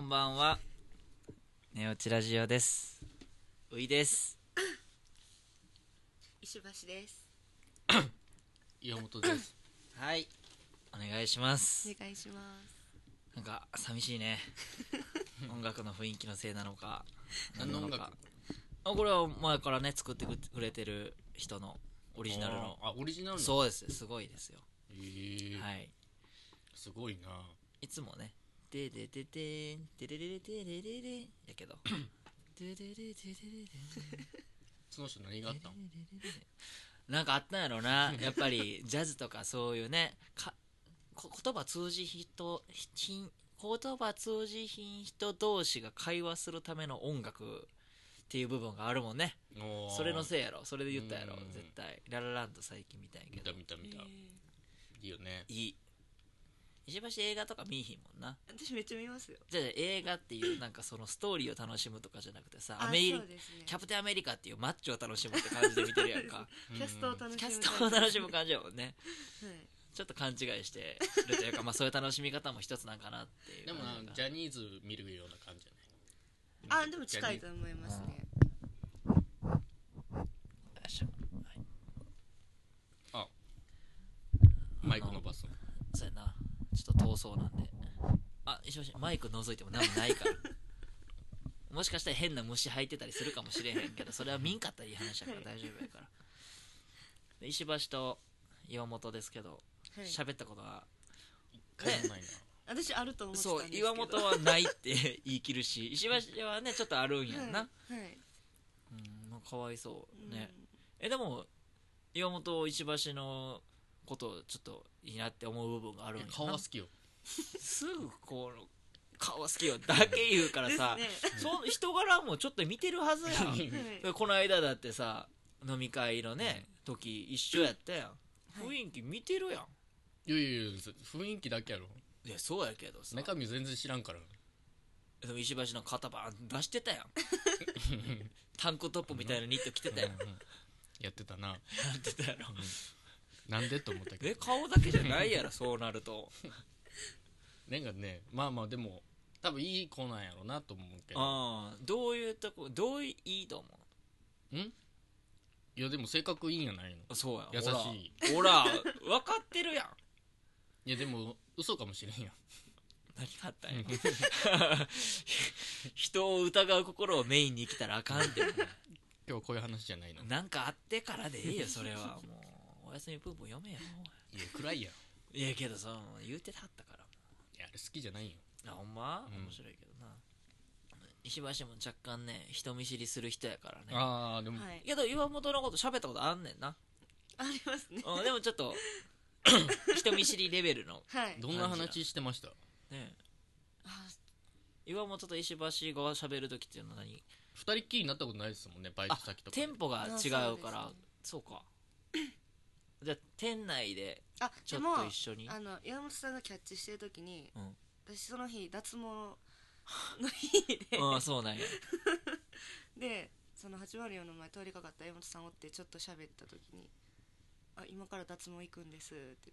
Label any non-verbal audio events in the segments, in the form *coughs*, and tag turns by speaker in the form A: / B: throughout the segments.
A: んばんは。寝落ちラジオです。ういです。
B: 石橋です
C: 岩本です。
A: はい。お願いします。
B: お願いします
A: なんか寂しい
C: *laughs*
A: ね音楽の雰囲気のせいなのか
C: 何の
A: な
C: 音
A: の
C: 楽
A: かあこれは前からね作ってくれてる人の *laughs* オ
C: オ
A: リジナルの
C: あ、オリジナルの。う。
A: そうですすごいですよ、
C: えー
A: はい
C: すごいな。
A: いつもね「ででででんででででででで」や
C: *laughs*
A: けど「でででででで
C: その人何があったの
A: でで」なんかあったんやろ
C: *laughs*
A: なやっぱりジャズとかそういうねかこ言葉通じ人ひん言葉通じひん人同士が会話するための音楽っていう部分があるもんね
C: おー
A: それのせいやろそれで言ったやろ
C: うん
A: 絶対ララランド最近みたい
C: 見
A: け
C: た
A: ど
C: 見た見た。いいよね。
A: いい石橋映画とか見いひんもんな
B: 私めっちゃ見ますよ
A: じゃあ映画っていうなんかそのストーリーを楽しむとかじゃなくてさアメ
B: あ
A: リ
B: そうですね
A: キャプテンアメリカっていうマッチョを楽しむって感じで見てるやんか
B: キャストを *laughs* 楽しむ
A: キャストを楽しむ
B: は
A: 感じやもんね
B: い
A: ちょっと勘違いしてるというか
C: *laughs*
A: まあそういう楽しみ方も一つなんかなっていう
C: でも
A: ん
C: な
A: か
C: ジャニーズ見るような感じじゃない
B: あでも近い
C: ジ
B: と思いますね
A: よいしょはい
C: ャニーマイク伸ばすの
A: そうやなちょっと遠そうなんであ石橋マイク覗いても何もないから *laughs* もしかしたら変な虫入ってたりするかもしれへんけどそれは見んかったらいい話やから大丈夫やからで石橋と岩本ですけど
B: はい
A: 喋ったことは
C: 一回もないな
B: 私あると思ってたん
A: そう
B: ですけど
A: 岩本はないって言い切るし石橋はねちょっとあるんやんな、
B: はいはい
A: うんまあかわいそうね、
B: うん
A: えでも岩本石橋のことちょっといいなって思う部分があるんやな
C: 顔は好きよ
A: すぐこの顔好きよだけ言うから *laughs* さ、
B: ですね
A: その人柄もちょっと見てるはずや *laughs* ん
B: はい
A: でこの間だってさ飲み会のね時一緒やったやん
B: はい
A: 雰囲気見てるやん、
C: いやいやいや雰囲気だけやろ
A: い、やそうやけどさ
C: 中身全然知らんから
A: でも石橋の肩バーン出してた *laughs* やんタンクトップみたいなニット着て *laughs* たやん
C: うんうん *laughs* やってたな
A: なってたやろ
C: なんでと
A: *laughs*
C: 思ったけ
A: え
C: ど
A: 顔だけじゃないやろそうなると
C: なんかねまあまあでも多分いい子なんやろなと思うけど
A: ああどういうとこどういいと思
C: いやでも性格いいんやないの
A: うそうや
C: 優しい
A: ほらほら分かってるやん
C: いやでも嘘かもしれんやん
A: 何があったんや人を疑う心をメインに生きたらあかん
C: *laughs*
A: って
C: 今日こういう話じゃないのい
A: なんかあってからでいいよそれはもうおやすみぷんぷん読めよ
C: や暗いやんい
A: いやけどさ言うてたったから
C: やあれ好きじゃないよ
A: あほんま、
C: うん
A: 面白いけどな石橋も若干ね人見知りする人やからね
C: ああでも
B: はい
A: けど岩本のこと喋ったことあんねん
C: *laughs*
A: な、
B: ありますね
A: うん、でもちょっと人見知りレベルの、
B: はい
C: どんな話してました
A: ね、
B: あ
A: 岩本と石橋が喋るときっていうのは何
C: 二人っきりになったことないですもんねバイト
A: あ
C: 先とか
A: 店
C: で
A: 舗が違うから
B: あそうで
A: そう,、か *coughs* じゃあ店内で
B: あ
A: ち
B: で
A: ょっ
B: も
A: と一緒に
B: あの岩本さんがキャッチしてる時に
A: うん
B: 私その日脱毛の日で
A: ああそうなんや
B: でその804の前通りかかった山本さんおってちょっと喋った時に「あ今から脱毛行くんです」って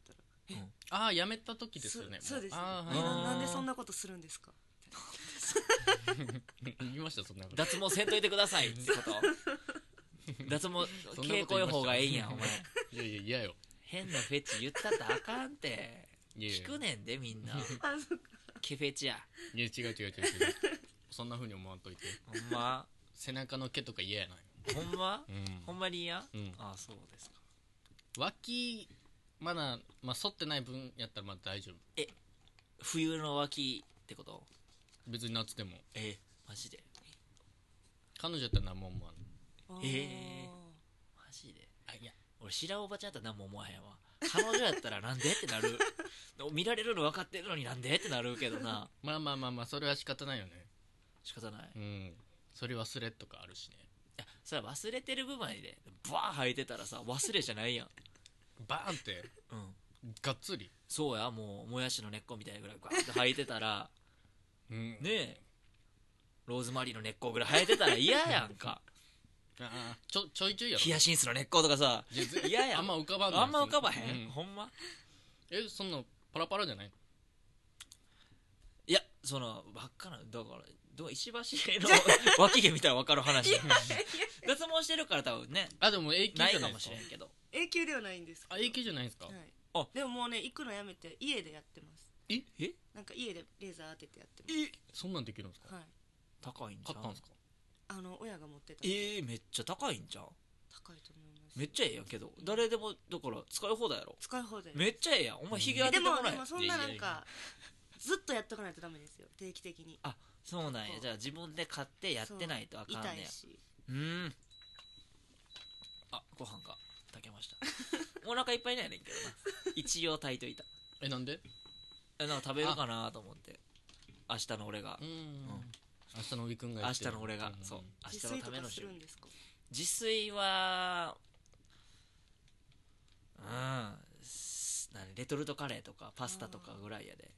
B: 言ったら「え
C: ああ辞めた時ですよね
B: そそうです、ね
C: あ
B: え
C: ーは
A: あー
B: ななんでそんなことするんですか?
C: い言いましたそんなこと
A: 脱毛せんといてくださいって
C: *laughs*
A: こと脱毛
C: そんな
A: 経
C: こと
A: 口予
C: 言いました
A: 報がええんやお前
C: いやいや嫌よ
A: 変なフェチ言ったったらあかんって
C: いやい
A: 聞
C: や
A: くねんでみん
C: *laughs*
A: な」
B: あそっか
A: 毛フェチや
C: いや違う違う違う違うそんな風に思わんといて
A: ほんま
C: 背中の毛とか嫌やない
A: ほんま
C: う
A: ほ
C: ん
A: んまに嫌、
C: うん
A: ああそうですか
C: 脇まだまあ反ってない分やったらまだ大丈夫
A: 冬の脇ってこと
C: 別に夏でも
A: えマジで
C: 彼女やったら何も思わん
B: あー
A: えマジで
C: あいや
A: 俺知らんおばちゃんやったら何も思わへんわ彼女やったらなんでってなる *laughs* 見られるの分かってるのになんでってなるけどな
C: まあまあまあまあそれは仕方ないよね
A: 仕方ない
C: うんそれ忘れとかあるしね
A: いやそれは忘れてる部分でバーン履いてたらさ忘れじゃないやん
C: バーンって
A: うん
C: がっつり
A: そうやもうもやしの根っこみたいなぐらいガーって履いてたら
C: うん
A: ねえローズマリーの根っこぐらい生えてたら嫌やんか
C: ああちょちょいちょいやろ
A: ヒヤシンスの根っことかさ
C: いやぜ
A: 嫌やん
C: あんま浮かばんのよ
A: あんま浮かばへん、
C: うん
A: ほんま
C: えそんなパラパラじゃない
A: いやそのばっかなだからどう石橋の *laughs* 脇毛見たら分かる話だ脱毛してるから多分ね
C: あでも永久じ
A: ない
C: ゃな
A: か
C: いで
A: も
C: す
A: し
C: か
A: れんけど
B: *laughs* 永久ではないんですけど
C: あ永久じゃないですか、
B: はい
A: あ
B: でももうね行くのやめて家でやってます
C: え
A: え
B: なんか家でレーザー当ててやってま
C: えそんなんできるんです
B: す
C: か
B: はい
A: 高いんじ
C: 買
A: ゃ
C: っ
A: ん
C: たんですか
B: あの親が持ってた
A: えー、めっちゃ高いんじゃん
B: 高いと思います
A: めっちゃええやんけど誰でもだから使い放題やろ
B: 使い放題
A: めっちゃええやんお前ひげ
B: え
A: 当て
B: で
A: ても
B: も
A: ら
B: で
A: え
B: もそんない
C: や
B: ない
C: や
B: ん
C: いや
B: かずっとやっとかないとダメですよ定期的に
A: そうなんやじゃあ自分で買ってやってないとあかん
B: 痛
A: ね
B: い
A: や
B: し
A: うーんあご飯が炊けました *laughs* お腹いっぱいなんやねんけどな一応炊いといた
C: えなんで
A: えなんか食べるかなと思って明日の俺が
C: うん
A: ん
C: 明日のびくんが
A: 明
C: やって
A: 日の俺が
C: ん
A: そう明
B: 自
A: 日の
B: 炊
A: た
B: と
A: め
B: か
A: の
B: す
A: 週
B: るんですか
A: 自炊はうんす何レトルトカレーとかパスタとかぐらいやで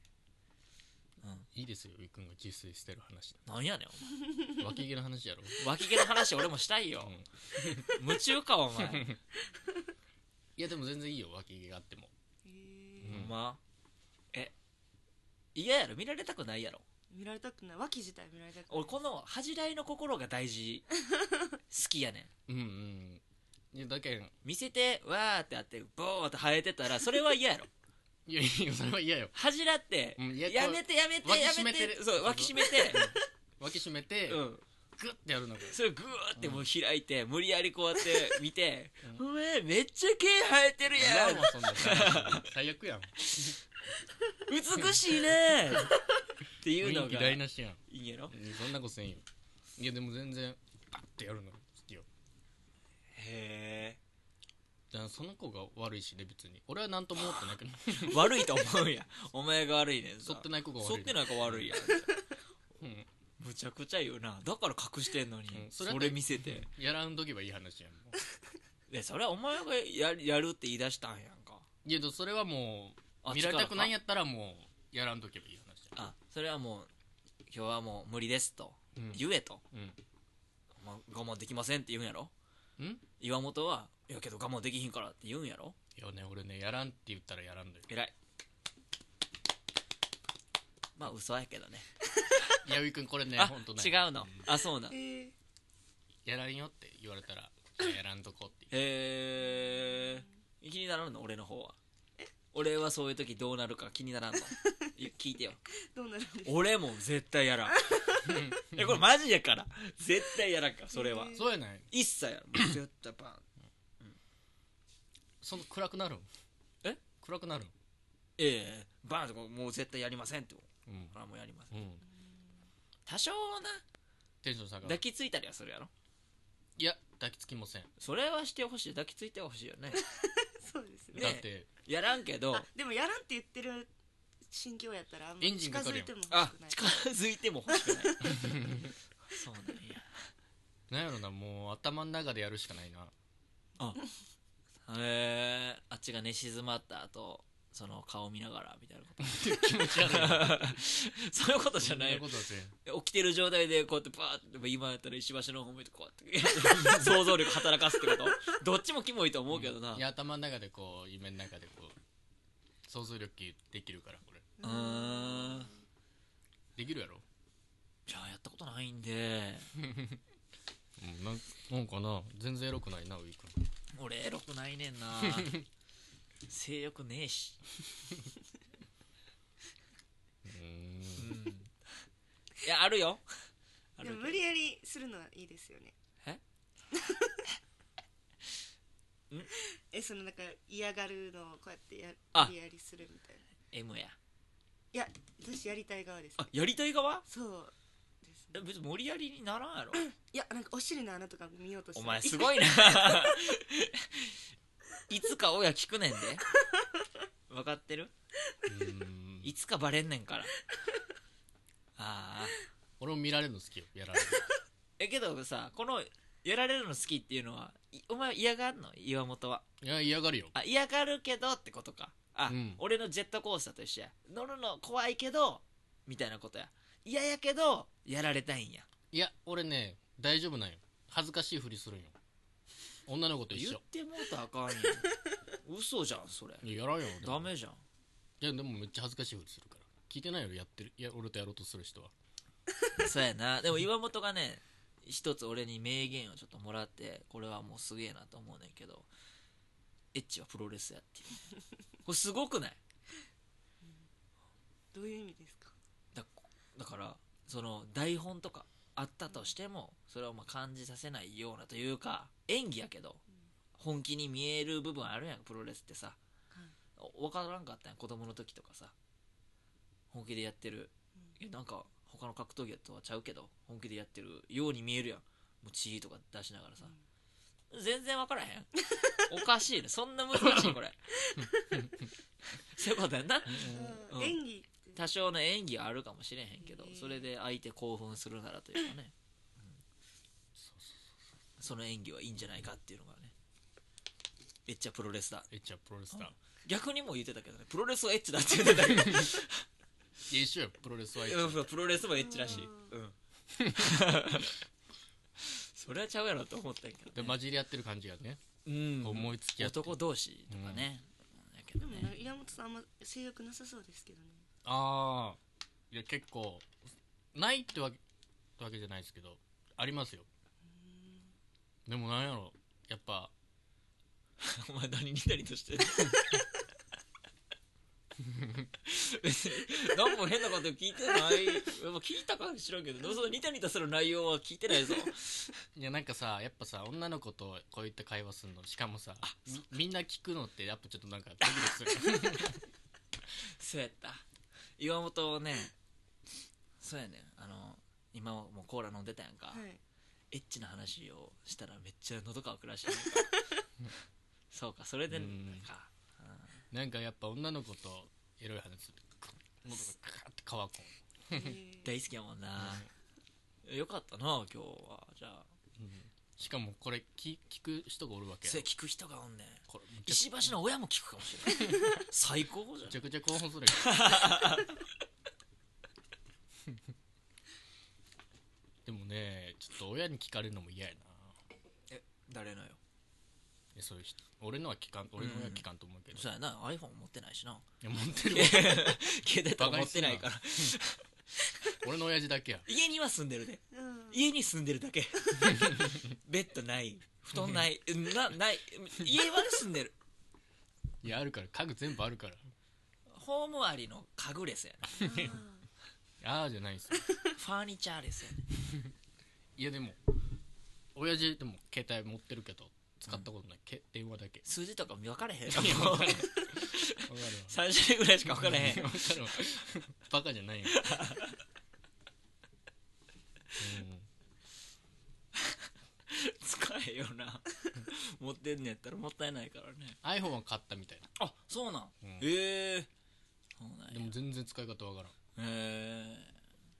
A: うん
C: いいですよびくんが自炊してる話
A: なんやねんお
C: 脇毛の話やろ
A: 前脇毛の話俺もしたい *laughs* よ
C: うん
A: 夢中かお *laughs* 前
C: いやでも全然いいよ脇毛があっても
B: へ
C: う
B: え
A: ほ
C: ん
A: んまえ嫌やろ見られたくないやろ
B: 見られたくない脇自体見られたくない
A: 俺この恥じらいの心が大事好きやねん
C: うんうんいやだけん
A: 見せてわーってあってボーって生えてたらそれは嫌やろ
C: いやいやそれは嫌よ
A: 恥じらって
C: うんいや
A: やめてやめて
C: 脇
A: や
C: 締
A: め
C: めて
A: て
C: る
A: そう脇締めて
C: 脇締めて
A: うん
C: グッてやるのが
A: それをグーってもう開いて無理やりこうやって
C: *laughs*
A: 見て「
C: う
A: お前めっちゃ毛生えてるや
C: いらんわそんなん最悪やん
A: ん美しいね」っていう
C: 雰
A: の
C: 囲
A: が
C: 気台無しやん
A: いいんやろ
C: うんそんなことせんよいやでも全然パッてやるの好きよ
A: へ
C: だからその子が悪いしね別に俺は何とも思ってなくない
A: え悪いと思うんやお前が悪いねん
C: 剃
A: さ
C: ってない子が悪い
A: 剃ってないか悪いやん
C: うん
A: むちゃくちゃ言うなだから隠してんのに
C: うん
A: そ
C: それだって
A: れ見せて
C: やらんとけばいい話やんもう
A: でそれはお前がややるって言い出したんやんか
C: いやでもそれはも
A: あ
C: う見られたくないん
A: 力
C: やったらもうやらんとけばいい話や
A: あそれはもう今日はもう無理ですと
C: うん
A: 言えと
C: うん
A: お前我慢できませんって言うんやろ
C: ん
A: 岩本は「いやけど我慢できひんから」って言うんやろ
C: いやね俺ねやらんって言ったらやらんのよ
A: 偉いまあ嘘やけどね
C: やびくんこれね
A: あ
C: 本当ね
A: 違うのあそうなんへ
B: え
C: やらんよって言われたらやらんとこって
A: え気にならんの俺の方は俺はそういう時どうなるか気にな *laughs* らんのいや聞いてよ
B: どうなるんですか
A: 俺も絶対やらん *laughs* いやこれマジやから絶対やらんからそれは
B: へえ
C: そうやない
A: 一切やらんもう絶対バン
C: その暗くなるん
A: え
C: 暗くなるん
A: ええバンとかもう絶対やりませんって
C: うん
A: 俺はもうやりません
C: うん
A: 多少な
C: テンション下が
A: 抱
C: る
A: きついたりはするやろ
C: いや抱きつきません
A: それはしてほしい抱きついてほしいよね
B: そうですね
C: だって
A: やらんけど
B: *laughs* あでもやらんって言ってる心境やったらあんま
C: エンジン
B: 近
C: かか
B: づい
C: るやん
B: ても
A: あ
B: 欲しく
A: 近
B: ない
A: づいても欲しくないそうなんや
C: なんやろなもう頭の中でやるしかないな
A: へえあっちが寝静まった後その顔見ながらみたいなこと
C: 気持ち悪い
A: そういうことじゃない
C: そんなことはせん
A: 起きてる状態でこうやってバーって今やったら石橋の方向いてこうやって想像力働かすってことどっちもキモいと思うけどない
C: や頭の中でこう夢の中でこう想像力できるからこれ
A: うーん
C: できるやろ
A: いややったことないんで
C: うんなんなんかな全然エロくないなウィーク
A: 俺エロくないねんな性欲ねえし
C: う
A: うんんいやあるよあるけ
B: でも
A: ど
B: 無理やりするのはいいですよね
A: えん
B: えそのなんか嫌がるのをこうやってや
A: あ
B: 無理やりするみたい
A: M や
B: ないや私やりたい側です
A: あ
B: ね
A: やりたい側
B: そうです
A: え
B: ね
A: 別に無理やりにならんやろ
B: いやなんかお尻の穴とか見ようとして
A: お前す
B: い
A: ごいな *laughs* いつか親聞くねんで分かってる
C: うん
A: いつかバレんねんからああ
C: 俺も見られるの好きよやられる
A: えけどさこのやられるの好きっていうのはいお前嫌がんの岩本はい
C: や嫌がるよ
A: あ嫌がるけどってことかあ、
C: うん
A: 俺のジェットコースターと一緒や乗るの怖いけどみたいなことや嫌やけどやられたいんや
C: いや俺ね大丈夫なんよ恥ずかしいふりするんよ女の子と一
A: 言っ
C: 緒
A: てもうたらあ *laughs* かんやん嘘じゃんそれ
C: いややらんよ俺
A: ダメじゃん
C: いやでもめっちゃ恥ずかしいふりするから聞いてないよりやってるいや俺とやろうとする人は
A: そうやなでも岩本がね一つ俺に名言をちょっともらってこれはもうすげえなと思うねんけどエッチはプロレスやっていうこれすごくない
B: どういう意味ですか
A: だだからその台本とかあったとしてもそれをまあ感じさせないようなというか演技やけど本気に見える部分あるやんプロレスってさ
B: はい
A: 分からんかったやん子供の時とかさ本気でやってる
B: うん
A: えなんか他の格闘技とはちゃうけど本気でやってるように見えるやんもう血とか出しながらさ、全然分からへん *laughs* おかしいねそんな難しいこれ *laughs* そういうことやんな
B: うん
A: うん
B: 演技って
A: 多少の演技はあるかもしれへんけど
B: へえ
A: それで相手興奮するならというかね、うんその演技はいいんじゃないかっていうのがねエッチはプロレスだ
C: エッチはプロレスだ、
A: うん逆にも言ってたけどねプロレスはエッチだって言ってたけど
C: いや一緒よプロレスはエッチ
A: うんそうプロレスもエッチらしい
B: うん
A: うん *laughs* それはちゃうやろと思ったんやけど、ね、
C: で混じり合ってる感じがね、
A: うん
C: 思いつき合って
A: 男同士とかね、だけ
B: で
A: ど
B: も
A: ね
B: な岩本さんあんま性欲なさそうですけどね
C: ああいや結構ないってわけってわけじゃないですけどありますよでもなんやろやっぱ
A: お前何になりとして *laughs* る別に何も変なこと聞いてないもう聞いたかもしらんけどそのニタニタする内容は聞いて *laughs* ないぞ
C: いやなんかさやっぱさ女の子とこういった会話するのしかもさみみんな聞くのってやっぱちょっとなんかドキドキす *laughs* る
A: そうやった岩本をねそうやねあの今もうコーラ飲んでたやんか、
B: はい
A: エッチな話をしたらめっちゃ喉乾くらし *laughs* いねそうかそれで
C: うん
A: なんか
C: なんかやっぱ女の子とエロい話すると喉がカーって乾くもん
B: へ
A: 大好きやもんなよかったな今日はじゃあ
C: しかもこれ聞聞く人がおるわけや
A: それ
C: ろ
A: 聞く人がおんねん
C: これめち
A: 石橋の親も聞くかもしれ *laughs* ない最高じゃん
C: ゃくちゃ興奮するや *laughs* んでもねちょっと親に聞かれるのも嫌やな
A: 誰のよ
C: いやそういう人俺のは聞かん俺の親は聞かんと思うけど、
A: そうやな iPhone 持ってないしない
C: や持ってるわ
A: *laughs* 携帯とか持ってないから
C: 俺の親父だけや
A: *laughs* 家には住んでるね
B: ーうん
A: 家に住んでるだ *laughs* けベッドない布団 *laughs* ないなない家は住んでる
C: いやあるから家具全部あるから
A: ホームありの家具レスやな
B: あー
C: ああじゃないんすよ
A: ファーニチャーレスやね
C: いやでも親父でも携帯持ってるけど使ったことない、け電話だけ
A: 数字とか分か *laughs* れへん
C: いやわかるわわ
A: 3種類ぐらいしか分
C: か
A: から
C: る
A: へ *laughs*
C: わ
A: ん
C: わかるわバカじゃないよ、うん
A: 使えよな持ってんねやったらもったいないからね
C: iPhone は買ったみたい
A: あそうなん、
C: うん
A: へえそうなん
C: な
A: や
C: でも全然使い方わから
A: へ
C: ん
A: え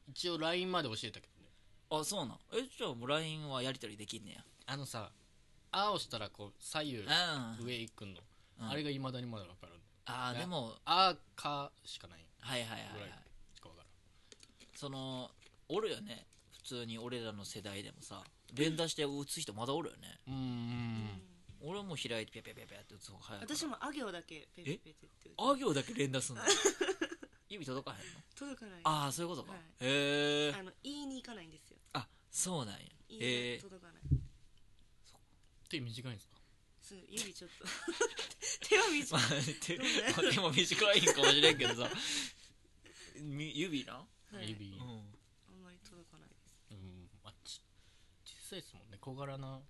C: 一応 LINE まで教えたけどね
A: あそうなんえじゃあもう LINE はやり取りできんね
C: あのさ「あ」押したらこう左右
A: やうん
C: 上行くの、
A: うん
C: あれがいまだにまだわからん
A: ああでも
C: 「あ」かしかない
A: はいはいはい
C: ぐ
A: は
C: らい
A: い
C: しかわから
A: そのおるよね普通に俺らの世代でもさ連打して打つ人まだおるよね
C: んうん
A: 俺も開いてピャピャピャピャって打つ方が早いから
B: 私もあ行だけペペペって言って
A: あ行だけ連打す *laughs* んの指届かへんの
B: 届かない
A: ああそういうことか、
B: はい
A: へえ
B: あの言いに行かないんですよ
A: あそうなんや
B: 言
A: へ
B: い
A: え *laughs*
B: に届かない
C: 手短いんですか
B: そう指ちょっと *laughs* 手は短
A: ま
B: い
A: あ、手まあ手も短いんかもしれんけ
B: *laughs*
A: どさみ指な、
B: はい
C: 指、
A: う
C: うん
A: ん、
B: あんまり届かないです
C: まあ、ち小さいですもんね小柄な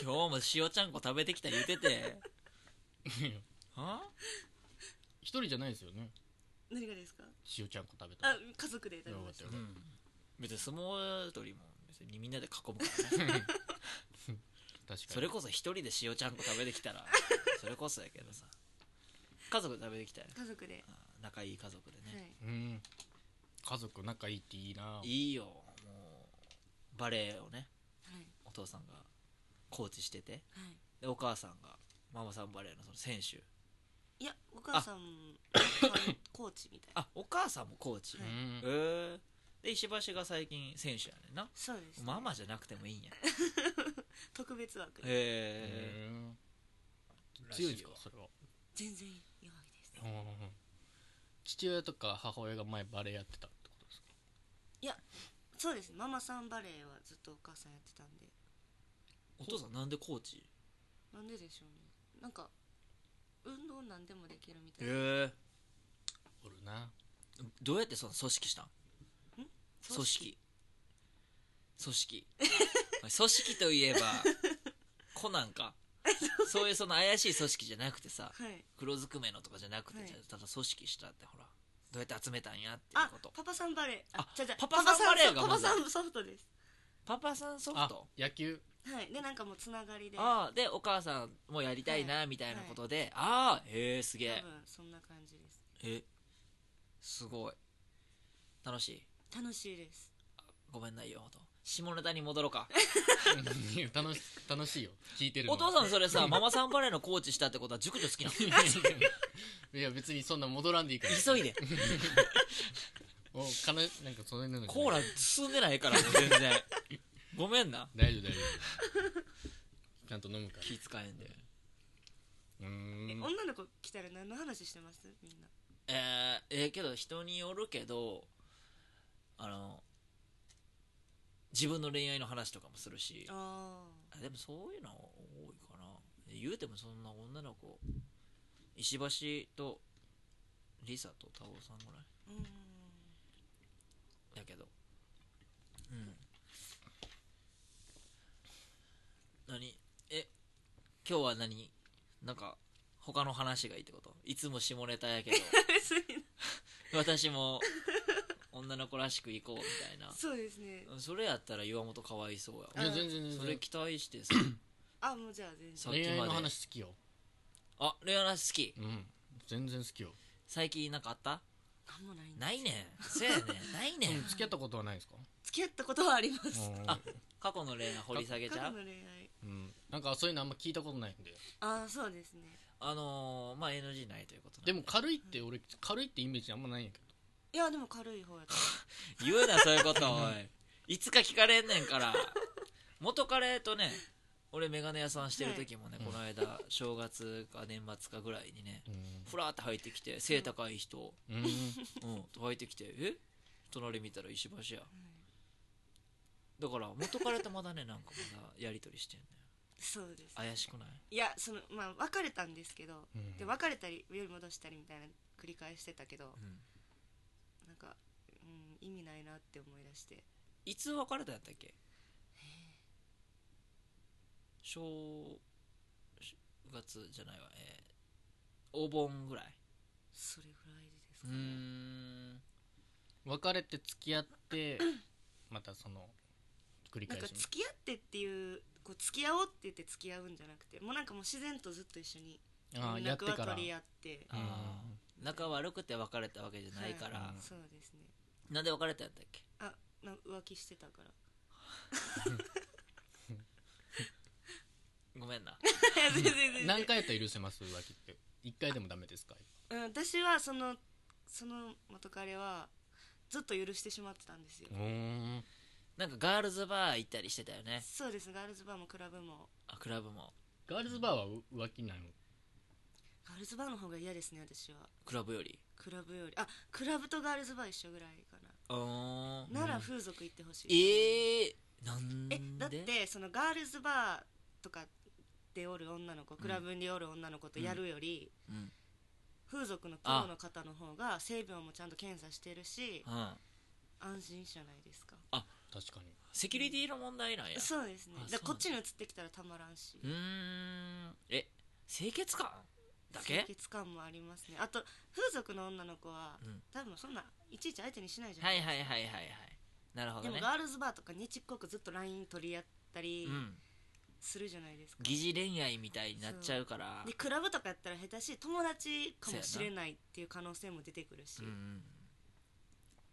A: 今日も塩ちゃんこ食べてきた言うて *laughs* ては
C: 一人じゃないですよね
B: 何がですか
C: 塩ちゃんこ食べた
B: あ
C: の
B: 家族で食べました
C: よかっ
A: うん、別に相撲取りも別にみんなで囲む *laughs* からね
C: 確かに
A: それこそ一人で塩ちゃんこ食べてきた
B: *laughs*
A: らそれこそやけどさ家族で食べてきたよね
B: 家族で
A: あー仲いい家族で
B: は
A: ね、
B: い
C: うん家族仲いいっていいない
A: いよもうバレエをね
B: はい
A: お父さんがコーチしてて
B: はい
A: でお母さんがママさんバレーのその選手
B: いやお母さんコーチみたいな
A: あお母さんもコーチ、
C: う
B: はい
A: へ
C: ん
A: えで石橋が最近選手やねんな
B: そうです
A: ママじゃなくてもいいんや
B: 特別枠で
A: へえ
C: へー強いですかそれは
B: 全然弱いです
C: うんうんうん父親とか母親が前バレエやってたってことですか
B: そうですねママさんバレーはずっとお母さんやってたんで
A: お父さんなんでコーチ
B: なんででしょうねなんか運動なんでもできるみたいな
A: え
C: おるな
A: えどうやってその組織したん組織組織組織といえばコナンかそういうその怪しい組織じゃなくてさ
B: はい
A: 黒ずくめのとかじゃなくて、
B: はい
A: じゃあただ組織したってほらどうやって集めたんやっていう
B: あ
A: こと
B: パパさんバレー
A: あ
B: じゃじゃ
A: パパさんバレーが
B: パ
A: ま
B: パ
A: ず
B: さんソフトです
A: パパさんソフ
C: あ
A: ト
C: 野球 *laughs*
B: はいでなんかもうつながりで
A: ああでお母さんもやりたい
B: は
A: なみたいなことで、ああへえすげ
B: 多
A: え
B: 分そんな感じです
A: えすごい楽しい
B: 楽しいです
A: ごめんないよほんと下ネタに戻ろう
C: *laughs*
A: か
C: うん楽し楽しいよ聞いてるの
A: お父さんそれさママさんバレーのコーチしたってことは熟女好きなの
C: *laughs* いや別にそんな戻らんでいいから
A: 急いで
C: おかななんかそれなのじゃない
A: コーラ進んでないからもう全然ごめんな
C: 大丈夫大丈夫ちゃんと飲むから
A: 気使えんで
C: うー
B: え
C: ん
B: 女の子来たら何の話してますみんな
A: えー、えーけど人によるけどあの自分の恋愛の話とかもするし
B: あ
A: あでもそういうの多いかな言うてもそんな女の子石橋とリサと太郎さんぐらい *laughs*
B: あうん
A: やけどうん何え今日は何なんか他の話がいいってこといつも下ネタやけど
B: 別に
A: 私も女の子らしく行こうみたいな
B: そうですね
A: それやったら岩本かわいそう
C: い
A: や
C: や
A: わ
B: あ
C: 全然全然
A: それ期待してさ
B: あもうじゃあ全
A: さ
B: 然
A: っきまで
C: 恋愛の話好きよ
A: あレアな話好き
C: うん全然好きよ、
A: 最近なんかあった
B: 何もないんだ
A: ないねんせやねんないね
C: うんん、付き合ったことはないですか
B: 付き合ったことはあります
A: あ過去の恋愛掘り下げちゃ
B: 過去
A: う
B: の恋愛
C: うん、なんかそういうのあんま聞いたことないんで
B: ああそうですね
A: あのー、まあ NG ないということなん
C: でも軽いって俺軽いってイメージあんまないんやけど
B: いやでも軽い方やった
A: 言うなそういうことおいいつか聞かれんねんから元カレとね俺メガネ屋さんしてる時もね、
C: はい
A: この間正月か年末かぐらいにね
C: う
A: ふらーって入ってきて背高い人、
C: ん、
A: うん、入ってきてえ隣見たら石橋やだから元カレとまだねなんかまだやり取りしてんね
B: そうです
A: 怪しくない
B: いやそのまあ別れたんですけど
C: うん、
B: で別れたりより戻したりみたいな繰り返してたけど
A: うん
B: なんか、うん、意味ないなって思い出して
A: いつ別れたんやったっけ正月じゃないわ、えー、お盆ぐらい
B: それぐらいです
A: うー
B: かね
A: ん
C: 別れて付き合ってまたその繰り
B: なん
C: 返
B: か
C: し
B: 付き合ってっていうこう付き合おうって言って付き合うんじゃなくてもうなんかもう自然とずっと一緒に
C: ああ
B: 連
C: やって
B: 絡は
C: から
B: 取り合って
C: うん
A: あー仲悪くて別れたわけじゃないから、
B: は
C: うん
B: そうですね
A: なんで別れたんやったっけ
B: あな浮気してたから *laughs*
A: ごめんな
B: 全然全然
C: 何回やったら許せます浮気って一回でもダメですか
B: うん、私はそのその元彼はずっと許してしまってたんですよ、
C: うん
A: なんかガールズバー行ったりしてたよね
B: そうですガールズバーもクラブも
A: あクラブも
C: ガールズバーは浮気ないの
B: ガールズバーの方が嫌ですね私は
A: クラブより
B: クラブよりあクラブとガールズバー一緒ぐらいか
A: うーん
B: な、なら風俗行ってほしい
A: えー、なんで
B: えだってそのガールズバーとかでおる女の子クラブにおる女の子とやるより、
A: うん、
B: 風俗のプロの方の方が性病もちゃんと検査してるし
A: うん、
B: 安心じゃないですか
C: 確かに
A: セキュリティの問題なんや
B: そうですね
A: あそうなんだ
B: だからこっちに移ってきたらたまらんし
A: うーんえ清潔感だけ
B: 清潔感もありますねあと風俗の女の子は、
A: うん
B: 多分そんないちいち相手にしないじゃな
A: はいい
B: ですか、
A: はいはいはいはいなるほど
B: で
A: ね
B: もガールズバーとかにちっこくずっと LINE 取り合ったり
A: うん
B: するじゃないですか、
A: 疑似恋愛みたいになっちゃうから
B: でクラブとかやったら下手しい友達かもしれないっていう可能性も出てくるし、
A: うん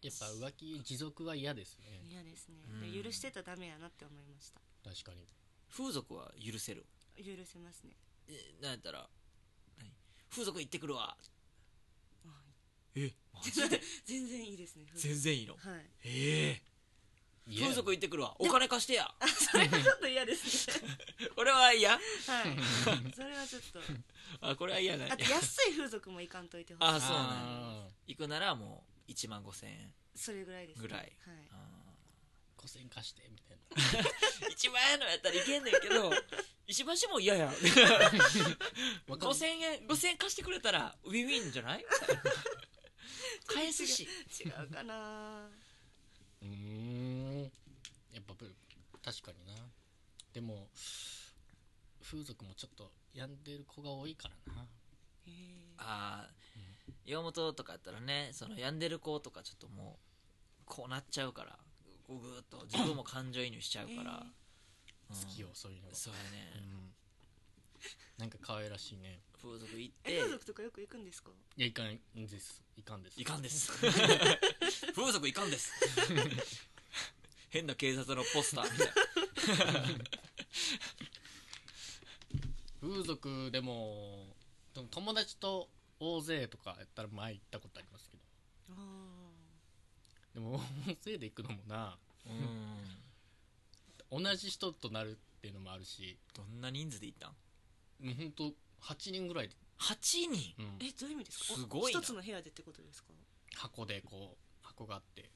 C: やっぱ浮気持続は嫌ですね
B: 嫌ですね
A: うん、
B: で許してたらダメやなって思いました
C: 確かに
A: 風俗は許せる
B: 許せますね
A: えなんやったら何風俗行ってくるわ
B: あ
A: えマ
B: *laughs* 全然いいですね *laughs*
A: 全然いいの
B: はい
A: ええ
C: いや
A: 風俗行ってくるわお金貸して
B: *laughs*
A: や
B: あそれはちょっと嫌ですね
A: 俺は嫌 *laughs*
B: はいそれはちょっと
A: あこれは嫌だ
B: あと安い風俗も行かんといてほしい
A: あそうなんや
C: あ
A: 行くならもう1万5000円
B: それぐらいです、ね、
A: ぐらい
B: はい
C: ー5000貸してみたい
A: 1万円のやったらいけんねんけ *laughs* ど石橋も嫌や
C: な
A: 5000円5000円貸してくれたらウィンウィンじゃない *laughs* 返すし
B: 違う
A: *laughs*
B: かな
C: うーんやっぱぶ確かになでも風俗もちょっと病んでる子が多いからな
B: へえ
A: ああ岩本とかやったらねその病んでる子とかちょっともうこうなっちゃうからこうぐーっと自分も感情移入しちゃうから、うん
C: 好きよそういうのが、
A: そうや
C: う
A: ね、
C: ん、なんか可愛らしいね
A: 風俗行っ
B: え
A: て
B: 風俗とかよく行くんですか
C: いやいかんですいかんです
A: いかんです *laughs* 風俗いかん *laughs* です変な警察のポスターみたい
C: 風俗でもでも友達と大勢とかやったら前行ったことありますけど
B: あ
C: でも大勢で行くのもな
A: なうん
C: 同じ人となるっていうのもあるし
A: どんな人数で行ったん
C: もうほんと8人ぐらいで、
A: 8人
C: うん
B: えどういう意味ですかお
A: すごいな
B: 一つの部屋でってことですか
C: 箱でこう箱があって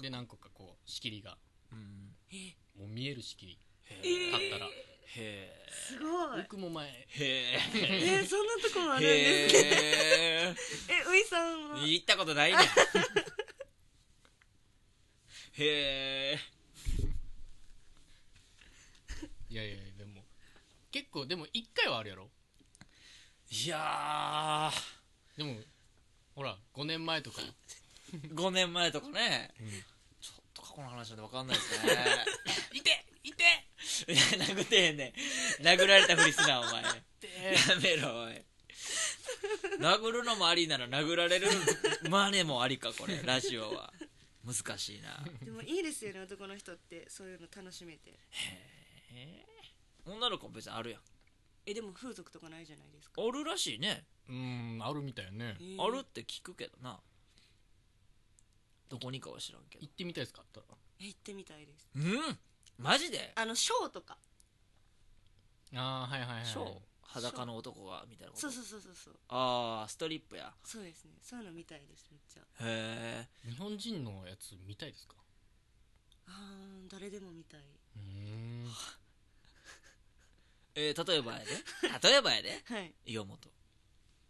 C: で何個かこう仕切りが
A: うん
B: え
C: もう見える仕切り
A: へ
C: あったら
A: え
B: すごい
C: 僕も前
A: へ
B: え
A: え
B: ー、そんなとこもあるんですね
A: へえ
B: えういさんは
A: 行ったことないねんへえ
C: いやいやいやでも結構でも1回はあるやろ
A: いや
C: でもほら5年前とか
A: ー5年前とかねちょっと過去の話なんて分かんないですねいていていや殴ってへんねん殴られたふりすなお前やめろおい殴るのもありなら殴られるマネもありかこれラジオは難しいな
B: でもいいですよね男の人ってそういうの楽しめて
A: へえ女の子も別にあるやん
B: えでも風俗とかないじゃないですか
A: あるらしいね
C: うんあるみたいね
B: へえ
A: あるって聞くけどなどこにかは知らんけど
C: 行ってみたいですかあったら
B: え行ってみたいです
A: うんマジで
B: あのショーとか
C: ああはいはいはいはい
A: ショー裸の男がみたいなこと
B: そうそうそうそうそう
A: ああストリップや
B: そうですねそういうの見たいですめっちゃ
A: へえ
C: 日本人のやつ見たいですか
B: あー誰でも見たい
C: うん
A: えー例えばやで例えばやで
B: はい
A: 岩本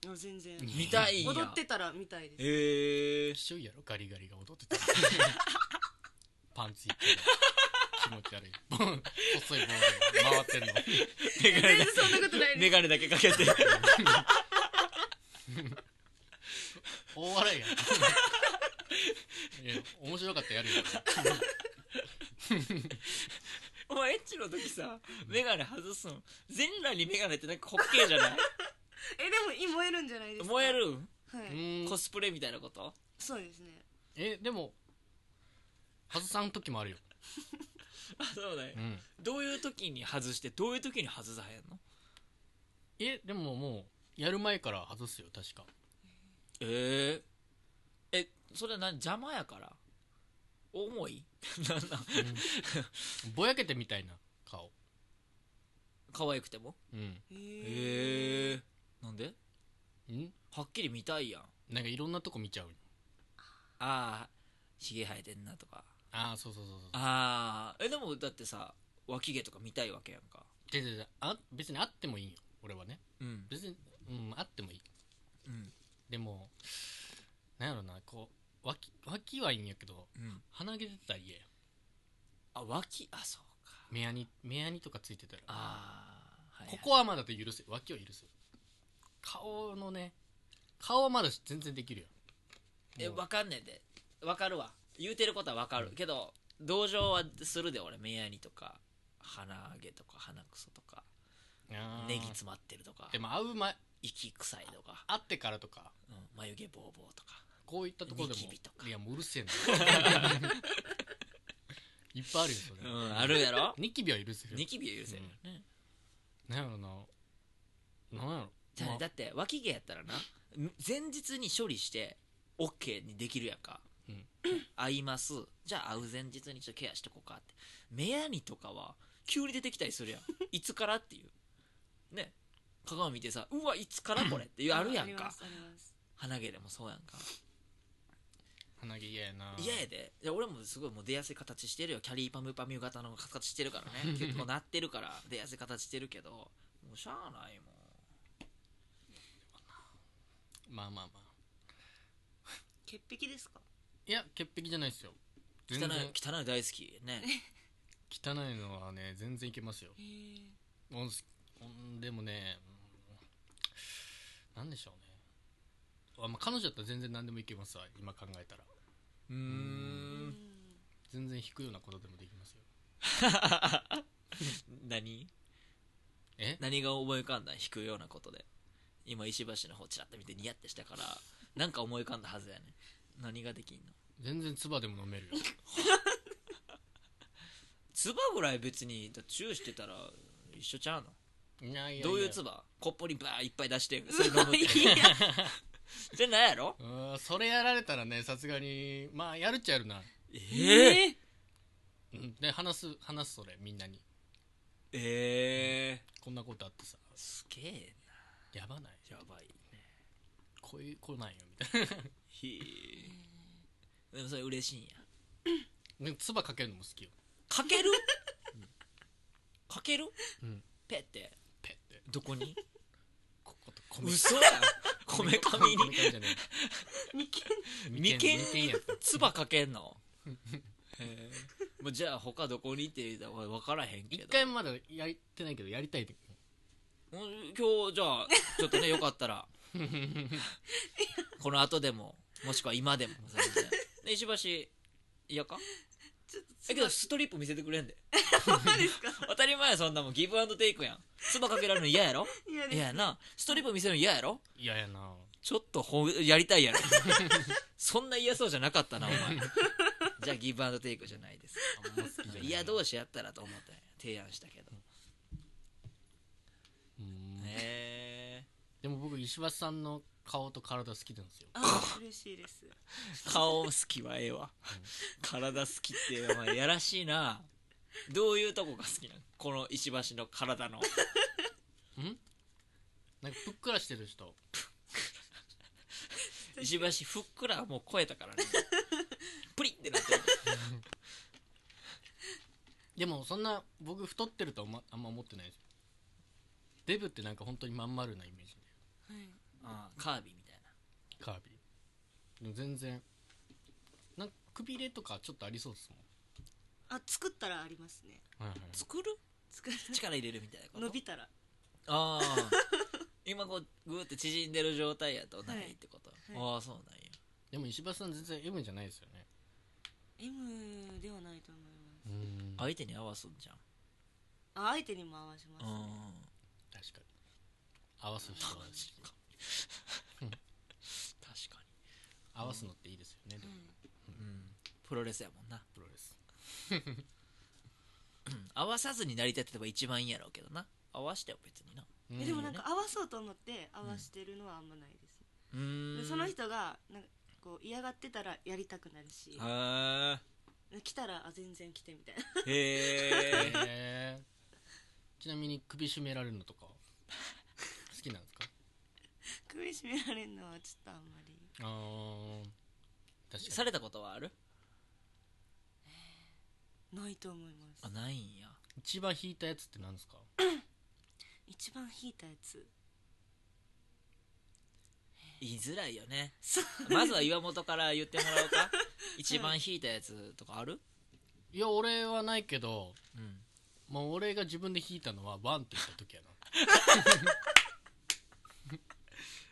B: あ全然
A: 見たいんや
B: 踊ってたら見たいです
A: へえ
C: 一緒やろガリガリが踊ってたパンツ一本で気持ち悪いボン細い棒で回ってんの
A: メガネ
B: 全
A: だ
B: 然そんなことない
A: メ
B: です
A: ガネだけかけ
B: *laughs*
A: て
C: 大笑いやんいや面白かったらやるよ
A: お前エッチの時さメガネ外すん全裸にメガネってなんかホッケーじゃ
B: *laughs*
A: ない
B: えでもい燃えるんじゃないですか
A: 燃えるん
B: は
C: う
B: い
C: ーん
A: コスプレみたいなこと
B: そうですね
C: えでも外さん時もあるよ、
A: あそうだよ
C: うん、
A: どういう時に外してどういう時に外さへんの
C: えでももうやる前から外すよ確か
A: えええそれは何邪魔やから重いなんなん
C: ぼやけてみたいな顔
A: 可愛くても
C: うん
B: へえ
A: えなんで
C: ん
A: はっきり見たいやん
C: なんかいろんなとこ見ちゃうよ
A: ああひげ生えてんなとか
C: ああそうそうそうそう
A: ああえでもだってさ脇毛とか見たいわけやんか
C: ででであ別にあってもいいよ俺はね
A: うん
C: 別に、うん、あってもいい
A: うん
C: でもなんやろなこう脇脇はいいんやけど
A: うん
C: 鼻毛出てたら嫌や
A: あ脇あそうか
C: 目やに目やにとかついてたら
A: ああ、はいはい
C: ここはまだと許せ脇は許せ顔のね顔はまだ全然できるよ
A: え
C: もう
A: わかんねんでわかるわ言うてることはわかるけど同情はするで俺目やにとか鼻毛とか鼻くそとか
C: あー
A: ネギ詰まってるとか
C: でも会う前
A: 息臭いとか、
C: 会ってからとか
A: うん、眉毛ぼうぼうとか
C: こういったところでも
A: ニキビとか
C: いやもううる
A: *laughs*
C: せえないっぱいあるよそれ、
A: うんあるやろ
C: ニキビは許せる
A: *laughs* ニキビは許せるよね、
C: なんやろななんやろ
A: じゃあね
C: ま
A: だって脇毛やったらな前日に処理して OK にできるやんか、
C: うん
A: 会いますじゃあ会う前日にちょっとケアしとこうかって目やにとかは急に出てきたりするやんいつからっていうね鏡見てさうわいつからこれっていうあるや
B: あ
A: ん
B: りま
A: か
B: すあります
A: 鼻毛でもそうやんか
C: 鼻毛嫌やな
A: 嫌やでいや俺もすごいもう出やすい形してるよキャリーパムパミュ型の形してるからね結構なってるから出やすい形してるけどもうしゃあないもん
C: まあまあまあ
B: 潔癖ですか
C: いや潔癖じゃないですよ全
A: 汚
C: 然
A: い汚い大好きね
C: 汚いのはね全然いけますよ
B: へえ
C: もうすうんでもねうんなんでしょうねあ、まあ、彼女だったら全然何でもいけますわ今考えたら
A: うー
B: うんん
C: 全然引くようなことでもできますよ
A: 何
C: え
A: 何が思い浮かんだん引くようなことで今石橋の方ちらっと見てニヤってしたからなんか思い浮かんだはずやね何ができんの
C: 全然唾でも飲めるよ
A: 唾ぐらい別にだチューしてたら一緒ちゃうの
C: いやいやや
A: どういう唾コップにバーいっぱい出してそれ飲むって *laughs* じゃないやろ
C: うんそれやられたらねさすがにまあやるっちゃやるな、
A: ええ
B: え
C: うん、で話す話すそれみんなに
A: ええ
C: こんなことあってさ
A: すげえ
C: やばない
A: なやばいね
C: こういう子なんよみたい
A: ひえでもそれ嬉しいんや
C: なね唾かけるのも好きよ
A: か
C: *laughs*
A: けるかける
C: うん
A: ペって
C: ペッて
A: どこに
C: こことこ
A: 嘘
B: *laughs*
A: やこめかみに
C: じゃね
B: 眉間
C: え
A: 眉間に
C: 眉間やった
A: 唾かけん
B: *laughs*
A: のへえもうじゃあ他どこにって言うたら俺分からへんけど
C: 一回もまだやってないけどやりたいと
A: もう今日じゃあちょっとねよかった
B: *laughs*
A: らこの後でももしくは今でも全然で石橋嫌か
B: ちょっ
A: えけ
B: と違う
A: どストリップ見せてくれんで
B: です
A: *laughs*
B: か
A: 当たり前やそんなもんギブアンドテイクやん唾かけられるの嫌
B: *laughs*
A: やろ
B: 嫌です
A: 嫌やなストリップ見せるの嫌やろ
C: いややな
A: ちょっとほやりたいやろそんな嫌そうじゃなかったなお前じゃあギブアンドテイクじゃないです
C: あんま好きじゃない
A: *laughs* いやどうしやったらと思って提案したけど
C: うん
A: ねえ
C: でも僕石橋さんの顔と体好きなんですよ
B: あ嬉しいです
A: 顔好きはええわ体好きってお前やらしいなどういうとこが好きなのこの石橋の体の
C: なんかふっくらしてる人
A: 石橋ふっくらはもう超えたからねプリってなってる
C: でもそんな僕太ってるとは思あんま思ってないですデブってなんか本当にまん丸なイメージ
B: はい
A: ああカービィみたい
C: カービィでも全然なんかくびれとかちょっとありそうです
B: あ作ったらありますね
C: もん、はいは
A: な作る
B: 作る
A: 力入れるみたいなこと
B: 伸びたら
A: ああ今こうグーって縮んでる状態やとないってこと、
B: はい
A: ああそうなんや
C: い、でも石橋さん全然 M じゃないですよね
B: M ではないと思います
C: うん確
A: 相手に合わすんじゃん
B: あ相手にも合わせま
A: う
B: す
A: ん
B: ね
C: かに合わす人
A: 確
C: は
A: かに確か
C: 合わすのっていいですよね、で
B: う
C: も
B: ん
A: に、うん、プロレスやもんな
C: プロレス
A: うん合わさずになりたいって言えば一番いいやろうけどな合わしても別にな
B: えでもなん
C: か
B: か合わそうと思って合わしてるのはあんまないです、
A: う
B: で
A: ーん
B: その人がなんかこう嫌がってたらやりたくなるし、
A: へ
B: 来たらあ全然来てみたいな *laughs*
A: えへえ
C: へえ *laughs* ちなみに首絞められるのとか好きなんですか
B: 首絞められるのはちょっとあんまり
C: あー確か
A: *laughs* されたことはある
B: ないと思いま
A: あ
B: す
A: ないんや
C: に一番引いたやつって何ですか
B: 一番引いたやつ
A: 言いづらいよね
B: そう
A: まずは岩本から言ってもらおう *laughs* か一番引いたやつとかある、
C: いや俺はないけど
A: うん
C: もう俺が自分で引いたのはワンって言った時や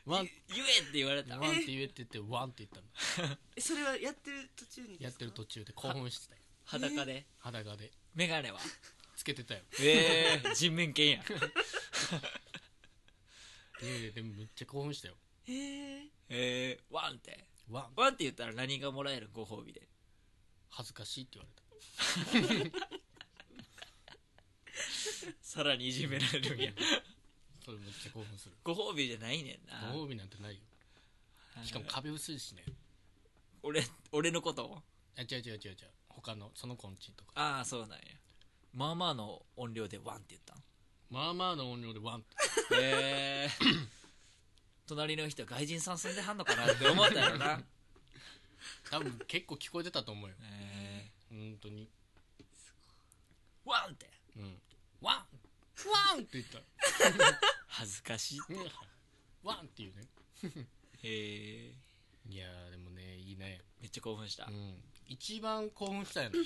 C: なワン
A: 言えって言われた
C: ワンって言えって言ってワンって言ったの
B: えそれはやってる途中にですか
C: やってる途中で興奮してたよ
A: 裸で
C: 裸で
A: 眼 *laughs* 鏡は
C: つけてたよ
A: ええ人面犬や
C: いやいやでもめっちゃ興奮したよ
B: えー、
A: ええワンって
C: ワン
A: ワンって言ったら何がもらえるご褒美で
C: 恥ずかしいって言われた
A: さらにいじめられるんや
C: それめっちゃ興奮する
A: ご褒美じゃないねんな
C: ご褒美なんてないよしかも壁薄いしね
A: 俺俺のことを
C: あ違う違う違う違う他のその子んちとか
A: ああそうなんやまあまあの音量でワンって言ったん
C: まあまあの音量でワン
A: へえ *coughs* 隣の人外人さん住んではんのかなって思ったよな
C: 多分結構聞こえてたと思うよ
A: *laughs* へ
C: 本当に
A: ーワンって
C: うん
A: ワン
C: ワンって言った
A: 恥ずかしいって
C: うんワンっていうね
A: へえ
C: いやーでもねいいね
A: めっちゃ興奮した、
C: うん一番興奮したよね、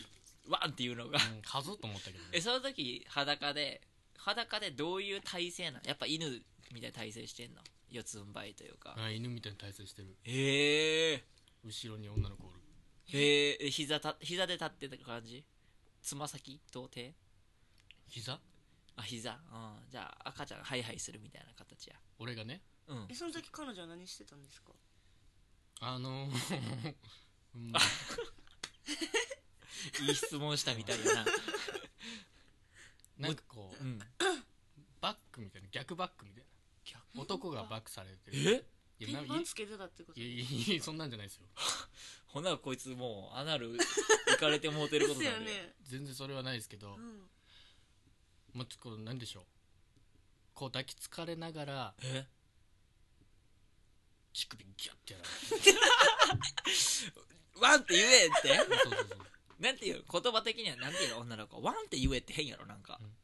A: ワンっていうのが
C: うん、数と思ったけど、
A: え
C: ね、
A: その時裸で裸でどういう体勢なのやっぱ犬みたいな体勢してんの四つん這いというか、
C: あ犬みたいに体勢してる
A: へえ
C: 後ろに女の子おる
A: へええ膝た膝で立ってた感じつま先と手
C: 膝
A: あ膝うんじゃあ赤ちゃんがハイハイするみたいな形や
C: 俺がね *laughs*
A: うん
B: えその時彼女は何してたんですか
C: あ *laughs* のーうん
A: いい質問したみたいやな
C: なんかこう
A: うん
C: バックみたいな逆バックみたいな男がバックされてる
A: え
C: い
B: ピ
C: やな
B: ン
C: い
B: パンつけてたってこと
C: いやいやいやそんなんじゃないですよ
A: ほなこいつもうアナル浮かれてもうてる
B: で
A: こと
B: す
A: にな
B: よ
A: る
C: *laughs*
B: ね
C: 全然それはないですけど
B: うん
C: もうちょっとこうなんでしょうこう抱きつかれながら
A: え
C: 乳首ギュッてやら
A: ワンって言えって
C: れるそうそうそう
A: なんていう言葉的にはなんていうの女の子ワンって言えって変やろなんか、
C: うん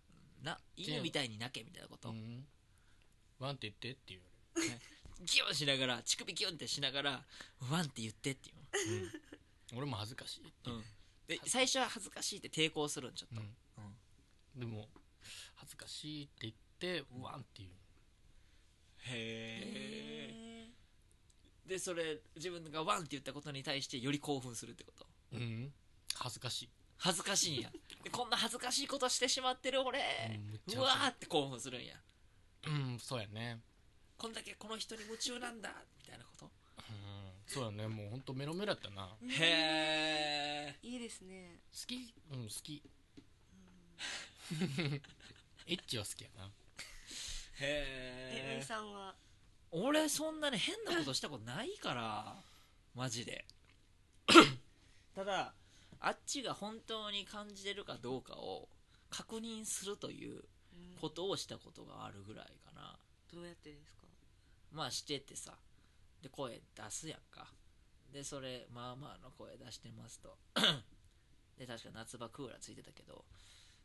A: な犬みたいに泣けみたいなこと、
C: うんワンって言ってって言わ
A: ギュンしながら乳首ギュンってしながらワンって言ってって
C: れる、うん俺も恥ずかしい、
A: 言う、うん、で最初は恥ずかしいって抵抗するんちょっと、
C: でも恥ずかしいって言ってワンっていう
A: へえ
B: へ
A: でそれ自分がワンって言ったことに対してより興奮するってこと
C: うん恥ずかしい
A: 恥ずかしい *laughs* んやでこんな恥ずかしいことしてしまってる俺、
C: うんむっち
A: う
C: ゃ
A: わ
C: 恥ずかしい
A: ーって興奮するんや
C: うんそうやね
A: こんだけこの人に夢中なんだみたいなこと
C: うんそうやねもうほんとメロメロやったな好
B: ー
A: へえ
B: いいですね
C: きうん好き *laughs* エッチは好きやな
B: え
A: へ
B: うい
A: え
B: さんは
A: 俺そんなに変なことしたことないから *laughs* マジでただあっちが本当に感じてるかどうかを確認するという
B: うん
A: ことをしたことがあるぐらいかな
B: どうやってですか
A: まあしてってさで声出すやんかでそれまあまあの声出してますと *coughs* で確か夏場クーラーついてたけど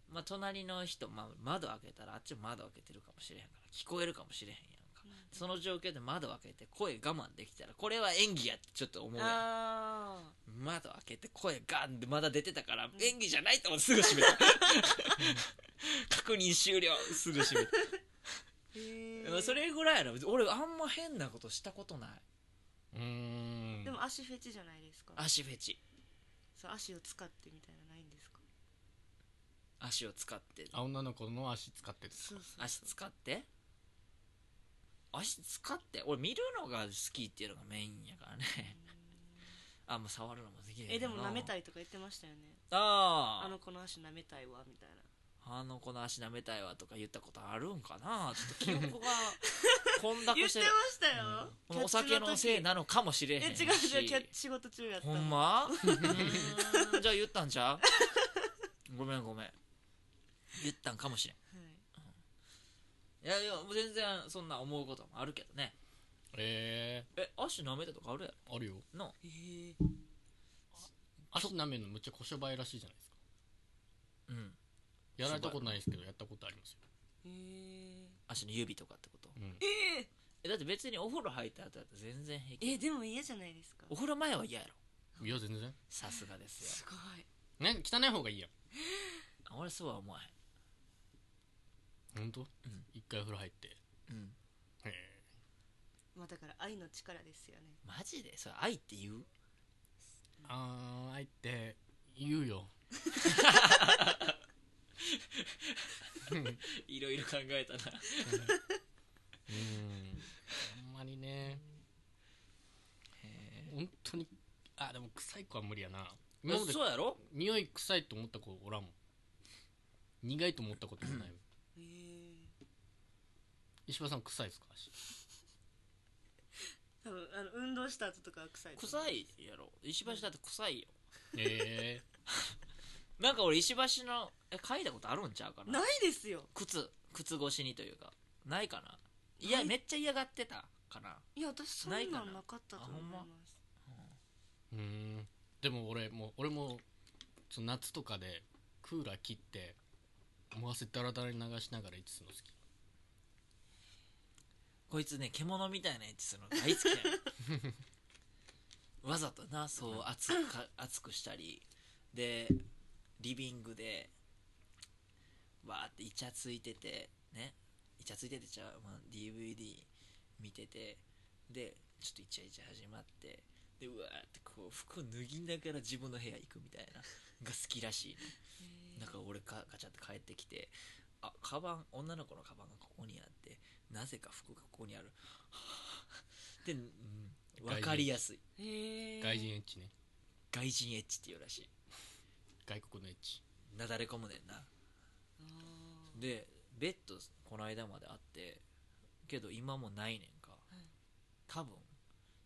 A: まあ隣の人、まあ、窓開けたらあっちも窓開けてるかもしれへんから聞こえるかもしれへんやんかその状況で窓開けて声我慢できたらこれは演技やってちょっと思うやん
B: ああ
A: 窓開けて声ガンでまだ出てたから
B: ん
A: 演技じゃないと思ってすぐ閉めた確認終了すぐ
B: *laughs*
A: 閉めた
B: へ
A: うん
B: え
A: それぐらいやろ俺あんま変なことしたことないう
C: ーん
B: でも足フェチじゃないですか
A: 足フェチ
B: そう足を使ってみたいなのないんですか
A: 足を使って
C: あ女の子の足使ってる
B: そうそう
A: 足使って足使って俺見るのが好きっていうのがメインやからねあもう触るのも好きやけ
B: えで
A: ど
B: も舐めたいとか言ってましたよね
A: ああ
B: あの子の足舐めたいわみたいな
A: あの子の足舐めたいわとか言ったことあるんかなちょっと記
B: *laughs*
A: 憶が混濁
B: 言っ
A: してて
B: ま
A: る
B: したよ、
A: このお酒のせい
B: な
A: なのかもしれへん
B: え違う
A: し
B: 違うキャッチ仕事中やった
A: ほ
B: の
A: んまうーん *laughs* じゃあ言ったんちゃうごめんごめん言ったんかもしれん
B: はい
A: いやいや全然そんな思うこともあるけどね
C: え
A: え足舐めたとかあるや
C: ー、あるよ
A: ろな
B: えー
C: 足舐めるのむっちゃ小商売らしいじゃないですか
A: うん
C: やられたことないですけどやったことありますよ、
B: えー
A: 足の指とかってこと
C: うん、
B: え
A: えだって別にお風呂入った後だと全然平気
B: ーえでも嫌じゃないですか
A: お風呂前は嫌やろ
C: いや全然
A: さすがです
B: す
A: よ
B: ごい
C: ね汚い方がいいやん
A: 俺そうは思わ
C: 本当、
A: ん
C: 一回お風呂入ってへ
A: へんうん
C: え
B: まあだから愛の力ですよね
A: マジでそれ愛って言う
C: あーあいって言うよ
A: いろいろ考えたな
C: うんほんまにね本当にあでも臭い子は無理やな今まで
A: そうやろ
C: 匂い臭いと思った子おらんもん苦いと思ったこともないもん
B: えー
C: 石破さん臭いですか足
B: 多分あの運動した後とかは臭いと思う
A: 臭いやろ石橋だって臭いよ
C: え
A: なんか俺石橋のえ書いたことあるんちゃうかな
B: ないですよ
A: 靴靴越しにというかないかないや、
B: はい
A: めっちゃ嫌がってたかない
B: や私そん
A: ないか
B: なん
A: な
B: なかったと思い
A: あほん
B: ます
C: ー、うーんでも俺も俺もその夏とかでクーラー切ってもう汗だらだらに流しながらいつの好き
A: こいつね獣みたいなやつするの大好きやんわざとなそう熱くか熱くしたりでリビングでわーってイチャついててねイチャついててちゃう、まあ、DVD 見ててでちょっとイチャイチャ始まってでうわーってこう服脱ぎながら自分の部屋行くみたいなが好きらしいの
B: へー
A: なんか俺かガチャって帰ってきてあカバン女の子のカバンがここにあってなぜか服がここにある *laughs* はぁで、うん、分かりやすい
B: へー
C: 外人エッチね
A: 外人エッチっていうらしい
C: 外国のエッチ
A: なだれ込むねんな
B: あー
A: でベッドこの間まであってけど今もないねんか、
B: い
A: 多分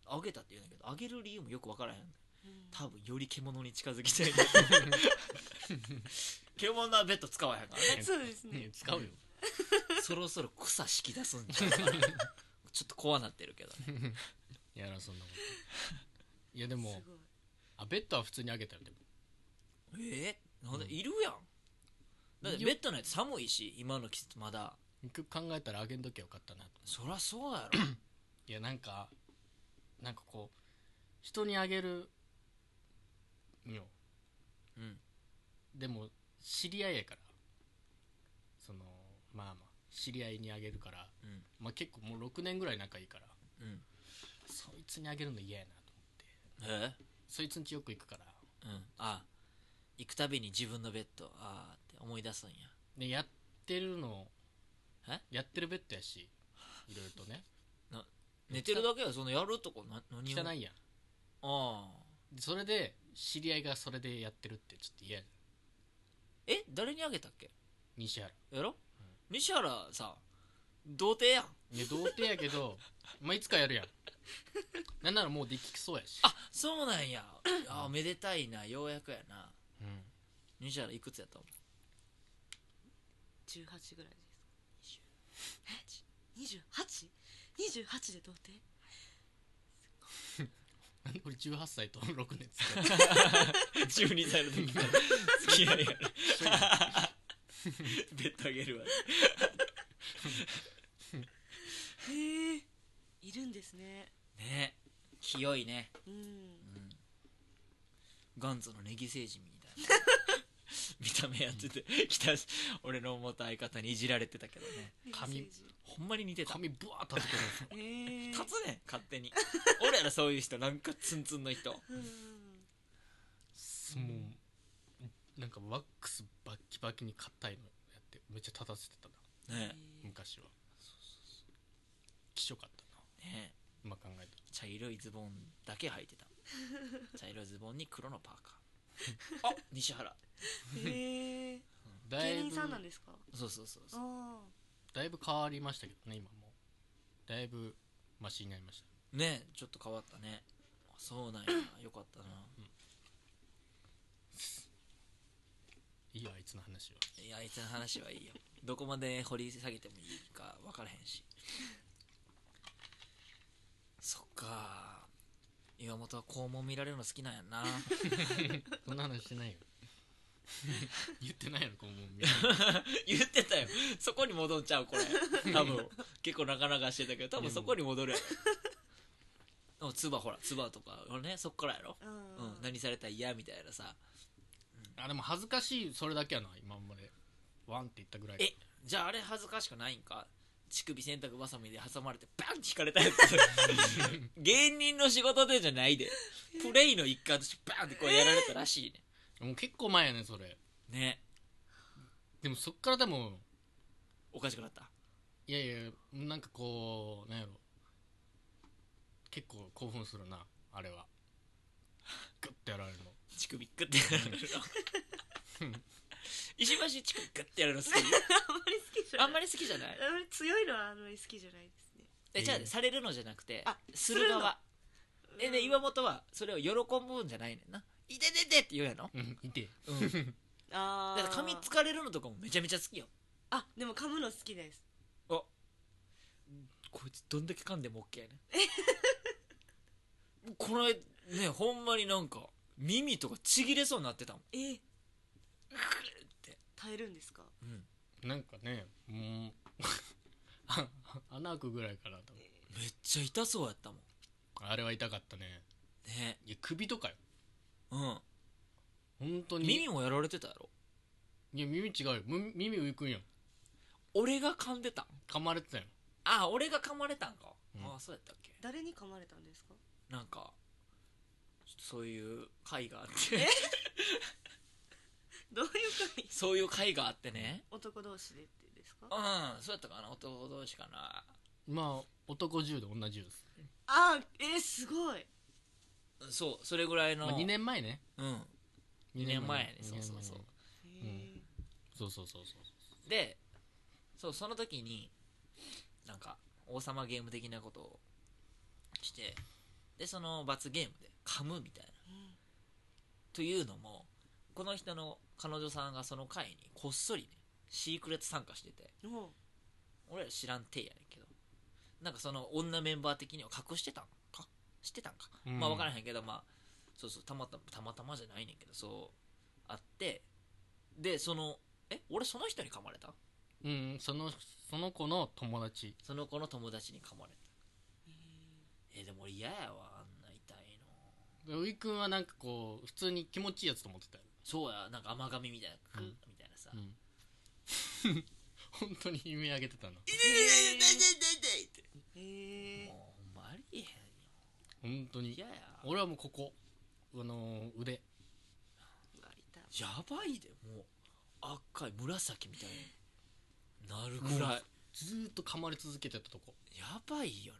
A: あげたって言うんだけどあげる理由もよく分からへん
B: うん
A: 多分より獣に近づきた
B: *laughs*
A: い *laughs* 獣はベッド使わへんからね
B: そうですね
C: ね
B: *laughs*
C: *laughs* 使うよ
A: そろそろ草敷き出すんじゃうかな *laughs* ちょっと怖なってるけどね
C: やらそんなこといやでも
B: すごい
C: あベッドは普通にあげたよでも
A: えー、なんで、
C: うん
A: いるやんだってベッドのやつ寒いし今の季節まだ
C: よく考えたらあげんときゃよかったなと
A: そらそうやろ
C: いやなんかなんかこう人にあげるんよ
A: うん
C: でも知り合いやからそのまあまあ知り合いにあげるから、
A: うん
C: まあ、結構もう6年ぐらい仲いいから
A: うん
C: そいつにあげるの嫌やなと思っ
A: え
C: てそいつんちよく行くから
A: うんあ行くたびに自分のベッドああって思い出すんや
C: でやってるの
A: え
C: やってるベッドやしいろいろとね
A: 寝てるだけはそのやるとこな何を
C: 汚
A: い
C: いやん
A: ああ
C: でそれで知り合いがそれでやってるってちょっと嫌や
A: え誰にあげたっけ
C: 西原
A: やろ、西原さ童貞やん
C: いや童貞やけど *laughs* まあいつかやるやんなんならもうできそうやし
A: あそうなんやあーめでたいなようやくやな
C: うん *laughs*
A: 西原いくつやったの
B: 18ぐらいですか 28?28 で童貞
C: なんで俺18歳と6年付き合
A: 12歳の時から付き合いがあるベッドあげるわ
B: へえいるんですね
A: ね清いね、
B: うん
A: 元祖のネギ星人みたいな *laughs* 見た目やっててきた俺の元相方にいじられてたけどね
C: 髪
A: ほんまに似てた
C: 髪ブワーッ立ててるんですよ
B: へえ
A: 立つねん勝手に俺らそういう人なんかツンツンの人
B: うん
C: すもうなんかワックスバッキバキに硬いのやってめっちゃ立たせてたな
A: ね
B: へ
C: 昔はきしょかったな
A: ね
C: 今考えたら
A: 茶色いズボンだけ履いて *laughs* た茶色いズボンに黒のパ *laughs* ーカーあ西原
B: えへえ
C: だ
B: 芸
C: いぶ
B: 人さんなんですか
A: そうそうそうそう
B: あ
C: だいぶ変わりましたけどね今もうだいぶマシになりました
A: ねちょっと変わったねあそうなんやなよかったない
C: いよあいつの話はい
A: やあいつの話はいいよどこまで掘り下げてもいいか分からへんしそっか岩本は肛門見られるの好きなんやな
C: そんな話してないよ *laughs* 言ってないやろこうもうみんな
A: *laughs* 言ってたよそこに戻んちゃうこれ多分結構なかなかしてたけど多分そこに戻るやろでも唾ほら唾とかねそっからやろ、
B: *laughs* あう
A: うん、何されたら嫌みたいなさ
C: あでも恥ずかしいそれだけやな今までワンって言ったぐらい
A: えじゃああれ恥ずかしくないんか乳首洗濯ばさみで挟まれてバンって引かれたやつ芸人の仕事でじゃないでプレイの一環としてバンってこうやられたらしい
C: もう結構前やねそれ
A: ねね
C: でもそっからでも
A: おかしくなった
C: いやいやなんかこうなんやろ結構興奮するなあれはグッてやられるの
A: 乳首グッてやられるの石橋乳首グッてやられるの好き
B: あんまり好きじゃ
A: あ
B: ない
A: んまり好きじゃない
B: あんまり強いのはあんまり好きじゃないですね
A: えじゃあ、
C: えー
A: されるのじゃなくて
B: あ
A: する側
B: するの
A: えで岩本はそれを喜ぶんじゃないねんないてててって言うやろ、
C: うんいて
A: うん、だ
B: あ
A: から
B: ー
A: 噛みつかれるのとかもめちゃめちゃ好きよ
B: あでも噛むの好きです
A: こいつどんだけ噛んでも OK やね *laughs* この間ねほんまになんか耳とかちぎれそうになってたもん
B: え *laughs* ー
A: って、
B: 耐えるんですか
A: うん、
C: なんかねもう *laughs* あ穴開くぐらいかなと思う
A: めっちゃ痛そうやったもん
C: あれは痛かったね
A: ね
C: いや首とかよ
A: う
C: 本当
A: ん
C: に
A: 耳もやられてたやろ
C: いや耳違うよむ耳浮くんやん
A: 俺が噛んでたん
C: 噛まれてたよ
A: あ俺が噛まれたんか、
C: うん
A: ああそうやったっけ
B: 誰に噛まれたんですか
A: なんかちょっとそういう会があって
B: どういう会
A: *laughs* そういう会があってね
B: 男同士でってですか
A: うんそうやったかな男同士かな
C: まあ男10で女10です、
B: あーえー、すごい
A: うんそうそれぐらいの、
C: まあ、2年前ね
A: うん2年前やねそうそうそう
B: へー
C: そうそうそうそう
A: でそうその時になんか王様ゲーム的なことをしてでその罰ゲームで噛むみたいな
B: うん
A: というのもこの人の彼女さんがその会にこっそりねシークレット参加してて
B: おう
A: 俺ら知らんてやねんけどなんかその女メンバー的には隠してたんか知ってたんか、
C: うん
A: まあ分からへんけどまあそうそうたまたまたまたまじゃないねんけどそうあってでそのえ俺その人に噛まれた
C: うんそのその子の友達
A: その子の友達に噛まれた
B: へ
A: えでも俺嫌やわあんな痛いの
C: ういくんはなんかこう普通に気持ちいいやつと思ってたよ、
A: そうやなんか甘噛みみたいなクッ、
C: うん
A: みたいなさ、
C: うん、 *laughs* 本当に夢上げてたな
B: ーへえ
A: もうほんまありえへんよ
C: 本当に
A: 嫌や
C: 俺はもうここあのー腕
A: やばいでもう赤い紫みたいになるぐらい
C: ずーっと噛まれ続けてたとこ
A: やばいよね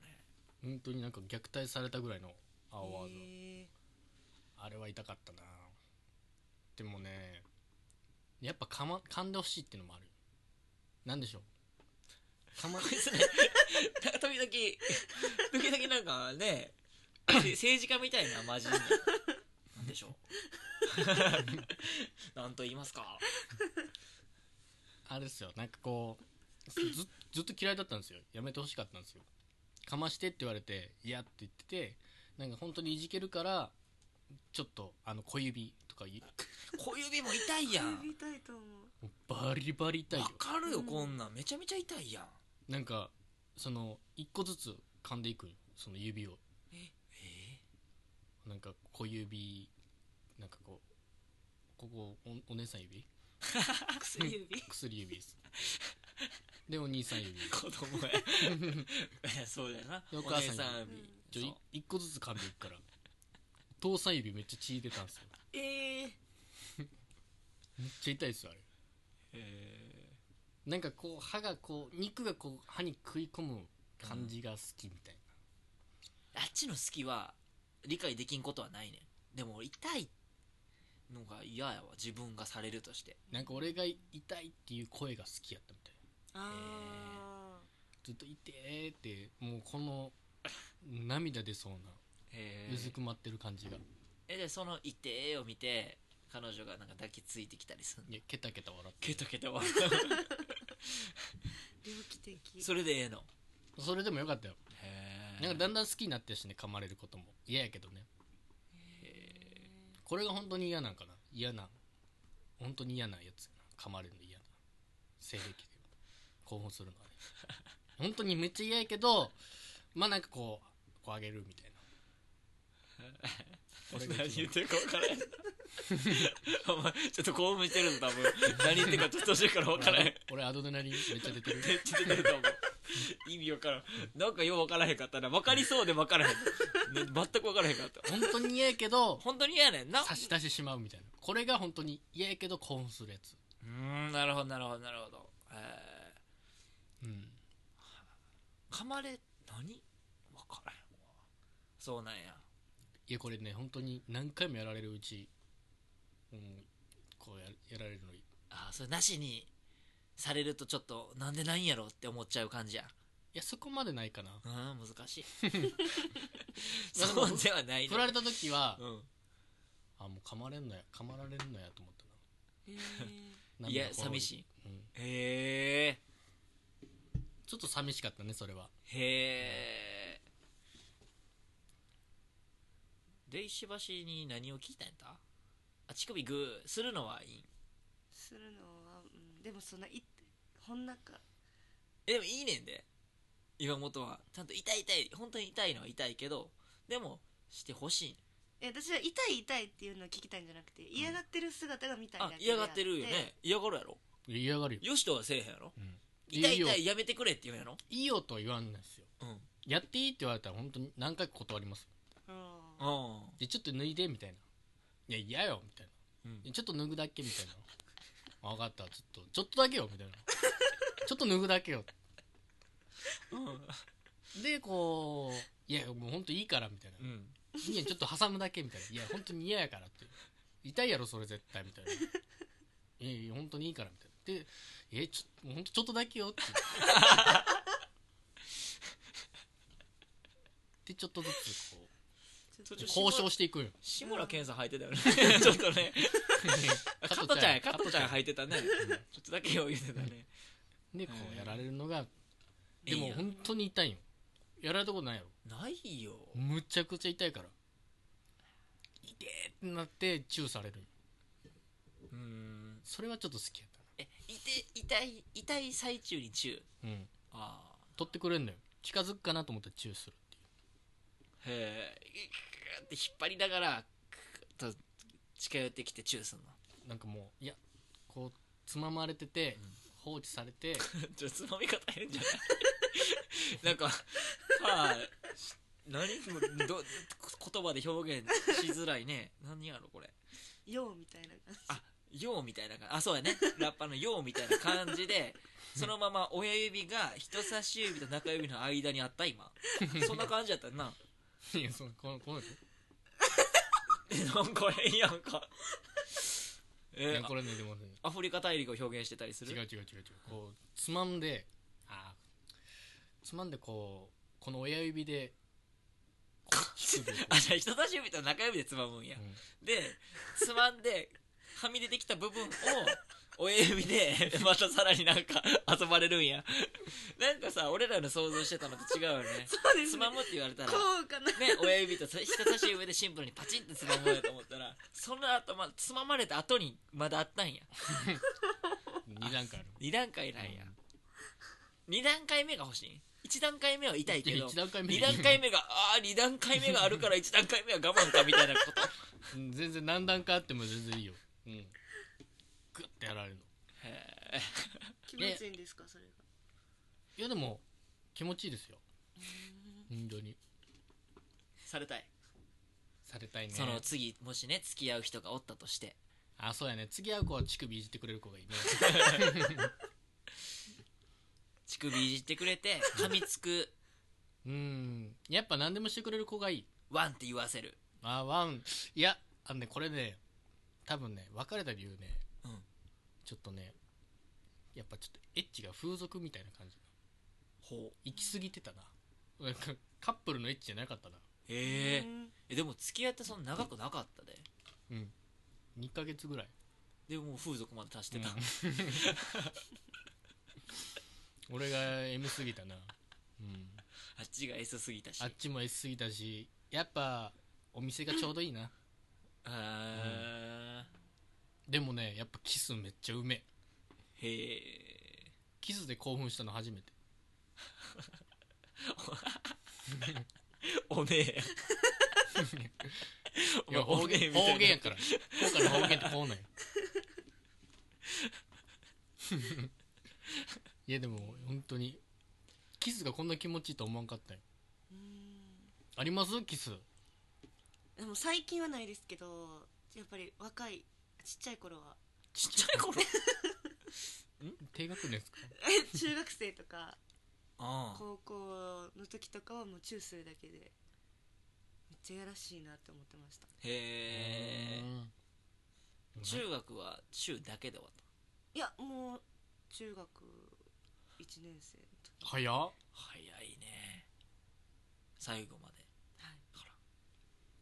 C: 本当になんか虐待されたぐらいの青技、
B: へ
C: あれは痛かったなでもねやっぱ噛,、ま、噛んでほしいっていうのもあるなんでしょう噛ま
A: 時々時々なんかねせ政治家みたいなマジでなんでしょうなんと言いますか
C: あれですよなんかこうずずっと嫌いだったんですよやめてほしかったんですよかましてって言われて嫌って言っててなんか本当にいじけるからちょっとあの小指とかい
A: 小指も痛い
B: え
A: や
B: 呼び
A: ん
B: たいと思う
C: もうバリバリ痛い
A: わ
C: よ
A: かるよ
B: うん
A: こんなんめちゃめちゃ痛いやん
C: なんかその一個ずつ噛んでいくよその指を
A: え
C: なんか小指なんかこうここおお姉さん指
B: 薬指
C: 薬指ですでお兄さん指
A: ー子供やそうだよな
C: お母
A: 姉
C: さん
A: さん
B: うん
C: ちょ
A: 指
C: い一個ずつ噛んでいくから父さん指めっちゃ血出たんですよ
B: ええ
C: めっちゃ痛いですよあれ
A: え
C: なんかこう歯がこう肉がこう歯に食い込む感じが好きみたい
A: ーあっちの好きは理解できんことはないねんでも俺痛いのが嫌やわ自分がされるとして
C: な、なんか俺が痛いっていう声が好きやったみたい
B: あ
C: ずっと「痛え」ってもうこの涙出そうな
A: え
C: うずくまってる感じが
A: えでその「いてえ」を見て彼女がなんか抱きついてきたりする
C: いやケタケタ笑って
A: ケタケタは
B: ー猟奇
A: *laughs*
B: 的
A: それでええの
C: それでもよかったよ
A: へ
C: なんかだんだん好きになってるしね噛まれることも嫌やけどねこれが本当に嫌なんかな嫌な本当に嫌なやつやな噛まれるの嫌な性癖で興奮するの *laughs* はね本当にめっちゃ嫌やけどまあなんかこうこうあげる *laughs* みたいなこれが
A: 何
C: 一
A: 言っ
C: 番
A: てるか分からへん *laughs* お前ちょっと興奮してるぞ多分何言ってるかちょっと途中から分からへんめっ
C: 俺アドレナリンめっちゃ出てる
A: ちゃ出てると思う意味分からんなんかよう分からへんかったな分かりそうで分からへん、ね、全く分からへんかった
C: 本当に嫌やけど
A: 本当に嫌やねんな
C: 差し出してしまうみたいなこれが本当に嫌やけど興奮するやつ
A: うーんなるほどなるほどなるほどえ
C: うん
A: ー、噛まれ何分からへんわそうなんや
C: いやこれね本当に何回もやられるうち、うん、こうややられるの
A: あーそれなしにされるとちょっとなんでないんやろって思っちゃう感じや
C: やそこまでないかな
A: あー難 *laughs* しいそうではない
C: 振ら
A: ね
C: れた時は
A: うん
C: あもう噛まれんのや噛まられんのやと思った
B: え
C: な
A: や
C: 涙ほろ
A: 寂
C: り
A: しい、
C: うん
A: へえ
C: ちょっと寂しかったねそれは
A: へえで石橋に何を聞いたんやったあ乳首グーするのはいいん
B: するのは、うん、でもそんない *laughs* ほんなか
A: えでもいいねんで岩本はちゃんと痛い痛い本当に痛いのは痛いけどでもしてほしい
B: え私は痛い痛いっていうのを聞きたいんじゃなくて嫌がってる姿が見たいだ
A: あ
B: けで
A: 嫌がってるよね嫌がるやろ
C: 嫌がるよ、
A: よしとはせえへんやろ
C: うん
A: 痛い
C: よ
A: 痛いやめてくれって言うんやろ
C: いいよとは言わんないですよ
A: うん
C: やっていいって言われたら本当に何回か断ります
B: うん
A: あ
C: でちょっと脱いでみたいないや嫌よみたいな
A: あうん
C: でちょっと脱ぐだけみたいな分かったちょっとちょっとだけよみたいなちょっと脱ぐだけよでこういやもう本当いいからみたいな
A: う、ん
C: いやちょっと挟むだけみたいないや本当に嫌やからって痛いやろそれ絶対みたいないやいや本当にいいからみたいなでえちょもう本当ちょっとだけよってでちょっとずつこう
B: ちょっ
A: 途
B: と
A: 中
C: 交渉していくんよ
A: 志村けんさん履いてた *laughs* よねちょっとねカットちゃんやカットちゃん履いてたねちょっとだけよ言うてたね
C: でこ
A: うん
C: うやられるのがで
A: いい
C: も
A: や
C: 本当に痛いんよやられたことないやろ
A: ないよ
C: むちゃくちゃ痛いから痛えってなってチューされる
A: うん
C: それはちょっと好きやっ
A: えいて痛い痛い最中にチュー
C: たなうん
A: あ
C: 取ってくれんのよ近づくかなと思ったらチューするっていう
A: あへえグーって引っ張りながらクーッと近寄ってきてチューすんの *laughs*
C: なんかもういやこうつままれてて、
A: うん
C: 放置されて
A: ちょっとつまみ方変じゃない *laughs* なんかはい何もうど言葉で表現しづらいね何やろこれ
B: ようみたいな *laughs* 感じ
A: あようみたいな感じあそうやねラッパーのようみたいな感じでそのまま親指が人差し指と中指の間にあった今そんな感じやったよな
C: *laughs* いやそのこのこの人
A: えなんかええやんか
C: い
A: え
C: やこれねでもね
A: アフリカ大陸を表現してたりす
C: 違う
A: る
C: 違う違う違うこうつまんであーつまんでこうこの親指 *laughs* でこう乳首をこ
A: あじゃあ人差し指と中指でつまむんや
C: う、うん
A: でつまんではみ出てきた部分を親指で *laughs* またさらになんか遊ばれるんやなんかさ俺らの想像してたのと違うよね
B: そうです
A: つ
B: ね
A: まむって言われたら
B: こうかな
A: ね、親指と人差し指でシンプルにパチンってつまむんやと思ったらその後、まあつままれた後にまだあったんや
C: 二段階ある
A: 2段階なんや、2段階目が欲しい1段階目は痛いけ
C: いや
A: ど
C: 一段階目
A: 2段階目がああ2段階目があるから1段階目は我慢かみたいなこと
C: うん全然何段かあっても全然いいようんグッてやられるの
A: へえ
B: 気持ちいいんですかそれが
C: いやでも気持ちいいですよ本当に
A: されたい、
C: されたいね
A: その次もしね付き合う人がおったとして
C: あそうやね次会う子は乳首いじってくれる子
A: *laughs*
C: がいいね
A: 乳首いじってくれ *laughs* て噛みつく
C: うんやっぱ何でもしてくれる子がいい
A: ワンって言わせる
C: あワンいやあのねこれね多分ね別れた理由ね、
A: うん
C: ちょっとねやっぱちょっとエッチが風俗みたいな感じ
A: ほう
C: 行き過ぎてたななんかカップルのエッチじゃなかったな
A: へ
B: うん
A: えでも付き合ってそんな長くなかったで
C: うん2ヶ月ぐらい
A: でもう風俗まで達してた、
C: うん *laughs* 俺が M すぎたな、うん、
A: *laughs* あっちが S すぎたし
C: あっちも S すぎたしやっぱお店がちょうどいいな
A: あ
C: でもねやっぱキスめっちゃうめえ
A: ーへえ
C: キスで興奮したの初めて
A: おねえお
C: い
A: 前
C: や
A: お
C: 方
A: ねえみ
C: 言
A: *laughs* たいな
C: 方言やから福岡の方言ってこうなんよ *laughs* いやでも本当にキスがこんな気持ちいいと思わんかったよ
B: うん
C: ありますキス
B: でも最近はないですけどやっぱり若いちっちゃい頃は
A: ちっちゃい頃
C: 低学年ですか
B: *laughs* 中学生とか
A: ああ
B: 高校の時とかはもうチューするだけでめっちゃやらしいなって思ってました
A: へえ
C: うん
A: 中学は中だけで終わっ
B: いやもう中学1年生の時
C: 早っ
A: 早いね最後まで
B: はい
A: から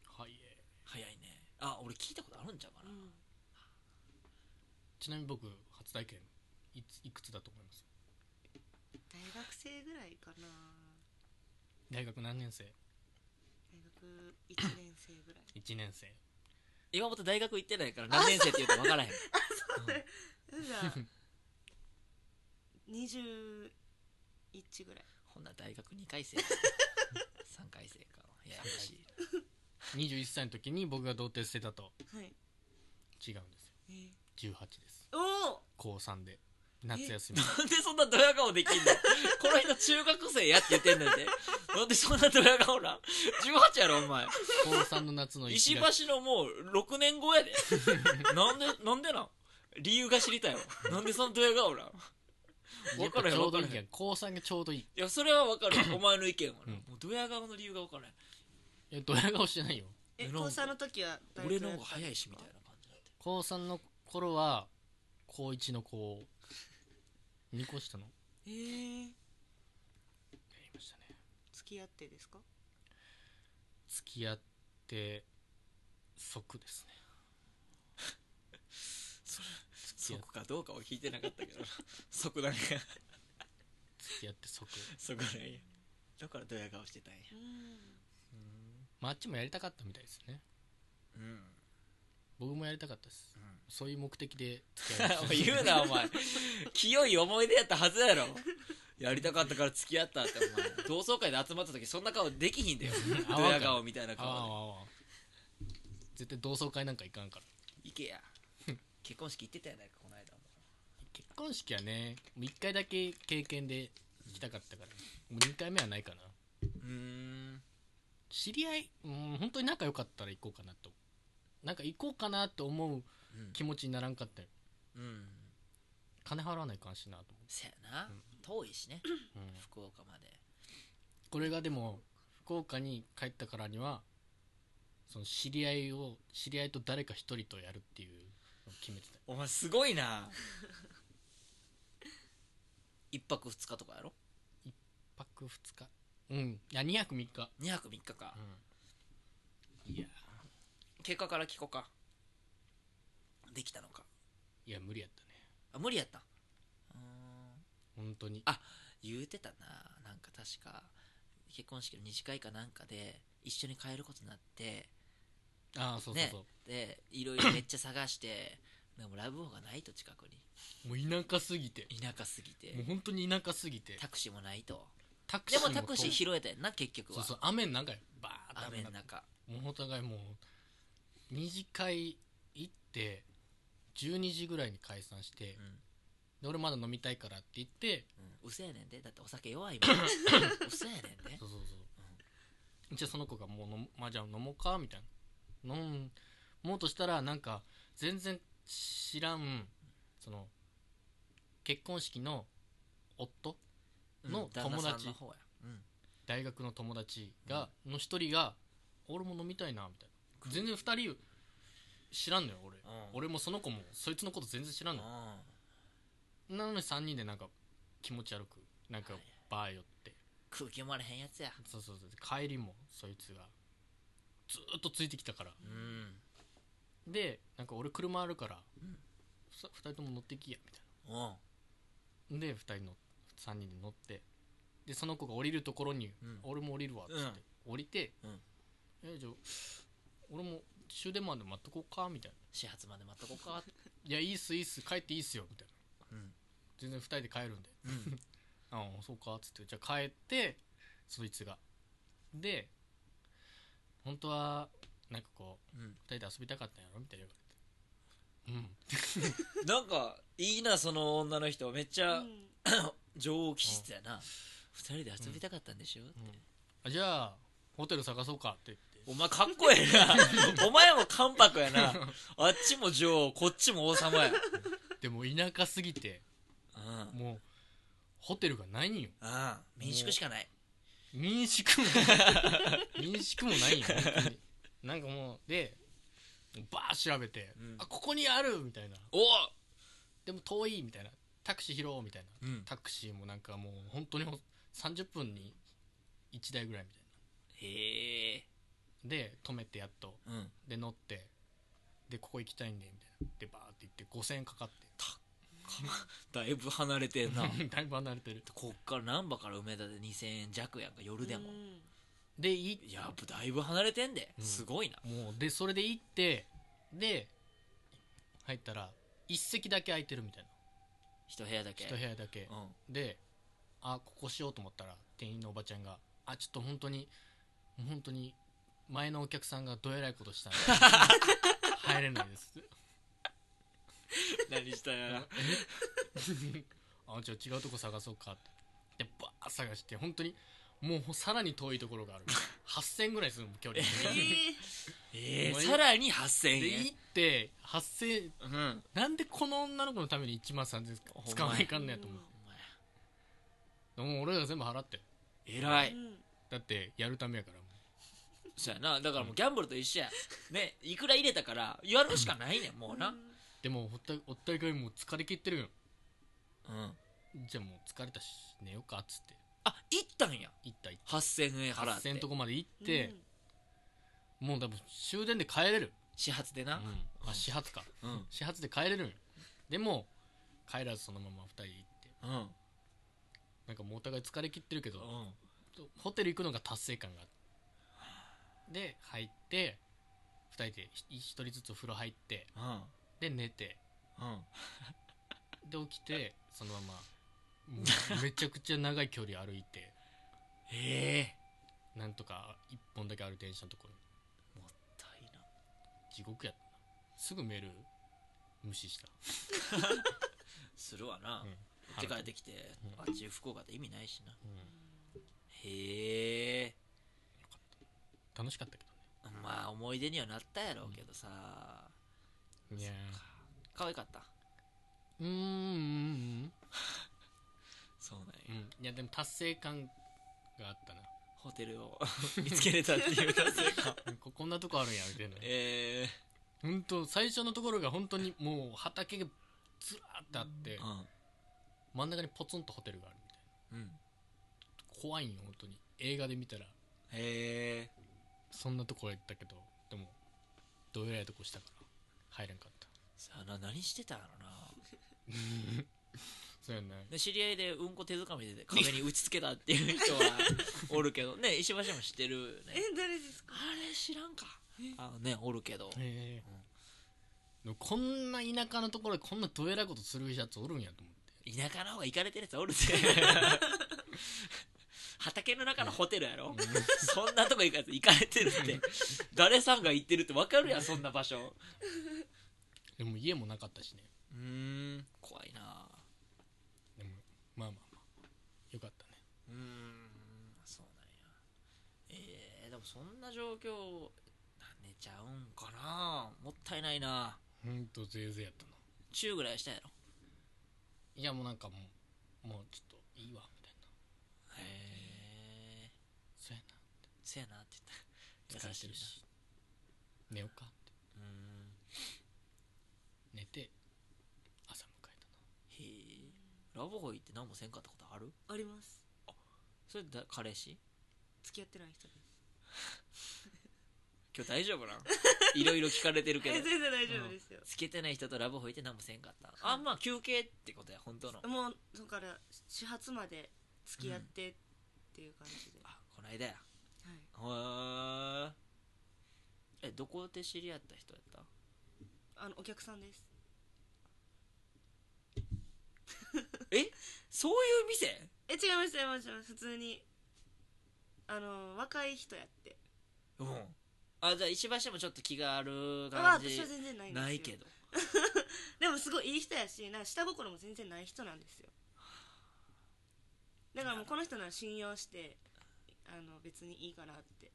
C: 早い
A: 早いねあ俺聞いたことあるんちゃうかな、
B: うん
C: ちなみに僕初体験いついくつだと思います
B: 大学生ぐらいかな
C: 大学何年生
B: 大学1年生ぐらい
C: 1年生
A: 岩本大学行ってないから何年生って言うと分からへん
B: じゃあ21ぐらい
A: *laughs* ほんなら大学2回生3回生かややこしい
C: 21歳の時に僕が童貞捨てたと
B: はい、
C: 違うんです
B: えー
C: よ18です
B: おお
C: 高3で夏休み
A: なんでそんなドヤ顔できんのこの人中学生やって言ってんねんでなんでそんなドヤ顔なん18やろお前
C: 高3の夏の
A: 石
C: 1月
A: 橋のもう6年後やでなんでなんでなん理由が知りたいわなんでそのドヤ顔なん
C: や
A: 分
C: っ
A: か
C: ぱ
A: らへ
C: ち
A: ん
C: ょ
A: 分か
C: うど
A: ら
C: い
A: へ
C: い
A: ん
C: やん高3がちょうどいい
A: いやそれは分かるわお前の意見はな、
C: うん
A: もうドヤ顔の理由が分からへん
C: えドヤ顔してないよ
B: え
A: メロン
B: 高三の時は大学
A: 俺の方が早いしみたい
B: や
A: な感じになって
C: 高3の頃は高1の子を2個下のや
B: えー、
C: りましたね
B: 付き合ってですか
C: 付き合って即ですね
A: そ
C: き合っ
A: 即かどうかは聞いてなかったけど即なんか
C: 付き合 *laughs* って即
A: 即なんやだからドヤ顔してたんや
B: うん
C: まああっちもやりたかったみたいですね
A: うん、うん
C: 僕もやりたかったですそういう目的で付き合い *laughs* まし
A: お
C: た
A: 前言うなお前清い思い出やったはずやろやりたかったから付き合ったってお前同窓会で集まった時そんな顔できひんだよ
C: あ
A: ドヤ顔みたいな
C: あ
A: 顔
C: わあ
A: で
C: わあわ絶対同窓会なんか行かんから
A: いけや結婚式行ってたやないかこの間も
C: 結婚式はねもう1回だけ経験で行きたかったから、もう2回目はないかな
A: うん
C: 知り合いうん本当に仲良かったら行こうかなとなんか行こうかなと思う
A: うん
C: 気持ちにならんかったよ
A: うん
C: 金払わないかんしなと思
A: せやな
C: うん
A: 遠いしね
C: って、うん
A: 福岡まで
C: これがでも福岡に帰ったからにはその知り合いを知り合いと誰か一人とやるっていうのを決めてた
A: お前すごいな *laughs* 一泊二日とかやろ
C: 1泊2日うんいや2泊3日、
A: 二泊三日か、
C: うん、いや
A: 経過から聞こうかできたのか
C: いや無理やったね
A: あ無理やったうーん
C: 本当に
A: あ言うてたななんか確か結婚式の二次会かなんかで一緒に帰ることになって
C: ああそうそうそう、
A: でいろい
C: *coughs*
A: ろめっちゃ探してでもラブホがないと近くに
C: もう田舎すぎて
A: 田舎すぎ
C: も
A: て
C: う本当に田舎すぎて
A: タクシーもないと
C: タク
A: でもタクシー
C: 通
A: 拾えたやんな結局
C: そう
A: は
C: そう雨の中よバーッと
A: 雨の
C: 中
A: 中
C: もうお互いもう二次会行って12時ぐらいに解散して、
A: うん
C: で俺まだ飲みたいからって言って
A: うん、嘘やねんでだってお酒弱 *laughs* いもん嘘やねんで
C: そうそうそう、じゃあその子がもう飲まあ、じゃあ飲もうかみたいな飲もうとしたらなんか全然知らんその結婚式の夫の
A: うん旦那さん
C: 友達
A: の方や、うん、
C: 大学の友達が、の一人が俺も飲みたいなみたいな全然二人知らんのよ俺、
A: うん
C: 俺もその子もそいつのこと全然知らんのよ、なのに3人でなんか気持ち悪くなんかバー寄って
A: 空気読まれへんやつや
C: そうそうそう帰りもそいつがずーっとついてきたから
A: うん
C: でなんか俺車あるから、
A: うん
C: さ二2人とも乗ってきやみた
A: おう
C: いなで2人の3人で乗ってでその子が降りるところに、
A: うん
C: 俺も降りるわっつって、降りて、
A: うん
C: えじゃあ俺も終電まで待っとこうかみたいな
A: 始発まで待っとこうか
C: 「いやいいっすいいっす帰っていいっすよ」みたいな
A: うん
C: 全然2人で帰るんで
A: うん
C: 「ああそうか」っつってじゃあ帰ってそいつがで本当はなんかこう
A: うん
C: 2人で遊びたかったんやろみたいな言われて
A: なんかいいなその女の人めっち
B: う
A: ゃ
B: ん
A: 女王気質やな二人で遊びたかったんでしょ
C: うん、うんあじゃあホテル探そうかって言って
A: お前かっこえ *laughs* えなお前も関白やなあっちも女王こっちも王様や
C: でも田舎すぎて
A: うん
C: もうホテルがないんよ
A: ああ民宿しかない
C: 民宿も民宿もないんよ本当になんかもうでバーッ調べて、
A: うん
C: あここにあるみたいな
A: おお
C: でも遠いみたいなタクシー拾おうみたいな
A: うん
C: タクシーもなんかもう本当にほん30分に1台ぐらいみたい
A: へえ
C: なで止めてやっと
A: うん
C: で乗ってでここ行きたいんでみたいなでバーって行って5000円かかって
A: だいぶ離れてんな
C: *laughs* だいぶ離れてる
A: こっから難波から梅田で2000円弱やんか夜でも
B: うん
C: でい
A: いやだいぶ離れてんで
C: うん
A: すごいな
C: もうでそれで行ってで入ったら一席だけ空いてるみたいな
A: 一部屋だけ
C: 一部屋だけ *laughs*
A: うん
C: であここしようと思ったら店員のおばちゃんが「あちょっと本当に本当に前のお客さんがどえらいことしたん
A: *laughs*
C: で入れないです」
A: 何したや
C: あじゃあ違うとこ探そうかってでバーッ探して本当にもうさらに遠いとこ
A: *laughs*
C: ろがある8000ぐらいする距離で
A: えー
C: もういい
A: さらに8000円
C: 行って8000
A: うんお前
C: なんでこの女の子のために1万3000
A: ほんまや
C: 使わないかんねやと思うでももう俺ら全部払って
A: 偉
B: う
A: い
B: ん
C: だってやるためやからも
A: そうやなだからもうギャンブルと一緒やねいくら入れたからやるしかないねんもうな
C: うでもほったお互いもう疲れ切ってるよ
A: うん
C: じゃあもう疲れたし寝ようかっつって
A: あ行ったんや
C: 行った行っ
A: 8000円
C: た
A: 払って
C: 8000とこまで行っ
B: うん
C: て、もう多分終電で帰れる、
A: 始発で
C: う、
A: なん
C: あ始発か
A: うん
C: 始発で帰れるんよでも帰らずそのまま2人で行って
A: うん
C: なんかもうお互い疲れ切ってるけど
A: うん
C: ホテル行くのが達成感があってで入って2人で1人ずつお風呂入って
A: うん
C: で寝て
A: うん
C: で起きてそのままもうめちゃくちゃ長い距離歩いて
A: ええ
C: なんとか1本だけある電車のところに
A: もったいな
C: 地獄やったなすぐメール無視した
A: するわな
C: うん
A: 持って帰ってきて
C: う
A: あ
C: ん
A: っち福岡って意味ないしな
C: うん
A: へえ
C: 楽しかったけ
A: まあ思い出にはなったやろうけどさ
C: どねいや
A: 可愛かった
C: うーんうん
A: そうなんや
C: うんうんいやでも達成感があったな
A: ホテルを見つけれたっていう *laughs* 達成感
C: ここんなとこあるんやみたいな
A: ええ
C: 本当最初のところが本当にもう畑がずらーってあって真ん中にポツンとホテルがあるみたい
A: うんうん
C: な怖いんよ本当に映画で見たら
A: へえ
C: そんなところ行ったけどでもどえらいとこしたから入れんかった
A: さあな何してたんやろな
C: そうやね
A: で知り合いでうんこ手づかみで壁に打ちつけたっていう人 *laughs* はおるけどね石橋も知ってるね
B: え誰ですか
A: あれ知らんかあのねおるけど
C: へえでもこんな田舎のところでこんなどえらいことするやつおるんやと思って
A: 田舎の方が行かれてるやつおる *laughs* ぜ畑の中のホテルやろ *laughs* そんなとこ行かれて行かれてるって誰さんが行ってるって分かるやんそんな場所
C: でも家もなかったしね
A: うーん怖いな
C: でもまあまあまあよかったね
A: うーんそうなんやえー、でもそんな状況寝ちゃうんかなもったいないな
C: ほんとぜいぜいやったな
A: 中ぐらいしたやろ
C: いやもうなんかもうもうちょっといいわみたいな
A: へえ
C: そうやな
A: せやなって言った
C: 疲れてるし寝ようかって
A: うーん
C: 寝て朝迎え
A: へえラブホ行って何もせんかったことある
B: あります
A: それだ彼氏
B: 付き合ってない人です
A: 今日大丈夫なん *laughs* いろいろ聞かれてるけど
B: え全然大丈夫ですよ
A: つけてない人とラブホいて何もせんかったあまあ休憩ってことや本当の
B: もうそこから始発まで付き合ってっていう感じで、
A: あこの間や
B: はい
A: へええどこで知り合った人やった
B: あのお客さんです
A: そういう店
B: え違います違います違います普通にあの若い人やって
A: うんあじゃあ石橋もちょっと気がある
B: あ
A: 感
B: 私
A: じ
B: は全然ないんですよ
A: ないけど
B: でもすごいいい人やしなんか下心も全然ない人なんですよだからもうこの人なら信用してあの別にいいかなって
A: へ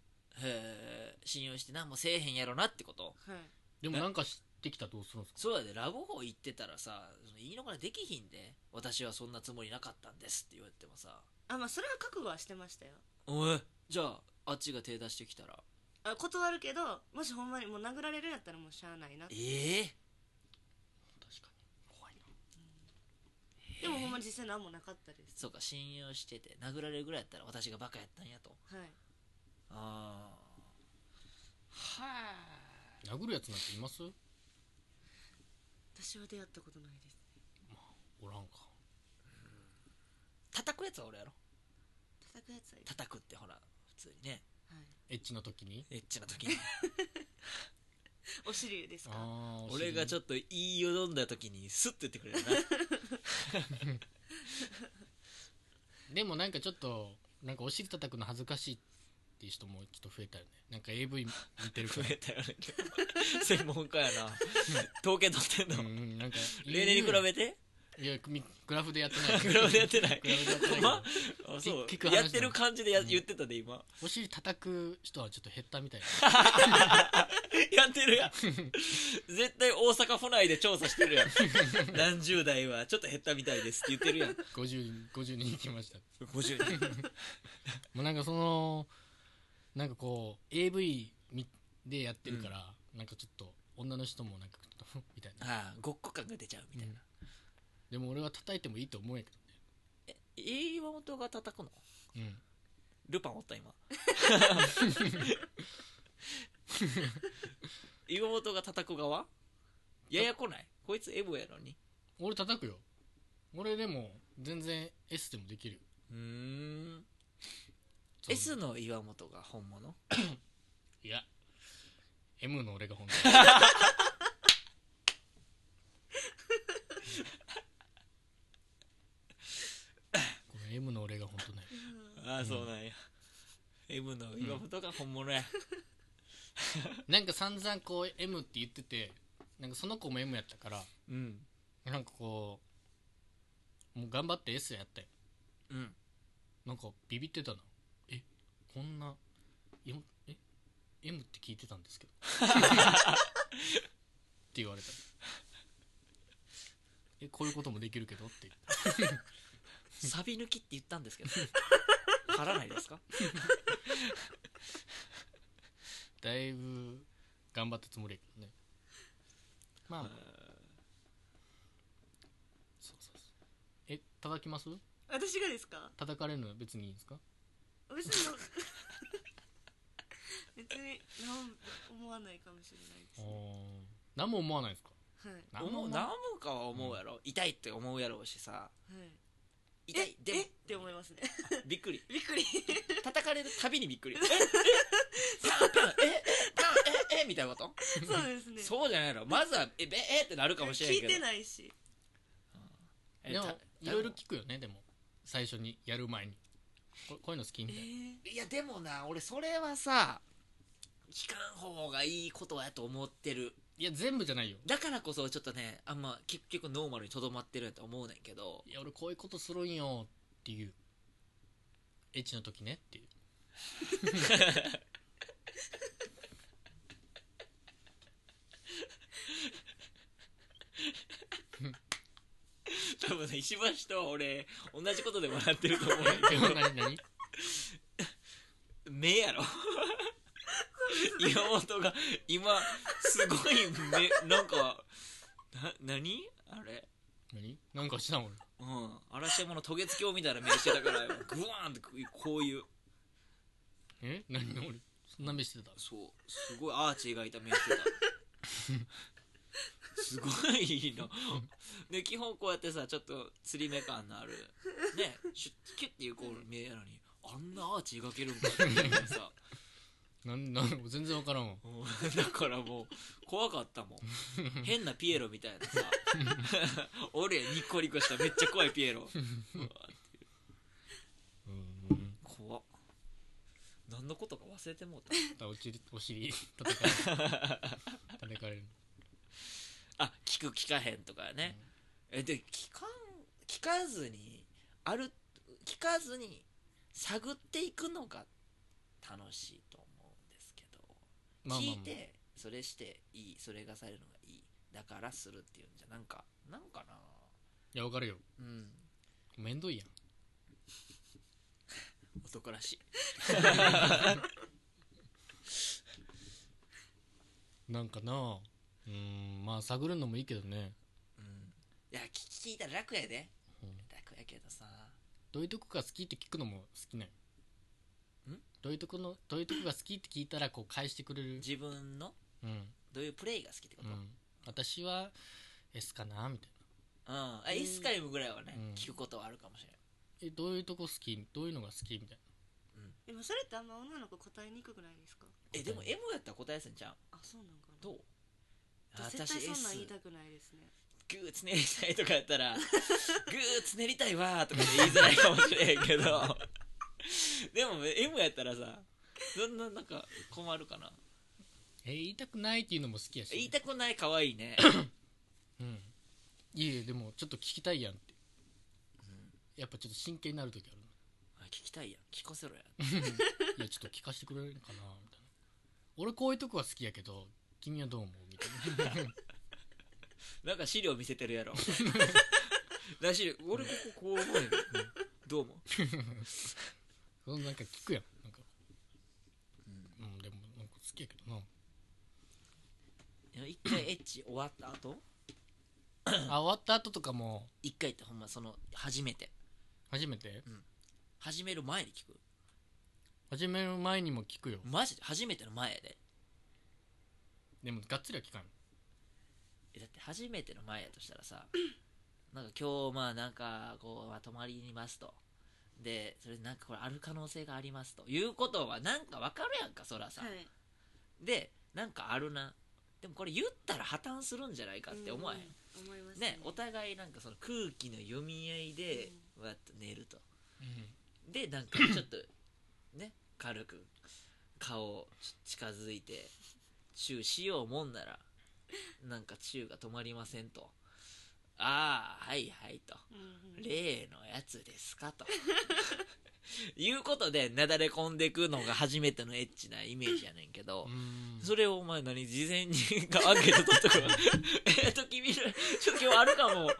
A: え信用して何もせえへんやろなってこと
B: はい
C: たなでもなんか知ってきたらどうするんですか
A: そうやでラブホ行ってたらさその言い逃れできひんで私はそんなつもりなかったんですって言われてもさ
B: あまあそれは覚悟はしてましたよ
A: おいじゃああっちが手出してきたら
B: あ断るけどもしほんまにもう殴られるんやったらもうしゃあないなって
A: ええ
C: 確かに怖い
A: へ
C: な
B: でもほんまに実際何もなかったです
A: そうか信用してて殴られるぐらいやったら私がバカやったんやと
B: はい
A: ああは
C: 殴るやつなんています
B: 私は出会ったことないです
C: おらんか
A: あ叩くやつは俺やろ
B: 叩くやつはいる
A: 叩くってほら普通にね
B: はい
C: エッチの時に
A: エッチな時 *laughs* に
B: お尻ですか
C: あ
A: 俺がちょ
C: っ
A: っと言いよどんだ時にスッと言ってくれるな *laughs*
C: とでもなんかちょっとなんかお尻叩くの恥ずかしいっていう人もちょっと増えたよねなんか AV 見てるか
A: 増
C: *laughs* ら
A: えたよね専門家やな統計取ってんの、
C: うんうん *laughs* なんか
A: 例年に比べて
C: いやみ *laughs* グラフでやってない
A: グラフでやってない
C: グラフでやってないけど
A: まあそう
C: 聞く話だ
A: やってる感じでや、
C: うん
A: 言ってたで今
C: お尻叩く人はちょっと減ったみたい *laughs* な
A: *laughs* やってるやん絶対大阪府内で調査してるやん *laughs* 何十代はちょっと減ったみたいですって言ってるやん
C: 50, 50人来ました
A: 50人
C: もうなんかそのなんかこう AV みでやってるから、なんかちょっと女の人もなんか *laughs* ちょっとみたいな
A: *laughs* ああごっこ感が出ちゃうみたいな、
C: でも俺は叩いてもいいと思うんやけ
A: え岩本が叩くの
C: どね、
A: ルパンおった *laughs* 今岩本が叩く側ややこないこいつエボやのに
C: うん、俺叩くよ俺でも全然 S でもできるよ
A: うーん
C: その
A: S の岩本が本物
C: いや M の俺が本当この M の俺が本当ね
A: ああそうなんや、M の岩本が本物や、
C: なんか散々こう M って言っててなんかその子も M やったから
A: うん
C: なんかこうもう頑張って S やったよ
A: うん
C: なんかビビってたなえこんなよえ M って聞いてたんですけどって言われたえこういうこともできるけどって
A: サビ抜きって言ったんですけど張らないですか
C: だいぶ頑張ったつもりやけどねまあまあそうそうそうえ叩きます
B: 私がですか
C: 叩かれるのは別にいいんですか
B: 別に別に何も思わないかもしれないですね
C: 何も思わないですか
B: はいはい
C: 何も
A: 思う
C: 思わ
A: 何もかは思うやろ、痛いって思うやろうしさ痛い
B: え
A: でも
B: えって思いますね
A: びっくり
B: びっ
A: *laughs*
B: くり
A: 叩かれるたびにびっくりええパンえええええみたいなこと
B: そうですね
A: そうじゃないやろまずはえべえってなるかもしれない
B: 聞
A: け
B: い
A: ど
B: てないし
A: え
C: でも
A: た
C: いろいろ聞くよねでも最初にやる前にここういうの好き
B: え
C: みたい
B: ー
A: いやでもな俺それはさ聞かん方がいいことやと思ってる
C: ないや全部じゃないよ
A: だからこそちょっとねあんま結局ノーマルにとどまってるんやと思うねんけど
C: いや俺こういうことするんよっていうエッチの時ね
A: *laughs*
C: っていう
A: 多分ね石橋とは俺同じことで笑ってると思うんやけ
C: え
A: ど
C: 何何
A: 目やろ岩本が今すごい目なんかな何あれ
C: 何なんかしたん俺
A: うん嵐山の渡月橋みたいな目してたからグワーンってこういう
C: え何俺そんな目してた
A: そうすごいアーチ描いた目してたすごいなで基本こうやってさちょっと釣り目感のあるねシュッキュッていうこう目やのにあんなアーチ描けるんかっていうさ
C: なんなん全然分からんわ
A: うん *laughs* だからもう怖かった
C: *laughs*
A: もん変なピエロみたいなさ *laughs* 俺ニコニコしためっちゃ怖いピエロうわ
C: うん
A: 怖っ何のことか忘れてもうた
C: お尻お尻叩かれる叩かれる
A: あ聞く聞かへんとかね、えで聞かん聞かずにある聞かずに探っていくのが楽しいと思うんですけど、
C: まあまあ
A: 聞い
C: まあ
A: てそれしていいそれがされるのがいいだからするっていうんじゃなんかなんかない
C: や分かるよ
A: うん
C: めんどいやん
A: 男らしい
C: なんかなあうーんまあ探るのもいいけどね、
A: うんいや聞聞いたら楽やで
C: うんどういうとこが好きって聞くのも好きなんよどういうとこのどういうとこが好きって聞いたらこう返してくれる
A: 自分の
C: うん、
A: どういうプレイが好きってこ
C: う
A: と、
C: ん、私は S かなみたい
A: うん、あエスカイムぐらいはね、
C: うん
A: 聞くことはあるかもしれない
C: なえどういうとこ好きどういうのが好きみたい
B: でもそれってあんま女の子答えにくくないですか
A: えでも M やったら答えやすんじゃん
B: あそうなんかな
A: どう
B: じゃあ絶
A: 私
B: 対そんなん言
A: S
B: いたくないですね
A: グーつねりたいとかやったら *laughs* グーつねりたいわーとか言いづらいかもしれへんけど *laughs* でも M やったらさそんななんか困るかな
C: なえ言いたくないっていうのも好きやし
A: 言いたくない可愛い
C: *laughs*
A: ね
C: うんいえいえでもちょっと聞きたいやんって、やっぱちょっと真剣になる時ある
A: あ聞きたいやん聞かせろや
C: いやちょっと聞かせてくれるかなみたいな俺こういうとこは好きやけど君はどう思うみたいな *laughs*
A: なんか資料見せてる *laughs* やろだし俺こここう思うねんどう思う
C: そのなんか聞くやんなんかうんでもなんか好きやけど
A: いや一回エッチ終わった後
C: なあ終わった後とかも
A: 一回ってほんまその初めて
C: 初めて
A: 始める前に聞く
C: 始める前にも聞くよ
A: マジで初めての前やで
C: でもがっつりは聞かん
A: えだって初めての前やとしたらさ *coughs* なんか今日まあなんかこう、まあ、泊まりにいますとでそれでなんかこれある可能性がありますということはなんかわかるやんかそらさ、
B: はい
A: でなんかあるなでもこれ言ったら破綻するんじゃないかって思わへん、
B: うん思います
A: ね、お互いなんかその空気の読み合いでわっと寝ると
B: *laughs*
A: でなんかちょっとね軽く顔を近づいてチューしようもんならなんかチューが止まりませんとああはいはいと
B: うんうん
A: 例のやつですか
B: *laughs*
A: ということでなだれ込んでくのが初めてのエッチなイメージやねんけど、
C: うん
A: それをお前何事前に *laughs* アンケート取ったから *laughs* えっと君のちょっと今日あるかも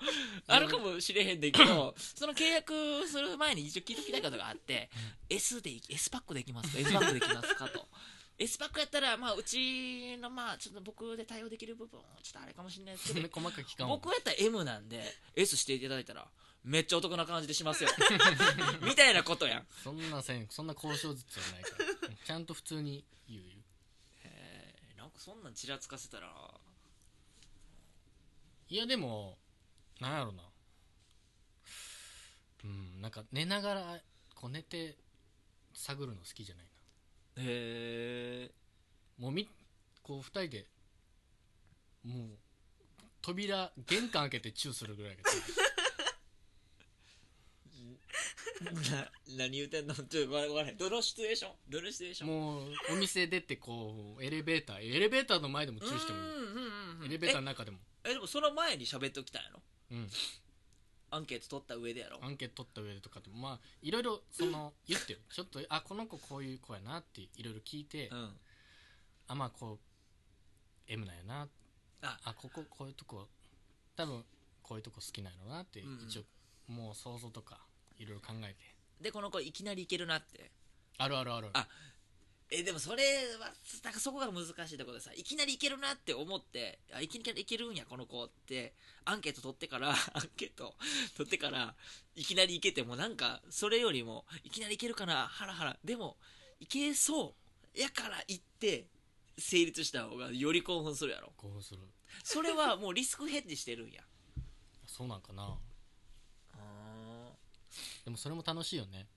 A: あるかもしれへんでけどその契約する前に一応聞いておきたいことがあって S でい S パックできますか S パックできますかと S パックやったらまあうちのまあちょっと僕で対応できる部分ちょっとあれかもしれないです
C: そ
A: け
C: ん
A: ど
C: な細かく聞かんわ
A: 僕やったら M なんで S していただいたらめっちゃお得な感じでし
C: *laughs*
A: ますよみたいなことやん
C: そんなせんそんな交渉術はないか
A: *laughs*
C: らちゃんと普通に言うよ
A: へえなんかそんなんちらつかせたら
C: いやでもなんやろなうんなんか寝ながらこう寝て探るの好きじゃない
A: へえ
C: なもうみこう二人でもう扉玄関開けてチューするぐらいやけ
A: な何言うてんのちょっとごめんごめんどのシチュエーションどのシチュエー *laughs* ショ
C: ど
A: ン
C: もうお店出てこうエレベーターエレベーターの前でもチューしてもい
A: うんうんうん
C: いエレベーターの中でも
A: ええでもその前に喋っておきたいの
C: うん
A: アンケート取った上でやろ
C: アンケート取った上でとかってまあいろいろその言ってよちょっとあこの子こういう子やなっていろいろ聞いて、
A: うん
C: あまあこう M なんやな
A: あ
C: あこここういうとこ多分こういうとこ好きなんやろなって
A: うんうん
C: 一応、もう想像とかいろいろ考えて
A: でこの子いきなりいけるなって
C: あるあるある
A: あえでもそれはなんかそこが難しいところでさいきなりいけるなって思ってあいきなりいけるんやこの子ってアンケート取ってから *laughs* アンケート取ってからいきなりいけてもなんかそれよりもいきなりいけるかなハラハラでもいけそうやから行って成立した方がより興奮するやろ
C: 興奮する
A: それはもうリスクヘッジしてるんや
C: そうなんかなでもそれも楽しいよね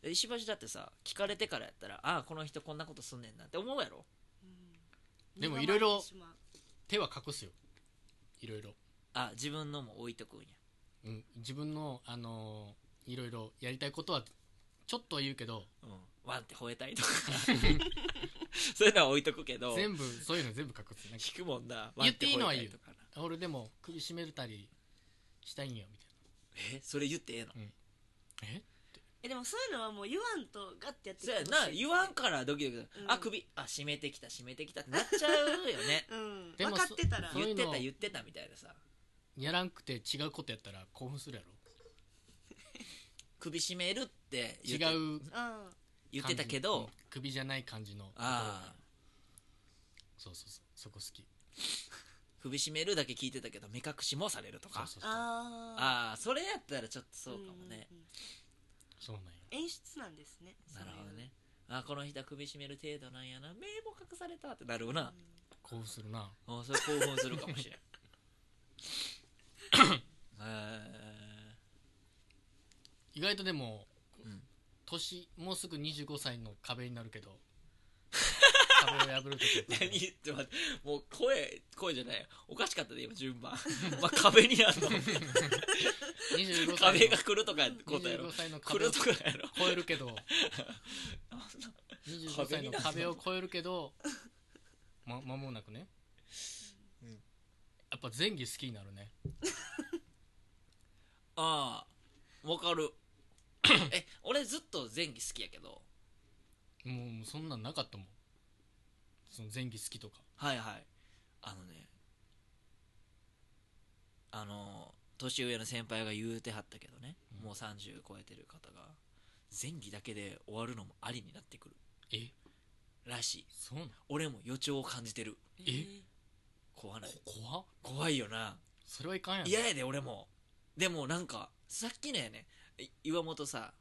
A: で石橋だってさ聞かれてからやったらああこの人こんなことすんねんなって思うやろ
B: うん
C: でもいろい
B: 身構
C: ろ
B: えてしまう
C: 手は隠すよいろいろ、
A: あ自分のも置いとくんや
C: うん、自分のあのーいろいろやりたいことはちょっとは言うけど
A: うん、ワンって吠えたいとか *laughs* そういうのは置いとくけど
C: 全部そういうの全部隠すなんか
A: 聞くもんな
C: 言っていいの
A: ワ
C: は
A: ン吠えたとかな
C: 俺でも首絞めたりしたいんよみ
A: えそれ言ってええの
C: たいなえ
B: えでもそういうのはもう言わんとガッてやって
A: そうやな言わんからドキドキ、
B: うん
A: あ首あ締めてきた締めてきたってなっちゃうよね
B: うん
C: で
B: 分
C: も
B: かってたら
C: *laughs* そ
A: 言って
C: そういうの
A: た言ってたみたいなさ
C: やらんくて違うことやったら興奮するやろ
A: 首締めるって言
C: 違
A: って
C: う
B: うん
A: 言ってたけ
C: うん
A: ど
C: 首じゃない感じの
A: ああ
C: そうそうそうそこ好き
A: 首絞めるだけ聞いてたけど目隠しもされるとか
C: そうそうそう
B: あ
A: ああそれやったらちょっとそうかもね、
B: んうんうん
C: そうなんよ
B: 演出なんですね
A: なるほどねあーこの人は首絞める程度なんやな目も隠されたってなるな、
C: 興奮するな
A: あーそれ興奮するかもしれんえ
C: 意外とでも、
A: うん
C: 年もうすぐ25歳の壁になるけ
A: *laughs*
C: ど壁を破る時
A: ー、何言って待ってもう声声じゃないおかしかったで今順番 *laughs* まあ壁にな *laughs* るの
C: 25歳
A: 壁
C: の
A: が来るとかってことやろ
C: 25歳の
A: 来
C: 壁
A: る
C: を
A: と
C: 超
A: かやろ
C: えるけ *laughs* ど25歳の壁を超えるけどま間もなくね、
A: うん
C: やっぱ前儀好きになるね
A: ああわかる *coughs* え俺ずっと前儀好きやけど
C: もうもうそんなんなかったもんその前儀好きとか
A: はいはいあのねあの年上の先輩が言うてはったけどね、
C: うん
A: もう30超えてる方が前儀だけで終わるのもありになってくる
C: え
A: らしい
C: そうなの
A: 俺も予兆を感じてる
B: え
A: 怖ない
C: 怖っ
A: 怖いよな
C: それはいかんやん
A: 嫌やで俺もでもなんかさっきのやねい岩本さ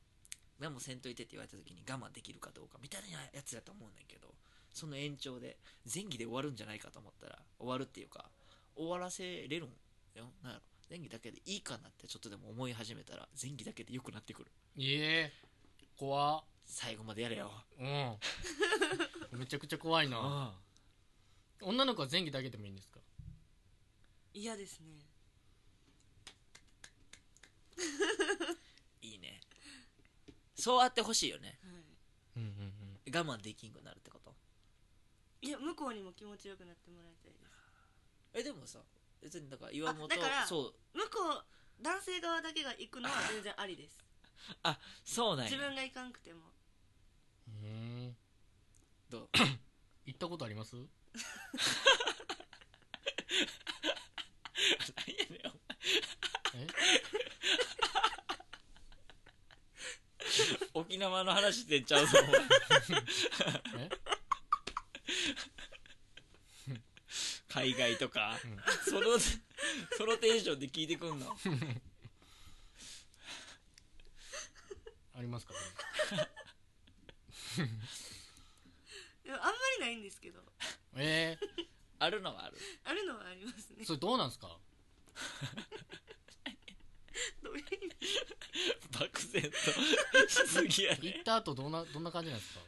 A: 何もせんといてって言われた時に我慢できるかどうかみたいなやつだと思うねんだけどその延長で前儀で終わるんじゃないかと思ったら終わるっていうか終わらせれるんよなんやろ前儀だけでいいかなってちょっとでも思い始めたら前儀だけで良くなってくる
C: いえ怖っ
A: 最後までやれよ
C: うん *laughs* めちゃくちゃ怖いな
A: あ
C: 女の子は前儀だけでもいいんですか
B: 嫌ですね
A: いいねそうあってほしいよね
B: は
C: うんうんうん
A: 我慢できんくなるってこと
B: いいや向こうにも気持ちよくなってもらいたいです
A: えでもさ別にだから岩本
B: あだから
A: そう
B: 向こう男性側だけが行くのは全然ありです
A: そうなんや
B: 自分が行かんくても
C: うーん
A: どう
C: *coughs* 行ったことあります
A: 何やねんお前
C: え
A: *laughs* 沖縄の話してんちゃうぞお前
C: え
A: 海外とか、
C: うん
A: そのそのテンションで聞いてくんの
C: ありますか
B: でもあんまりないんですけど
C: え
A: あるのはある
B: あるのはありますね
C: ー、それどうなんすか
B: どういう意味
A: 漠然としすぎや
C: 行っ
A: ね
C: た後どんなどんな感じなんですか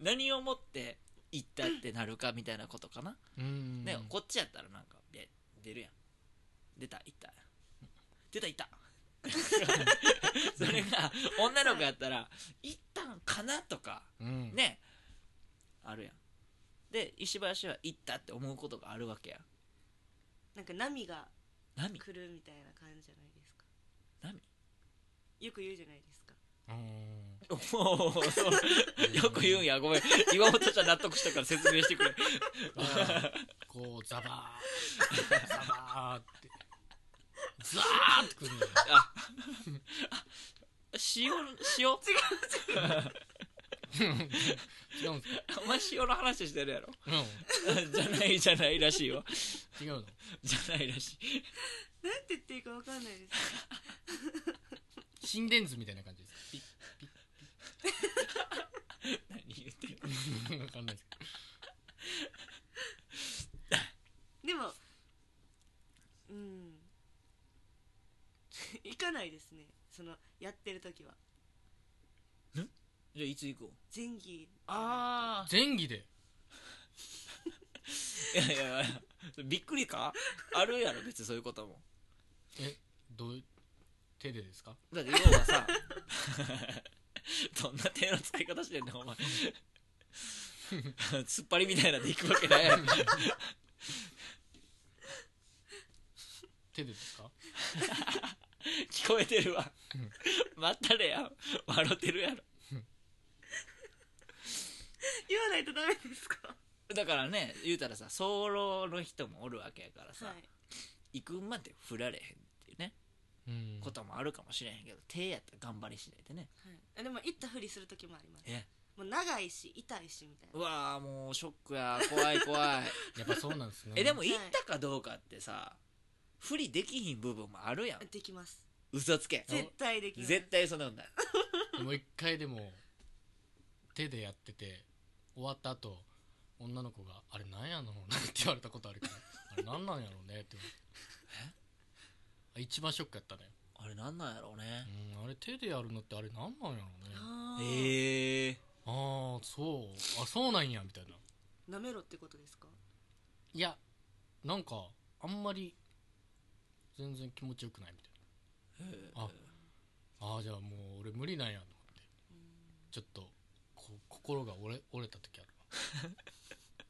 A: 何をもって行ったってなるかみたいなことかな、
C: うーん
A: ねこっちやったらなんかで出るやん出た行った出た行った
C: *laughs*
A: それが女の子やったら行ったんかなとか
C: うん
A: ねあるやんで石橋は行ったって思うことがあるわけや
B: なんか波が
A: 何
B: 来るみたいな感じじゃないですか
A: 何
B: よく言うじゃないですか
C: うーん
A: *laughs* おーそうよく言うんやごめん *laughs* 岩本ちゃん納得したから説明してくれ
C: あーこうザバーザバーってザーってくるのよ
A: あ塩塩
C: 違うんですか
A: お前塩の話してるやろ
C: うん
A: *laughs* じゃないじゃないらしいわ
C: 違うの
A: じゃないらしい
B: なんて言っていいかわかんないです
C: 心電図みたいな感じですかピ
A: 何言ってる
C: ッわかんないですけ
B: でもうん *laughs* 行かないですねそのやってる時は
A: じゃあいつ行こう
B: 前儀
A: ああ
C: ど前儀
A: い
C: で
A: やいやいやびっくりかあるやろ別にそういうことも
C: えどういう手でですか
A: だって要はさ *laughs* どんな手の使い方してんねんお前 *laughs* 突っ張りみたいなんでいくわけないやろ
C: 手でですか
A: 聞こえてるわまたれや笑ってるやろ
B: 言わないとダメですか
A: だからね言うたらさ早漏の人もおるわけやからさ、
B: はい
A: 行くまで振られへんっていうね
C: うん
A: こともあるかもしれへんけど手やったら頑張りしないでね
B: はい、あでも行ったふりする時もあります
A: え
B: もう長いし痛いしみたいうな
A: わーもうショックや怖い怖い
C: やっぱそうなんですね
A: えでも行ったかどうかってさ不利できひん部分もあるやん
B: できます
A: 嘘つけ
B: 絶対できます
A: 絶対そんなことない
C: もう一回でも手でやってて終わった後女の子が「あれなんやの?」なんて言われたことあるけど「あれなんなんやろうね」って言われてあ一番ショックやったね
A: あれなんなんやろうね
C: うんあれ手でやるのってあれなんなんやろうね
B: あ
A: え
B: ー
A: え
C: ああそうあそうなんやみたいな
B: 舐めろってことですか
C: いやなんかあんまり全然気持ちよくないみたいあなああーじゃあもう俺無理なんやと思ってちょっとこ心が折れ折れた時ある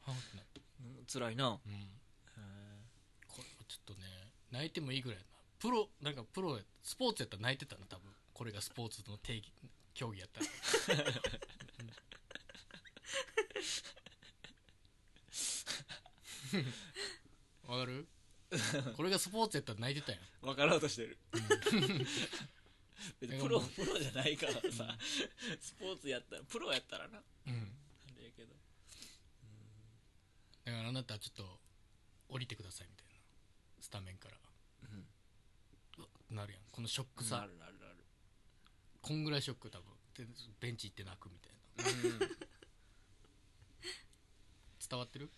C: わはあってなった
A: 辛いな
C: うんこれはちょっとね泣いてもいいぐらいやなプロなんかプロやスポーツやったら泣いてたな多分これがスポーツの定義競技やったらわかるこれがスポーツやったら泣いてたやん
A: 分からうとしてる別にプロ
C: なん
A: プロじゃないからさスポーツやったらプロやったらな
C: うん
A: あれやけど
C: だからあなたはちょっと降りてくださいみたいなスタメンから
A: うん
C: なるやんこのショック
A: な
C: さ
A: るなるなる
C: こんぐらいショック多分でベンチ行って泣くみたいな伝わってる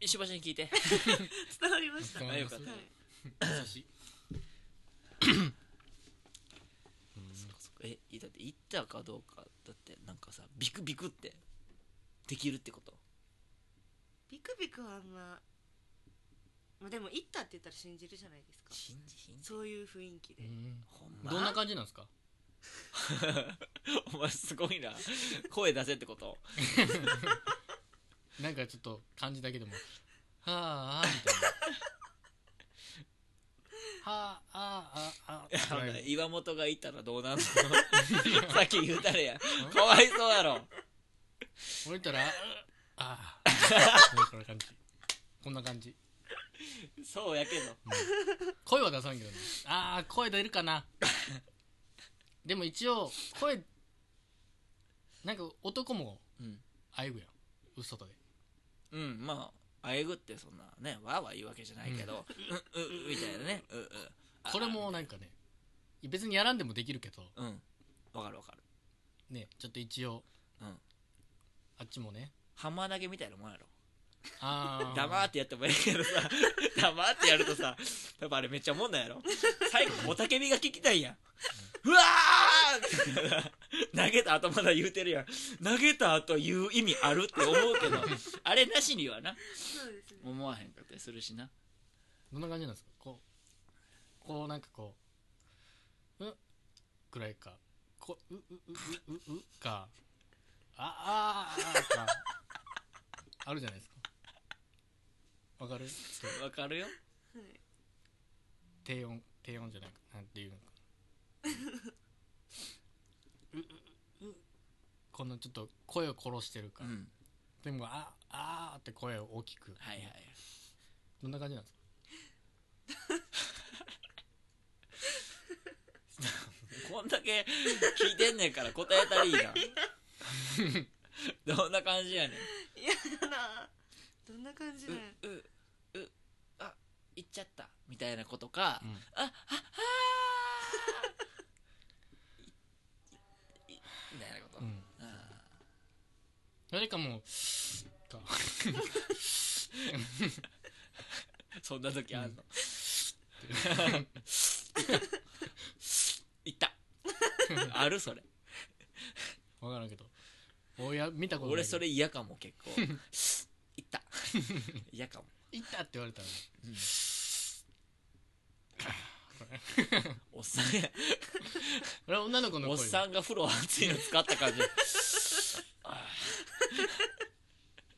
A: 石橋に聞いて
B: 伝わりました
C: 伝
B: は
C: わ
A: *laughs* あ
C: り
A: よ
C: ま
A: か
C: す
A: った
B: い
C: 優しい
A: そっかそっかえだって行ったかどうかだってなんかさビクビクってできるってこと
B: ビクビクはあんま、まあ、でも行ったって言ったら信じるじゃないですか
A: 信じひん
B: そういう雰囲気で、
C: うん
A: ほんま
C: どんな感じなんですか
A: お前すごいな声出せって *laughs* こと
C: なんかちょっと感じだけでも「はああ」みたいな「はああああ」って捉える
A: 岩本がいたらどう *laughs* なんのさっき言うたれやかわいそうやろ
C: 俺いたら「ああ」こんな感じこんな感じ
A: そうやけど
C: 声は出さんけどねああ声出るかなでも一応声なんか男も
A: うん、
C: あえぐやん嘘とで
A: うん、まああえぐってそんなねわーわー言うわけじゃないけど、うん、ううみたいなねううあ
C: これもなんかね別にやらんでもできるけど
A: うんわかるわかる
C: ねちょっと一応
A: うん
C: あっちもね
A: ハンマー投げみたいなもんやろ
C: ああ
A: 黙ってやってもいいけ
C: *laughs*
A: どさ黙ってやるとさ多分あれめっちゃおもんないやろ最後おたけびが聞きたいやんうわー投げた後まだ言うてるやん投げた後言う意味あるって思うけどあれなしにはな
B: そうですね
A: 思わへんかったりするしな
C: どんな感じなんですかこうこうなんかこううぐらいかこうううううううかああああかあるじゃないですかわかるそう
A: わかるよ
B: はい
C: 低音低音じゃなくなんていうのかなううううこのちょっと声を殺してる
A: う
C: か、
A: ん
C: でもああーって声を大きく
A: はいはい
C: どんな感じなんですか
A: *laughs* こんだけ聞いてんねんから答えたらいい
C: *laughs*
A: などんな感じやねん
B: 嫌だなどんな感じだよ
A: うううあ行っちゃったみたいなことか、
C: うん
A: あああーいいみたいなこと、
C: うん
A: あ
C: 誰かもう *laughs* か
A: ーそんな時あんの、
C: うん
A: 行った
C: *laughs*
A: あるそれ
C: 分からんけど俺や見たことない
A: 俺
C: けど
A: それ嫌かも結
C: *laughs*
A: 構行った嫌かも
C: 行ったって言われたら
A: おっさんや
C: これは女の子の
A: おっ
C: 声
A: さんが風呂熱いの使った
C: *laughs*
A: 感じ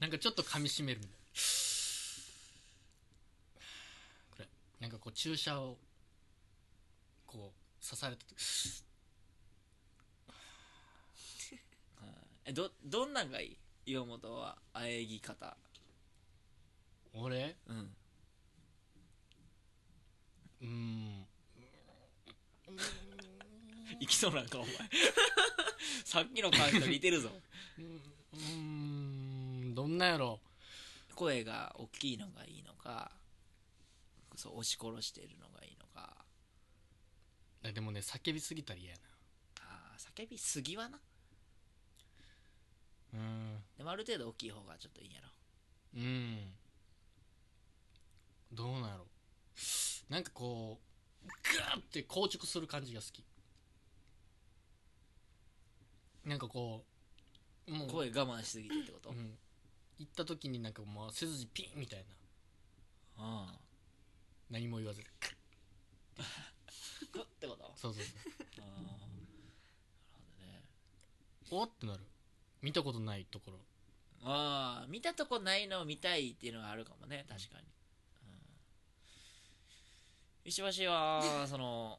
C: なんかちょっと噛み締めるみたいなこれなんかこう注射をこう刺された時
A: えどどんなんがいい岩本はあえぎ方
C: 俺 *laughs*
A: うん
C: うーん
A: いきそうなんかお前さっきの感じと似てるぞ
C: うんうんどんなやろ
A: 声が大きいのがいいのかそう押し殺しているのがいいのか
C: あでもね叫びすぎたら嫌や
A: あー叫びすぎはな
C: なうん
A: でもある程度大きい方がちょっといいんやろ
C: うんどうなんやろなんかこうガーって硬直する感じが好きなんかこうもう
A: 声我慢しすぎてってこと、
C: う
A: うん
C: ん、行った時になんかもう背筋ピンみたいな何も言わずにクッ
A: こってこと
C: そうそうそ
A: あーなるほどね
C: う
A: *laughs*
C: おってなる見たことないところ
A: ああ見たとこないのを見たいっていうのはあるかもね確かに、うん、石橋はその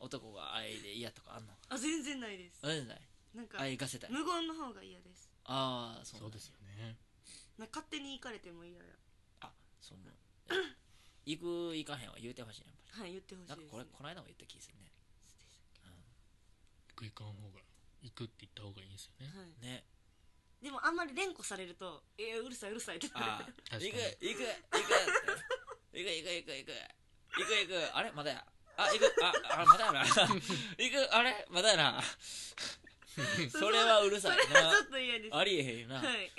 A: 男が愛で嫌とかあんの
B: あ全然ないです
A: あるんじゃない
B: なんか
A: 愛がせたい
B: 無言の方が嫌です
A: ああそう
C: そうですよね
B: なんか勝手に行かれても嫌や
A: あその行く行かへんは言うてほしいねやっぱ
B: はい言ってほし
A: りな
B: い
A: ん
B: で
A: かこ
B: すね
A: れこの間も言った気がするね、
C: 行く行かん方が行くって言った方がいいんですよね
B: はい
A: うん、ね
B: でもあんまり連呼されると「えー、うるさいうるさい」って
A: ああ
C: 確か
A: 行
C: に
A: く行く行く行く行く行く行く行く行くあれまだやあ行くああまだ
C: *laughs*
A: やな行くあれまだやな
B: *laughs*
A: それはうる
B: そ
A: さ
B: れ
A: い
B: はちょっと嫌です
A: なありえへんよな、
B: はい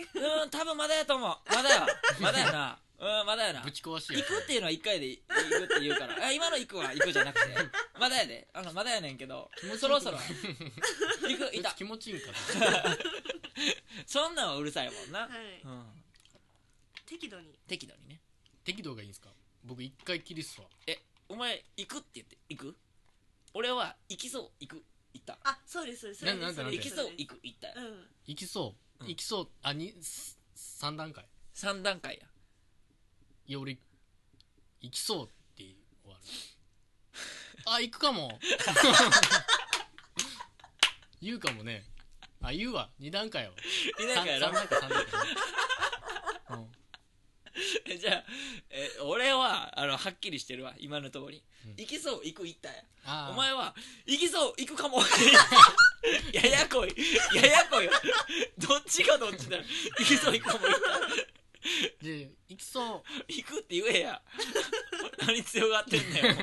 A: うん多分まだやと思うまだやまだやなうんまだやな
C: ぶ
A: 行
C: ち壊しや
A: くっていうのは1回で行くって言うからあ今の行くは行くじゃなくてまだやであのまだやねんけどもうそろそろ行く *laughs* い
C: こい
A: た
C: つ気持ちいいんかな
A: そんなんはうるさいもんな、
B: はい
A: うん、
B: 適度に
A: 適度にね
C: 適度がいいんですか僕一回きりっすわ
A: えお前行くって言って行く俺は行きそう行く行った
B: あそうですそうですそれで
C: な
B: す
C: なん
B: れ
C: で
A: 行き
B: です
A: そう行く行ったよ、
B: うん
C: 行きそう、
A: うん
C: 行きそうあにす三段階
A: 3段階や
C: いや俺行きそうって終わるあ行くかも *laughs* 言うかもねあ言うわ二段階を
A: 2段階やろ
C: 三段階三段階、うん、
A: え *laughs* じゃあえ俺はあのはっきりしてるわ今の通り、
C: うん
A: 行きそう行く行ったや
C: あー
A: お前は行きそう行くかも
C: *laughs*
A: ややこいややこいわどっちがどっちだよ行きそう行くかも行った
C: で行きそう
A: 行くって言え
C: *laughs*
A: や何強がってんだよ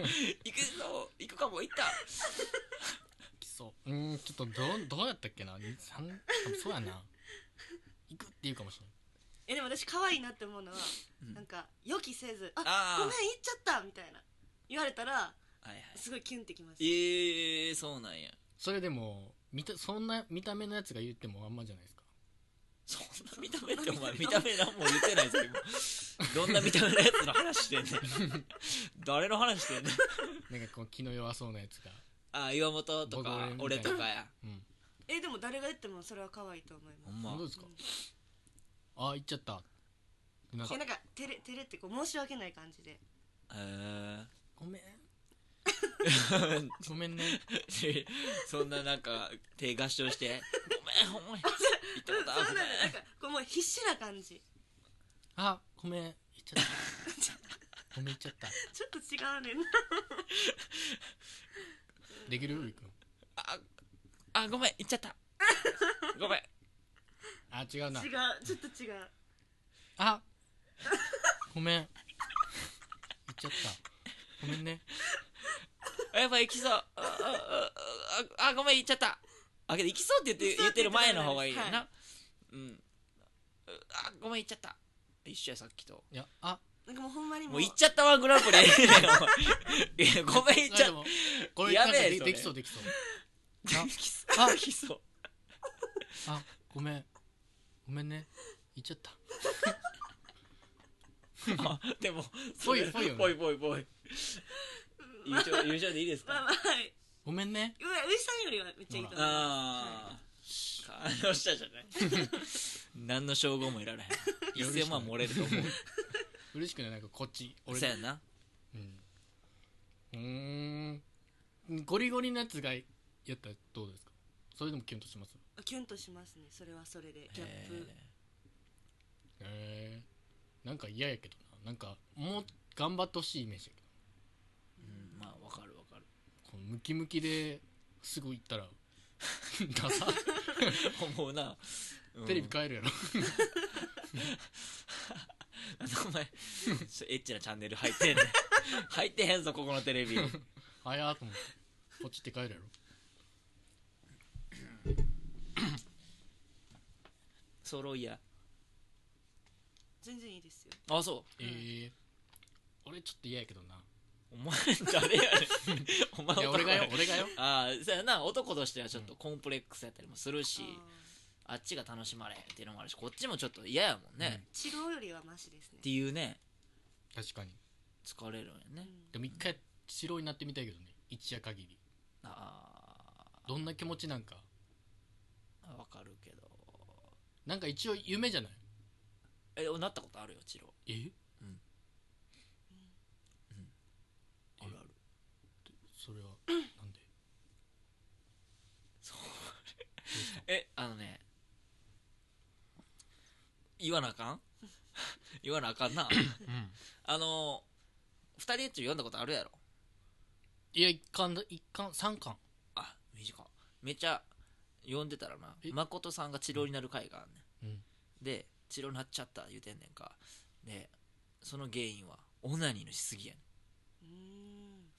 A: 行きそう行くかも行った
C: 行きそううーんちょっとどうどうやったっけなに三多分そうやな行くって言うかもしれない
B: えでも私可愛いなって思うのは、
A: うん
B: なんか予期せず「あ
A: あ
B: ご
A: あ
B: めん行っちゃった」みたいな言われたら
A: はいはい
B: すごいキュンってきます
A: ええー、そうなんや
C: それでも見たそんな見た目のやつが言ってもあんまじゃないですか
A: そんな見た目ってお前見た目何も言ってないぞ今どんな見た目のやつの話してんねん誰の話してんねん
C: なんかこう気の弱そうなやつが
A: あ岩本と
C: 僕
A: か
C: 俺みたいな
A: 俺とかや
C: うん
B: えでも誰が言ってもそれは可愛いと思い
A: ほ
B: ます
A: んま
C: どうですか、あ行っちゃったってな
B: えなんか照れ照れってこう申し訳ない感じで
A: へ
C: ごめん
A: え
C: ごめんね
A: でそんななんか手合唱して「ごめんほんま *laughs* に行った
B: う
A: こと
B: んそうな
A: あ
B: ん
A: る
B: だ
A: ね
B: なんかこうもう必死な感じ
C: あごめん行っちゃったごめん行っちゃった
B: ちょっと違うねんな
C: できるルビ君
A: ああごめん行っちゃったごめん
C: あ違うな
B: 違うちょっと違う
C: あごめん行っちゃったごめんね
A: あやっぱ行きそうあああああごめん行っちゃったあけど行きそうって言って言ってる前の方がいいよな、
B: は
A: うんあごめん行っちゃった一緒やさっきと
C: いやあ
B: なんかもうほんまにも
A: も
B: う
A: う行っちゃったワングランプリいやごめん行っち
C: あ
A: ゃっ
C: でもこれ
A: やべえ
C: なんかで
A: それ
C: できそうできそう
A: た
C: あ
A: 行きそう *laughs* 行
C: あ
A: きそう
C: あごめんごめんね行っちゃった
A: あでも
C: ぽいぽいよね
A: ぽいぽいぽい優勝優勝でいいです
B: まあ
A: か
B: まあはい
C: ごめんね
B: うわウイさんよりはめっちゃいいと思います
A: ああ感動したじゃない何の称号もいられへん
C: よろしく
A: 1000万もれると思う
C: 嬉しくないなんかこっち俺
A: そやな
C: うんうーんゴリゴリのやつがやったらどうですかそれでもキュンとします
B: あキュンとしますねそれはそれでギャッ
A: へ
B: プ
A: え
C: へえんか嫌やけどななんかもう頑張ってほしいイメージやけ
A: うんまあわかるわかる
C: どこのムキムキですぐ行ったらダサ
A: *laughs* 思うな
C: テレビ変えるやろ
A: あ *laughs* のお前ちょエッチなチャンネル入 *laughs* ってんねん入ってへんぞここのテレビ
C: 早ーと思ってポチって帰るやろ
A: *laughs* 揃いや
B: 全然いいですよ
A: あそ
C: ええ俺ちょっと嫌やけどな
A: うお前誰やね *laughs* んお前
C: いや俺がよ
A: 男や
C: 俺がよ
A: ああそやな男としてはちょっとコンプレックスやったりもするし、
B: あ
A: あっちが楽しまれへんっていうのもあるしこっちもちょっと嫌やもんね、
C: うん
A: っ
B: ー治療よりはマシですね
A: ていうね
C: 確かに
A: 疲れるんやね、
B: うん
C: でも一回治療になってみたいけどね一夜限り
A: あ
C: どんな気持ちなんか
A: あわかるけど
C: なんか一応夢じゃない
A: えなったことあるよチロ
C: え
A: あるある
C: それはなんで
A: えあのね言わなあかん *laughs* 言わなあかんな
C: うん
A: あの二人エッチ読んだことあるやろ
C: いや一巻だ一巻三巻
A: あ短いめっちゃ読んでたらな
C: え
A: 誠さんが治療になる回があんねん
C: うん
A: で治療になっちゃった言うてんねんかでその原因はオナニーのしすぎやね
B: うーん
A: ん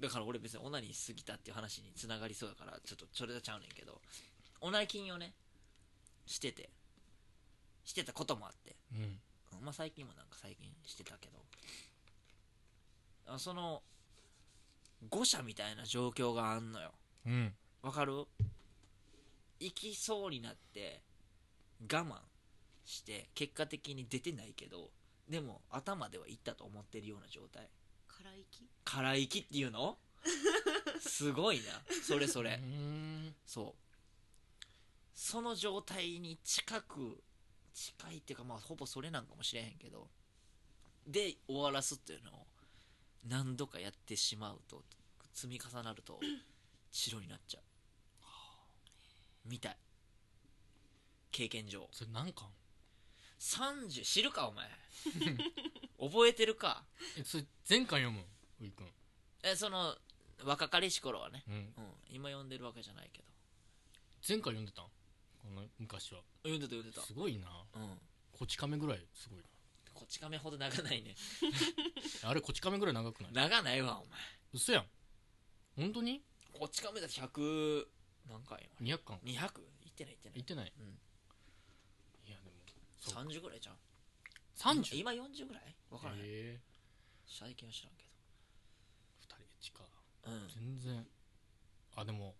A: だから俺別にオナニーしすぎたっていう話につながりそうやからちょっとそれとちゃうねんけどオナキンをねしててしてたこともあって
C: うん
A: うんまあ最近もなんか最近してたけどあその誤射みたいな状況があんのよ
C: うん
A: わかる行きそうになって我慢して結果的に出てないけどでも頭では行ったと思ってるような状態
B: 空息
A: 空行きっていうのすごいなそれそうれ
C: ん
A: そうその状態に近く近いっていうかまあほぼそれなんかもしれへんけどで終わらすっていうのを何度かやってしまうと積み重なると白になっちゃうみたい経験上
C: それ何巻
A: 30知るかお前覚えてるか
C: えそれ前巻読むういくん
A: えその若かりし頃はね、
C: うん
A: うん、今読んでるわけじゃないけど
C: 前回読んでたんこの昔は
A: 読んでた読んでた
C: すごいな
A: うん
C: こち亀ぐらいすごい
A: こち亀ほど長ないね
C: なあれこち亀ぐらい長くない
A: 長ないわお
C: 嘘やん本当に
A: 前こっち亀だって100何回
C: 200巻
A: ?200? いってないいってない
C: いってない、
A: うん
C: いやでもそうか
A: 30ぐらいじゃん
C: 30?
A: 今今40ぐらい分からへん、
C: ええ
A: 最近は知らんけ
C: 2人エッチか
A: どうん
C: 全然あでも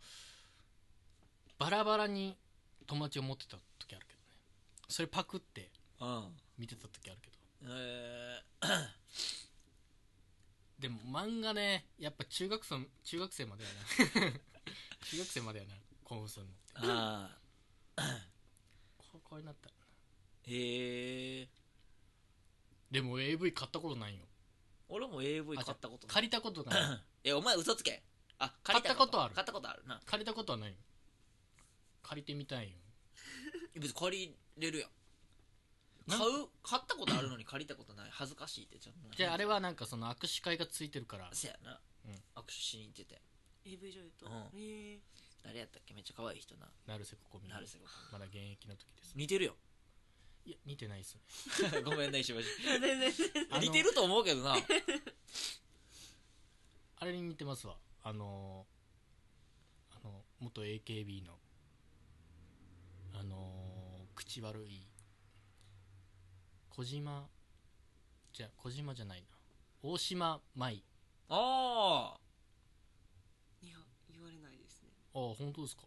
C: バラバラに友達を持ってた時あるけどねそれパクって
A: うん
C: 見てた時あるけど
A: え
C: でも漫画ねやっぱ中学生中学生までや
A: *laughs*
C: な中学生までやな興奮するのって
A: ー、あ
C: 高校になったらな
A: ーへえ
C: でも AV 買ったことないよ
A: 俺も AV 買ったことない
C: 借りたことが
A: *laughs*
C: ない
A: えお前嘘つけあ借り
C: 買ったことある
A: 買ったことあるな
C: 借りたことはないよ借りてみたいよ
A: 別に借りれるやん
C: な
A: 買
C: ん
A: う買ったことあるのに借りたことない恥ずかしいってちょっと
C: じゃああれはなんかその握手会がついてるから
A: せやな、
C: うん
A: 握手しに行ってて
B: AV 女優と
A: うん
B: へえ
A: 誰やったっけめっちゃ可愛い人な
C: 成瀬ここみ
A: なるせごく
C: まだ現役の時です
A: 似てるよ
C: いや似てないっす
A: *laughs*
C: ね
A: ごめんね石橋
B: 全然全然
C: *laughs* あの
A: 似てると思うけどな
C: あれに似てますわあのーあの元 AKB のあのー口悪い小島じゃ小島じゃないな大島舞
A: ああ
B: いや言われないですね
C: ああ本当ですか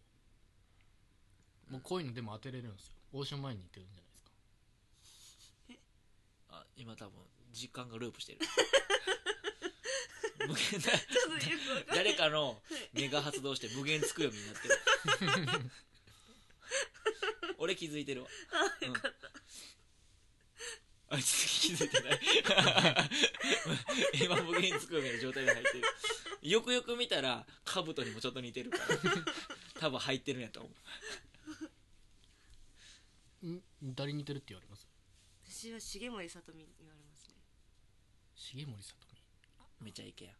C: もうこういうのでも当てれるんですよ大島舞に似てるんじゃないですか
A: あ今多分実感がループしてる無
C: *laughs*
A: 限
B: ちょっとよくわかん
A: だ誰かの目が発動して無限つくよみになってる
C: *laughs*
A: 俺気づいてるわうんあいつ気づいてない今無限つくよみたいな状態で入ってるよくよく見たら兜にもちょっと似てるから多分入ってるんやと思うん
C: 誰に似てるって言われます
B: 私は重森さとみに言われますね
C: 重森さと
A: めちゃイケや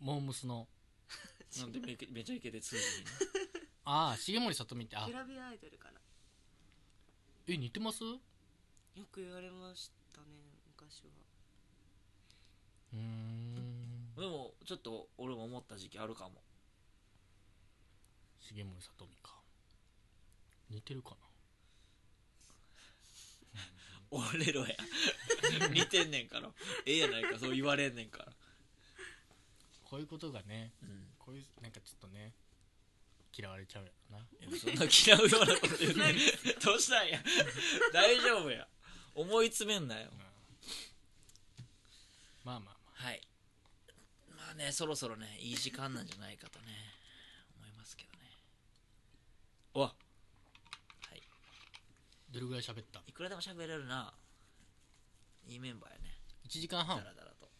C: みモームスの
A: なんでめめちゃイケで通じひんの
C: ああ重森さとみってあ
B: グラビアアイドルかな
C: え似てますう
B: よく言われましたね昔は
C: ー
A: *laughs*
C: ん
A: でもちょっと俺も思った時期あるかも *laughs*
C: 重森さとみか似てるかな
A: 俺ろや *laughs* 似てんねんからええやないかそう言われんねんから
C: こういうことがね
A: うん
C: こういうなんかちょっとね嫌われちゃうやろな
A: そんな嫌うようなこと言うね *laughs* どうしたんや *laughs* 大丈夫や思い詰めんなよ
C: まあまあま
A: はいまあねそろそろねいい時間なんじゃないかとね思いますけどねおは
C: あどれぐらい喋った
A: いいくらでも喋れるないいメンバーやね
C: 1時間
A: ダ
C: 半
A: ラダラと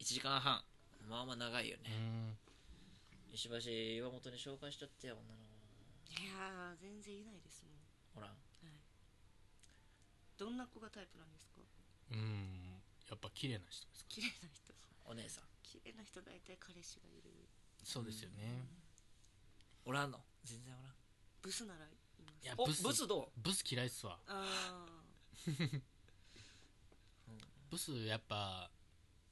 A: 1時間半まあまあ長いよ
C: う
A: ね、
C: ん
A: 石橋岩本に紹介しちゃってや女の
B: いやー全然いないですもん
A: ほら
B: どんな子がタイプなんですか
C: うんやっぱ綺麗な人ですか
B: 綺麗な人
A: お姉さん
B: *laughs* 綺麗な人大体彼氏がいる
C: そうですよね
A: おらんの全然おらん
B: ブスならいます
C: いや
A: お
C: ブス
A: ブスど
C: ブス嫌いっすわ
B: あ *laughs*
C: ブスやっぱ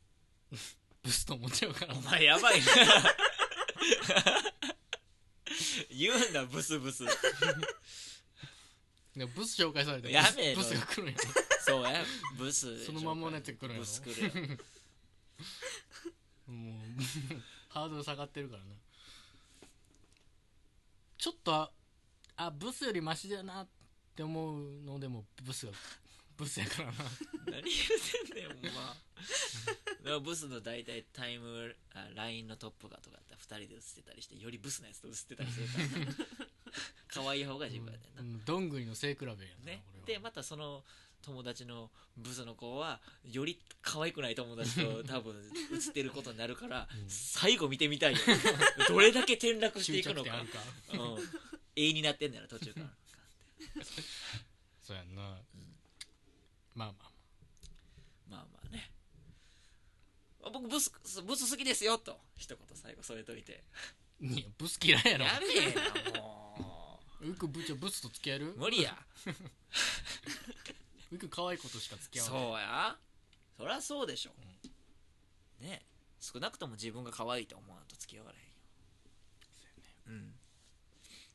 C: *laughs* ブスと思っちゃうから
A: うお前やばいな *laughs* 言うんだブスブス
C: でもブス紹介されて
A: やめろ
C: ブスブスが来るんやろ
A: そうやブスでしょ
C: そのまんまのやつ来るんやろ
A: ブス来るやろ
C: もう *laughs* ハードル下がってるからなちょっとああブスよりマシだなって思うのでもブスが *laughs* ブスやからな
A: 何言うてんねんほんまだからブスの大体タイムあ LINE のトップがとかやったら2人で写ってたりしてよりブスなやつと写ってたりするからな
C: *laughs*
A: 可愛い方が自分やねんな、
C: うんどんぐりの背比べやな、
A: ね
C: 俺、は
A: でまたその友達のブスの子はより可愛くない友達
C: *laughs*
A: と多分映ってることになるから、
C: うん
A: 最後見てみたいよ *laughs* どれだけ転落して
C: 執
A: いく
C: 着 *laughs*
A: の
C: 点あ
A: か
C: るか
A: うん永遠になってんだよな途中から
C: そうやんな、まあまあ
A: まあまあねあ僕ブスブス好きですよと一言最後添えといて
C: まあいやブス嫌いや
A: や
C: ろ
A: べえなも
C: ウく部長ブスと付き合える
A: う無理や
C: ウく可愛いことしか付き合
A: そう
C: わない
A: やそりゃそうでしょ、ね少なくとも自分が可愛いと思わんと付き合われへんようん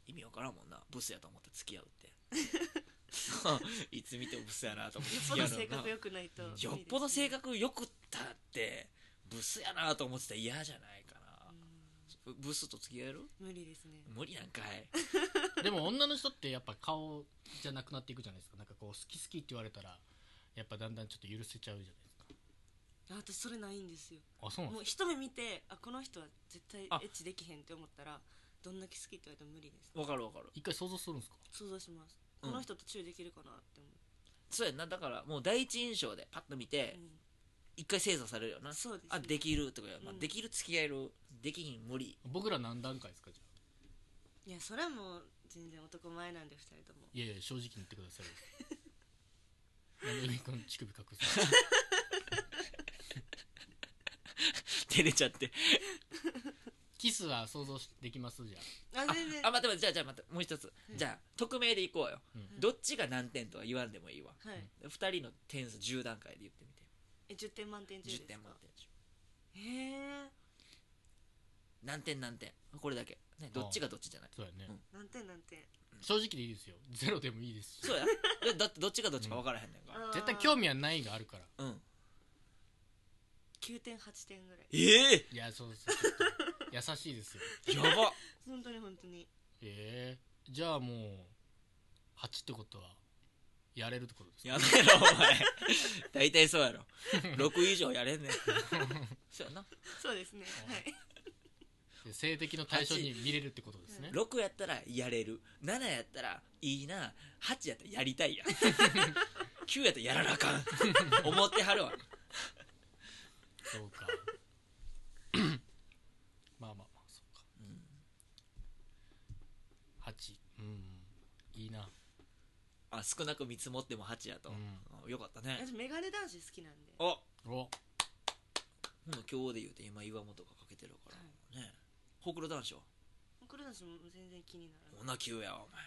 A: 意味わからんもんなブスやと思って付き合うって
B: *laughs*
A: いつ見てもブスやなと思って
B: あ
A: 付
B: よっぽ
A: き合
B: ど
A: うのな
B: 性格良くないと無理ですね
A: よっぽど性格良くったってブスやなと思ってたら嫌じゃないかなブスと付き合える
B: うん無理ですね
A: 無理なんかい
C: でも女の人ってやっぱ顔じゃなくなっていくじゃないですかなんかこう好き好きって言われたらやっぱだんだんちょっと許せちゃうじゃないですか
B: あ私それないんですよ
C: あそうなん
B: も
C: で
B: う一目見てあこの人は絶対エ
A: あ
B: ッチできへんって思ったらどんだけ好きって言われても無理です
A: わかるわかる
C: す一回想像するんですか
B: 想像します
A: う
B: こ
A: ん
B: の人とチューできるかなって思
A: そうやんなだからもう第一印象でパッと見て
B: う、
A: 一回精査されるよ
B: う、
A: なん
B: そうです、ね、
A: あできるとか、まあ
B: う、ん
A: できる付き合えるできひん無理
C: 僕ら何段階ですかじゃあ
B: いやそれはもう全然男前なんで二人とも
C: いやいや正直に言ってください *laughs* よなんでこの乳首隠すの *laughs*
A: 照れちゃって
C: キスは想像しできますじゃ
B: あ
C: あ
A: あ
B: 全然
A: あ
B: は
A: 待って待ってじゃあじゃあ待ってもう一つ、
B: うん
A: じゃあ匿名でいこうよ、
C: うん
A: どっちが何点とは言わんでもいいわ
B: い
A: 2人の点数10段階で言ってみて
B: え10点満点中ですか
A: 10点満点
B: へえ
A: 何点何点これだけ、ね、どっちがどっちじゃない
C: そうやね、
A: うん
B: 何点何点
C: 正直でいいですよゼロでもいいですし
A: そうやでだってどっちがどっちか分からへんねんから、
C: 絶対興
B: 味
C: 味はないがあるから
A: うん
B: 9点8点ぐらい
A: ええ
C: いやそうそうちょっと優しいですよ
A: やば
B: 本当に本当に
C: ええじゃあもう8ってことはやれるってことですか
A: やめろお前大体そうやろ6以上やれんねん
B: *laughs*
A: そうやな
B: そうですね
C: あ
B: はい
C: で性的の対象に見れるってことですね
A: 6やったらやれる7やったらいいな8やったらやりたいや9やったらやらなあかん思ってはるわ
C: そうかまあまあまあそうか8うんいいな
A: あ少なく見積もっても8やと、
C: う
A: あよかったね
B: 私メガネ男子好きなんで
A: あほ
C: お
A: な今日で言うと今岩本がかけてるから、ねほくろ男子は
B: 黒男子も全然気にならない
A: 女級やわお前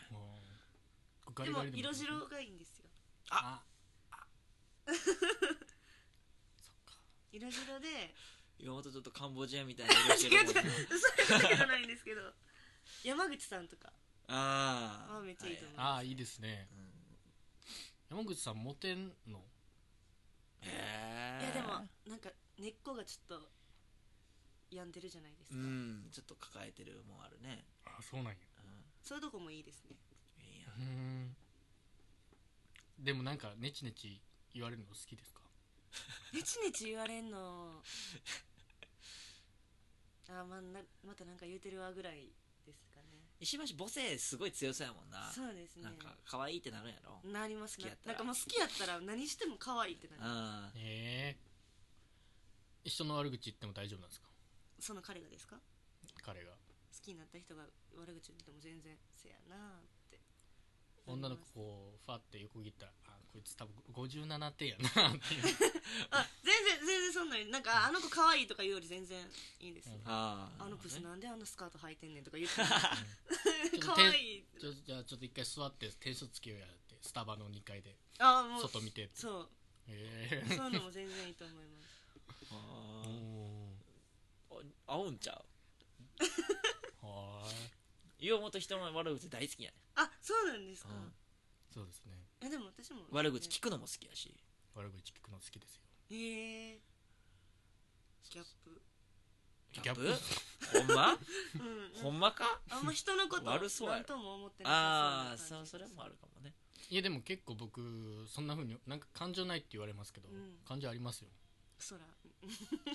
C: うんガ
B: で
C: リ
B: も
C: ガリ
B: 色白がいいんですよ
C: あ
B: 色白で
A: 岩本ちょっとカンボジアみたいな色してるもんな
B: 嘘だけではないんですけど山口さんとか
A: あー
B: はめっちゃいいと思う、
C: あーいいですね
A: はいうん
C: 山口さんモテんの
A: へ
B: い
A: え
B: やでもなんか根っこがちょっと病んでるじゃないです
A: う
B: か、
A: んちょっと抱えてるもんあるね、
C: あそうなん
A: う
C: や
B: そういうとこもいいですね
A: ん、いいや
C: うーんでもなんかネチネチ言われるの好きですか
B: ネチネチ言わ
A: *laughs*
B: れんのあまあなまたなんか言うてるわぐらいですかね
A: 石橋母性すごい強そうやもんな
B: そうですね
A: なんか可愛いってなるんやろ
B: なります
A: 好き
B: な
A: やった
B: な
A: ら
B: んかもう好きやったら何しても可愛いってなる
A: うん
C: ええ人の悪口言っても大丈夫なんですか
B: その彼がですか好
C: 彼が
B: きになった人が悪口言っても全然せやなーって
C: 女の子こうファって横切ったらあこいつ多分57点
B: *laughs*
C: やなっていう
B: あ全然全然そんなんなんかあの子可愛いとか言うより全全然いいですね、
C: うん
A: ああ
B: あのブス
A: なる
B: なんであのスカート履いてんねんとか言って
A: *laughs*
B: も
C: ちょっと
B: 可愛いって
C: ちょじゃあちょっと一回座って点数つけようやってスタバの2階で
B: あーもう
C: 外見てって
B: そう
C: え
B: そういうのも全然いいと思います
A: ほ
C: え
A: どねあーあ合うんちゃう
C: はーい
A: 岩本人の悪口大好きやね、
B: あそうなんですか、
A: うん
C: そうですね
B: えでも私も
A: 悪口聞くのも好きやし
C: 悪口聞くの好きですよ
B: へえギャップ
A: ギ
C: ギ
A: ャ
C: ャ
A: ッ
C: ッ
A: プ
C: プ
A: ほんま
B: うん
A: ほんまか
B: あんま人のこと
A: 悪そうやろ
B: 何とも思ってな
A: ああ
B: さそ
A: そ
B: うな感じ
A: それもあるかもね
C: いやでも結構僕そんな風になんか感情ないって言われますけど、
B: うん
C: 感情ありますよ
B: クソら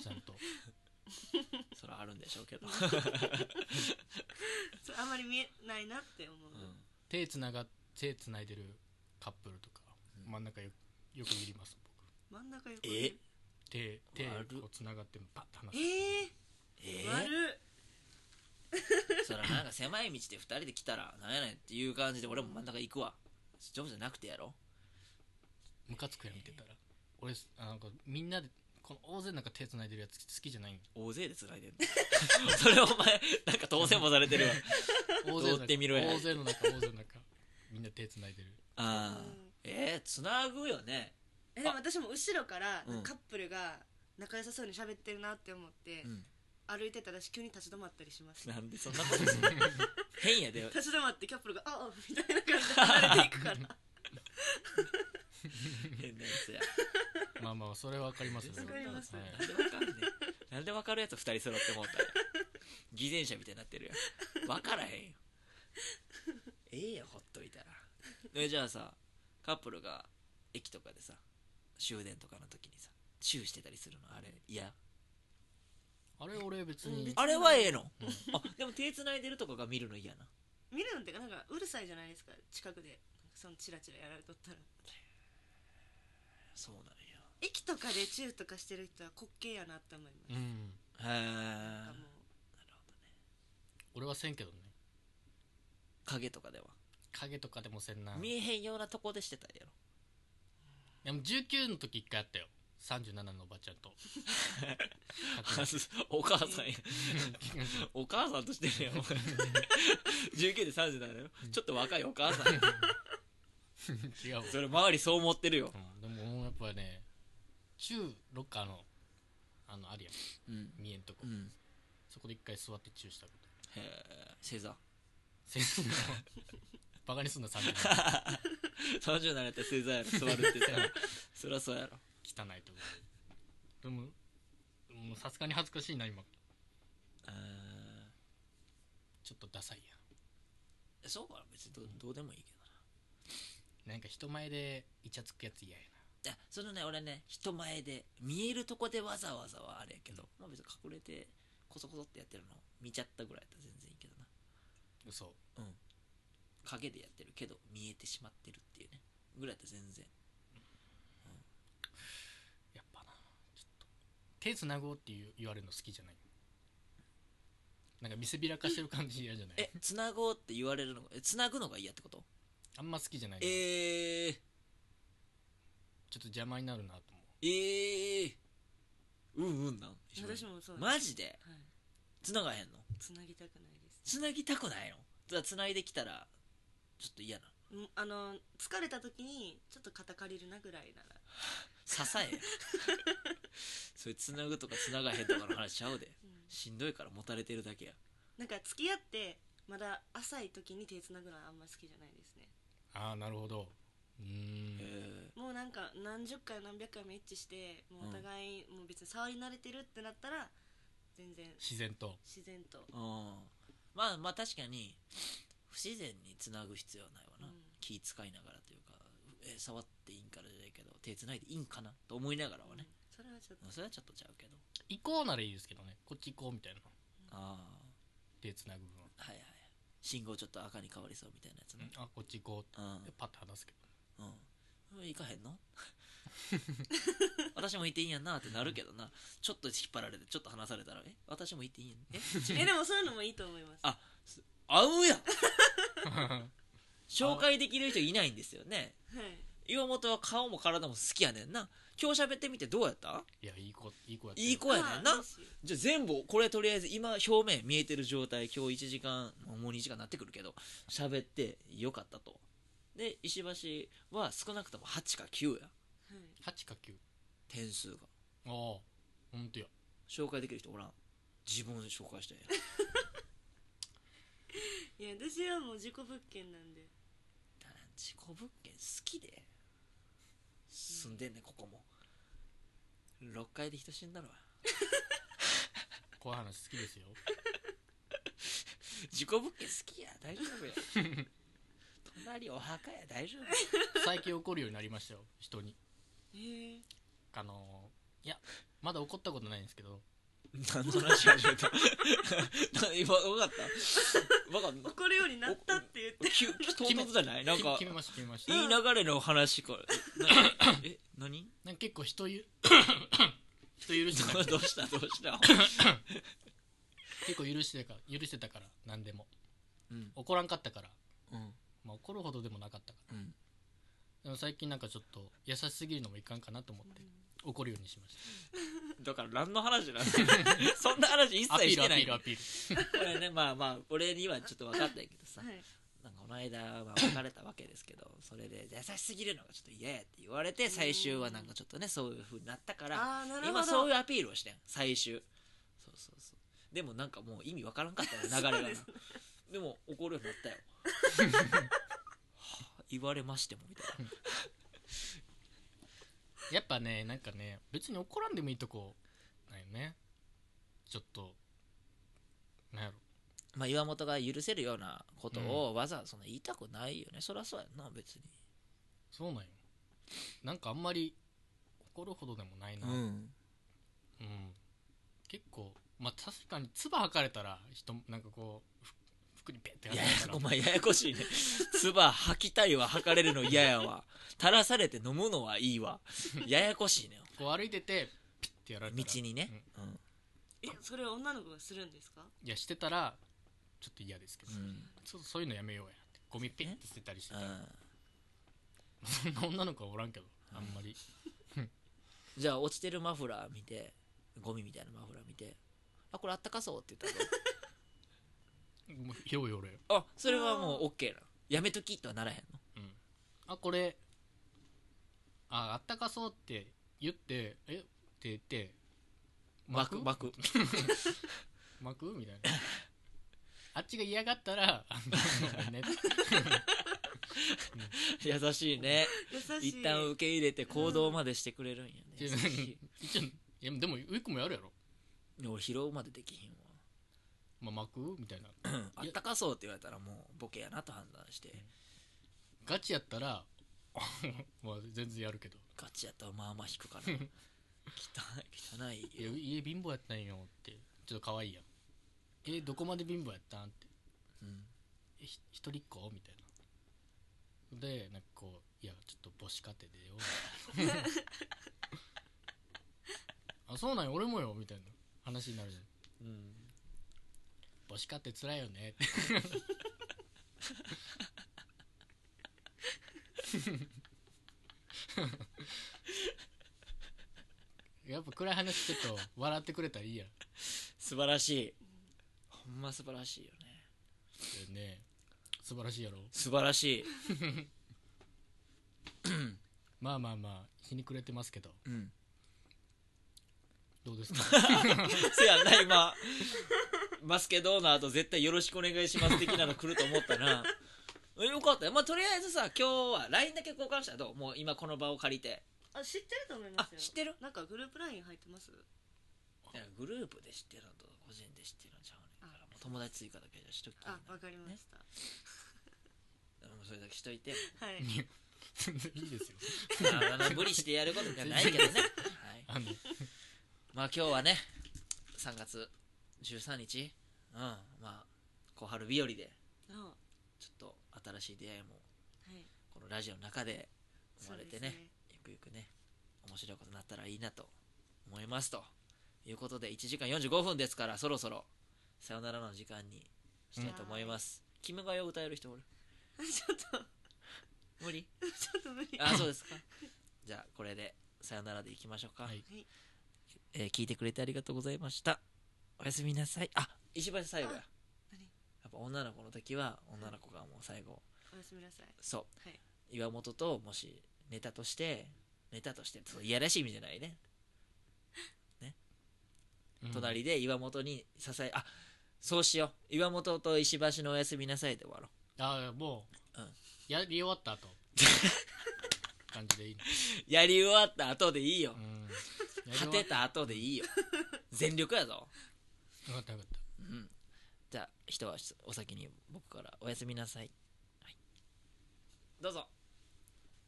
C: ちゃん
A: *laughs*
C: と
A: それはあるんでしょうけど、
B: そうあんまり見えないなって思う、
A: うん
C: 手つなが手つないでるカップルとか、
A: うん
C: 真ん中よよく見ります僕
B: 真ん中よく
A: え
C: 手手
A: 悪っ
C: こうつながってパッと離す
B: え
A: え
B: ー、
A: ー
B: 悪っ
A: そらなんか狭い道で2人で来たらなんやねんっていう感じで俺も真ん中行くわ丈夫じゃなくてやろ
C: ムカつくやん見てたら俺あなんかみんなでこの大勢なんか手つないでるやつ好きじゃないんよ
A: 大勢でつないでんのそれお前なんか当選もされてるわ
C: 大勢の
A: *laughs* どう
C: 中
A: ってみろや
C: 大勢の中大勢の中みんな手つないでる
A: ああえー、つなぐよね
B: えでも私も後ろから
A: うん
B: カップルが仲良さそうに喋ってるなって思って、
A: うん
B: 歩いてたら私急に立ち止まったりします
A: なんでそんなことするの変やで
B: 立ち止まってカップルが「ああ」みたいな感じで離れていくから
A: 変なやつや
C: まあまあそれはわかりますよ
A: わ
B: かります
C: はい
A: なんでわかんねえなんでわかるやつ2人揃ってもうたんや偽善者みたいになってるやんわからへんよええやんほっといたらえじゃあさカップルが駅とかでさ終電とかの時にさチューしてたりするのあれいや
C: あれ俺別
B: うん
C: に
B: 別
A: あれはええの
C: うん
A: あでも手繋いでるとかが見るの嫌な
B: 見るのってなんかうるさいじゃないですか近くでそのチラチラやられとったら
A: そうなんや
B: 駅とかでチューとかしてる人は滑稽やなって思います、
C: うん
A: へえ
B: なんかもう
C: 俺はせんけどね
A: 影とかでは
C: 影とかでもせんな
A: 見えへんようなとこでしてたんやろ
C: でも19の時一回あったよ37のおばちゃんと
A: *laughs* お母さんやお母さんとしてるやんお前 *laughs* 19で30だよちょっと若いお母さんや
C: 違うわ、
A: それ周りそう思ってるよ、
C: うん、でももうやっぱね中ロッカーのあのあるやん
A: うん
C: 見えんとこ、そこで一回座ってチューしたこと *laughs*
A: へえ星座
C: 先生のバカにすんな37
A: 30なれて星座やろ座るって *laughs* 言ったらそりゃそうやろ
C: 汚いと思うでももうさすがに恥ずかしいな今
A: え
C: ちょっとダサいや
A: そうかな別にどどうでもいいけ
C: んなんか人前でイチャつくやつ嫌や
A: どないやそのね俺ね人前で見えるとこでわざわざはあれやけど、まあ別に隠れてコソコソってやってるの見ちゃったぐらいだったら全然いいけどな
C: な嘘
A: うん影でやってるけど見えてしまってるっていうねぐらいだったら全然
C: やっぱなちょっと手つなごうっていう言われるの好きじゃないなんか見せびらかしてる感じ嫌じゃない
A: えつなごうって言われるのがえつなぐのが嫌ってこと
C: あんま好きじゃないな
A: えー、
C: ちょっと邪魔になるなと思う
A: ええー、うんうんなん
B: 私もそうです、
A: マジで
B: はい、
A: 繋がへんの
B: つなぎたくないです
A: 繋ぎたくないのじゃあ繋いできたらちょっと嫌な
B: んあの疲れた時にちょっと肩借りるなぐらいなら
A: 支
C: *laughs*
A: えやそれ繋ぐとか繋がへんとかの話ちゃうで
B: うん
A: しんどいから持たれてるだけや
B: なんか付き合ってまだ浅い時に手つなぐのはあんま好きじゃないですね
C: ああなるほどうーん
A: へえ
B: もうなんか何十回何百回もエッチしてもうお互いもう別に触り慣れてるってなったら全然
C: 自然と
B: 自然と
A: うんまあまあ確かに不自然につなぐ必要はないわな、
B: うん
A: 気使いながらというか、え触っていいんからじゃないけど手つないでいいんかなと思いながらはね、
B: うんそれはちょっと
A: うんそれはちょっとちゃうけど
C: 行こうならいいですけどねこっち行こうみたいな
A: あ
C: 手つなぐ分は、
A: あはいはい信号ちょっと赤に変わりそうみたいなやつね
C: あこっち行こ
A: うん
C: うってパッて話すけど
A: うん、行かへんの *laughs* 私も行っていいんやんなってなるけどなちょっと引っ張られてちょっと離されたらえ私も行っていいんやんえ
B: えでもそういうのもいいと思います
A: あ合うやん紹介できる人いないんですよね
B: はい
A: 岩本は顔も体も好きやねんな今日喋ってみてどうやった
C: *laughs* いやいい子いい子やってる
A: いい子やねんな
B: あ嬉しい
A: じゃあ全部これとりあえず今表面見えてる状態今日1時間もう2時間なってくるけど喋ってよかったとで石橋は少なくとも8か9や
B: はい
C: 8か9
A: 点数が
C: ああほんとや
A: 紹介できる人おらん自分紹介して
B: いや私はもう自己物件なんで
A: 自己物件好きで住んでんねここも6階で人死んだのは
C: こういう話好きですよ
A: 自己物件好きや大丈夫や隣お墓や大丈夫
C: 最近怒るようになりましたよ人に
B: へえ
C: あのーいやまだ怒ったことないんですけど
A: 何の話始めたな今分かった分かった
B: 怒るようになったって言って
A: き唐突じゃないなん
C: き
A: か
C: 決めました決めました
A: いい流れの話からなえ何
C: なんか結構
A: *laughs*
C: 人ゆ人許してた
A: どどうしたどうした、
C: 結構許してたから許してたから何でも
A: うん
C: 怒らんかったから、
A: うん
C: まあ、怒るほどでもなかったか
A: うん、
C: らでも最近なんかちょっと優しすぎるのもいかんかなと思って怒るようにしまし
A: だから何の話なんだそんな話一
C: たア
A: 切
C: ピー
A: し
C: ルア
A: て
C: ピ
A: ない
C: ールアピール
A: これねまあまあ俺にはちょっと分かんないけどさ
B: はい
A: なんかこの間、まあ、別れたわけですけどそれで優しすぎるのがちょっと嫌やって言われて最終はなんかちょっとねそういう風になったから
B: ああなるほど
A: 今そういううアピールをしてん最終そうそうそうでもなんかもう意味わからんかったよ流れがなで,、も怒るようになったよ *laughs* はあ言われましてもみたいな
C: やっぱねなんかね別に怒らんでもいいとこなんよねちょっとなんやろ
A: まあ岩本が許せるようなことをわざわざそんな言いたくないよね、そりゃそうやんな別に
C: そうなんよなんかあんまり怒るほどでもないなうん、
A: ん
C: 結構まあ確かに唾吐かれたら人なんかこうふ服にペッて
A: いや
C: ら
A: や
C: れたら
A: お前ややこ *laughs* しいね唾吐きたいわ吐かれるの嫌やわ垂らされて飲むのはいいわややこしいね
C: こう歩いててピッてやられた
A: 道
C: ら
A: にね、うん
B: えそれ女の子がするんですか
C: いやしてたらちょっと嫌ですけど、
A: うん
C: ちょっとそういうのやめようやってゴミピッて捨てたりして
A: う
C: たら
A: ん
C: そんな *laughs* 女の子はおらんけどあんまり
A: じゃあ落ちてるマフラー見てゴミみたいなマフラー見てあこれあったかそうって言ったらど
C: もうようよ俺
A: うあそれはもう OK なのやめときとはならへんの
C: うん、あこれああったかそうって言ってえって言って
A: 巻く巻く
C: 巻く
A: *laughs*
C: みたいなあっちが嫌がったらあのごめんね
A: *laughs* 優しいね
B: 優しい
A: 一旦受け入れて行動までしてくれるんやね
C: うん
A: 優しい
C: 一応いやでもウィックもやるやろ、
A: いや俺拾うまでできひんわ
C: まあ、巻くみたいな
A: うんあったかそうって言われたらもうボケやなと判断して
C: ガチやったら *laughs* まあ全然やるけど
A: ガチやったらまあまあ引くから汚い汚い
C: いや家貧乏やったんよってちょっと可愛いやんえどこまで貧乏やったんって
A: うん
C: えひ一人っ子みたいなでなんかこういやちょっと母子家庭でよ *laughs* あそうなんよ俺もよみたいな話になるじゃん
A: うん
C: 母子家庭つらいよねやっぱ暗い話ちょっと笑ってくれたらいいやん
A: 素晴らしいほんま素晴らしいよね
C: だよね素晴らしいやろ
A: 素晴らしい、
C: まあまあまあ日に暮れてますけど
A: うん、
C: どうですか
A: せやんな今バスケどうの後絶対よろしくお願いします的なの来ると思ったなえよかったよまあとりあえずさ今日は LINE だけ交換したらどうもう今この場を借りて
B: あ知ってると思いま
A: あ
B: すよ
A: 知ってる
B: なんかグループライン入ってます
A: いやグループで知ってるのと個人で知ってるのちゃうねんからもう友達追加だけじゃしとき
B: あわかりまし
A: う
B: た、
A: んそれだけしといて
B: はい
C: 全然いいですよ
A: あの無理してやることじゃないけど
B: *laughs*
A: ね、はい、
C: あの
A: まあ今日はね3月13日うんまあ小春日和で
B: あは
A: ちょっと新しい出会いも
B: い
A: このラジオの中で生まれて
B: そうで
A: ね
B: す
A: ゆくゆくね面白いことになったらいいなと思いますということで1時間45分ですからそろそろさよならの時間にしたいと思います「君が代」を歌える人おる
B: ちょっと
A: 無理
B: ちょっと無理
A: あそうですか *laughs* じゃあこれでさよならでいきましょうか、
C: はい
B: はい
A: えー聞いてくれてありがとうございましたおやすみなさいあ石橋最後やや
B: あ何
A: っぱ女の子の時は女の子がもう最後
B: おやすみなさい
A: そう
B: はい
A: 岩本ともしネタとしてネタとしてそういやらしい意味じゃないね、隣で岩本に支えあそうしよう岩本と石橋のおやすみなさいで終わろ
C: ああもう、
A: うん
C: やり終わった *laughs* 後感じでいいの
A: う *laughs* やり終わった後でいいよ
C: うんやり終
A: 果
C: わ
A: てた後でいいよ全力やぞ、
C: よかったよかった
A: うん、じゃあ一足お先に僕からおやすみなさい、はい、どうぞ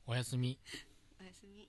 C: おやすみ
B: おやすみ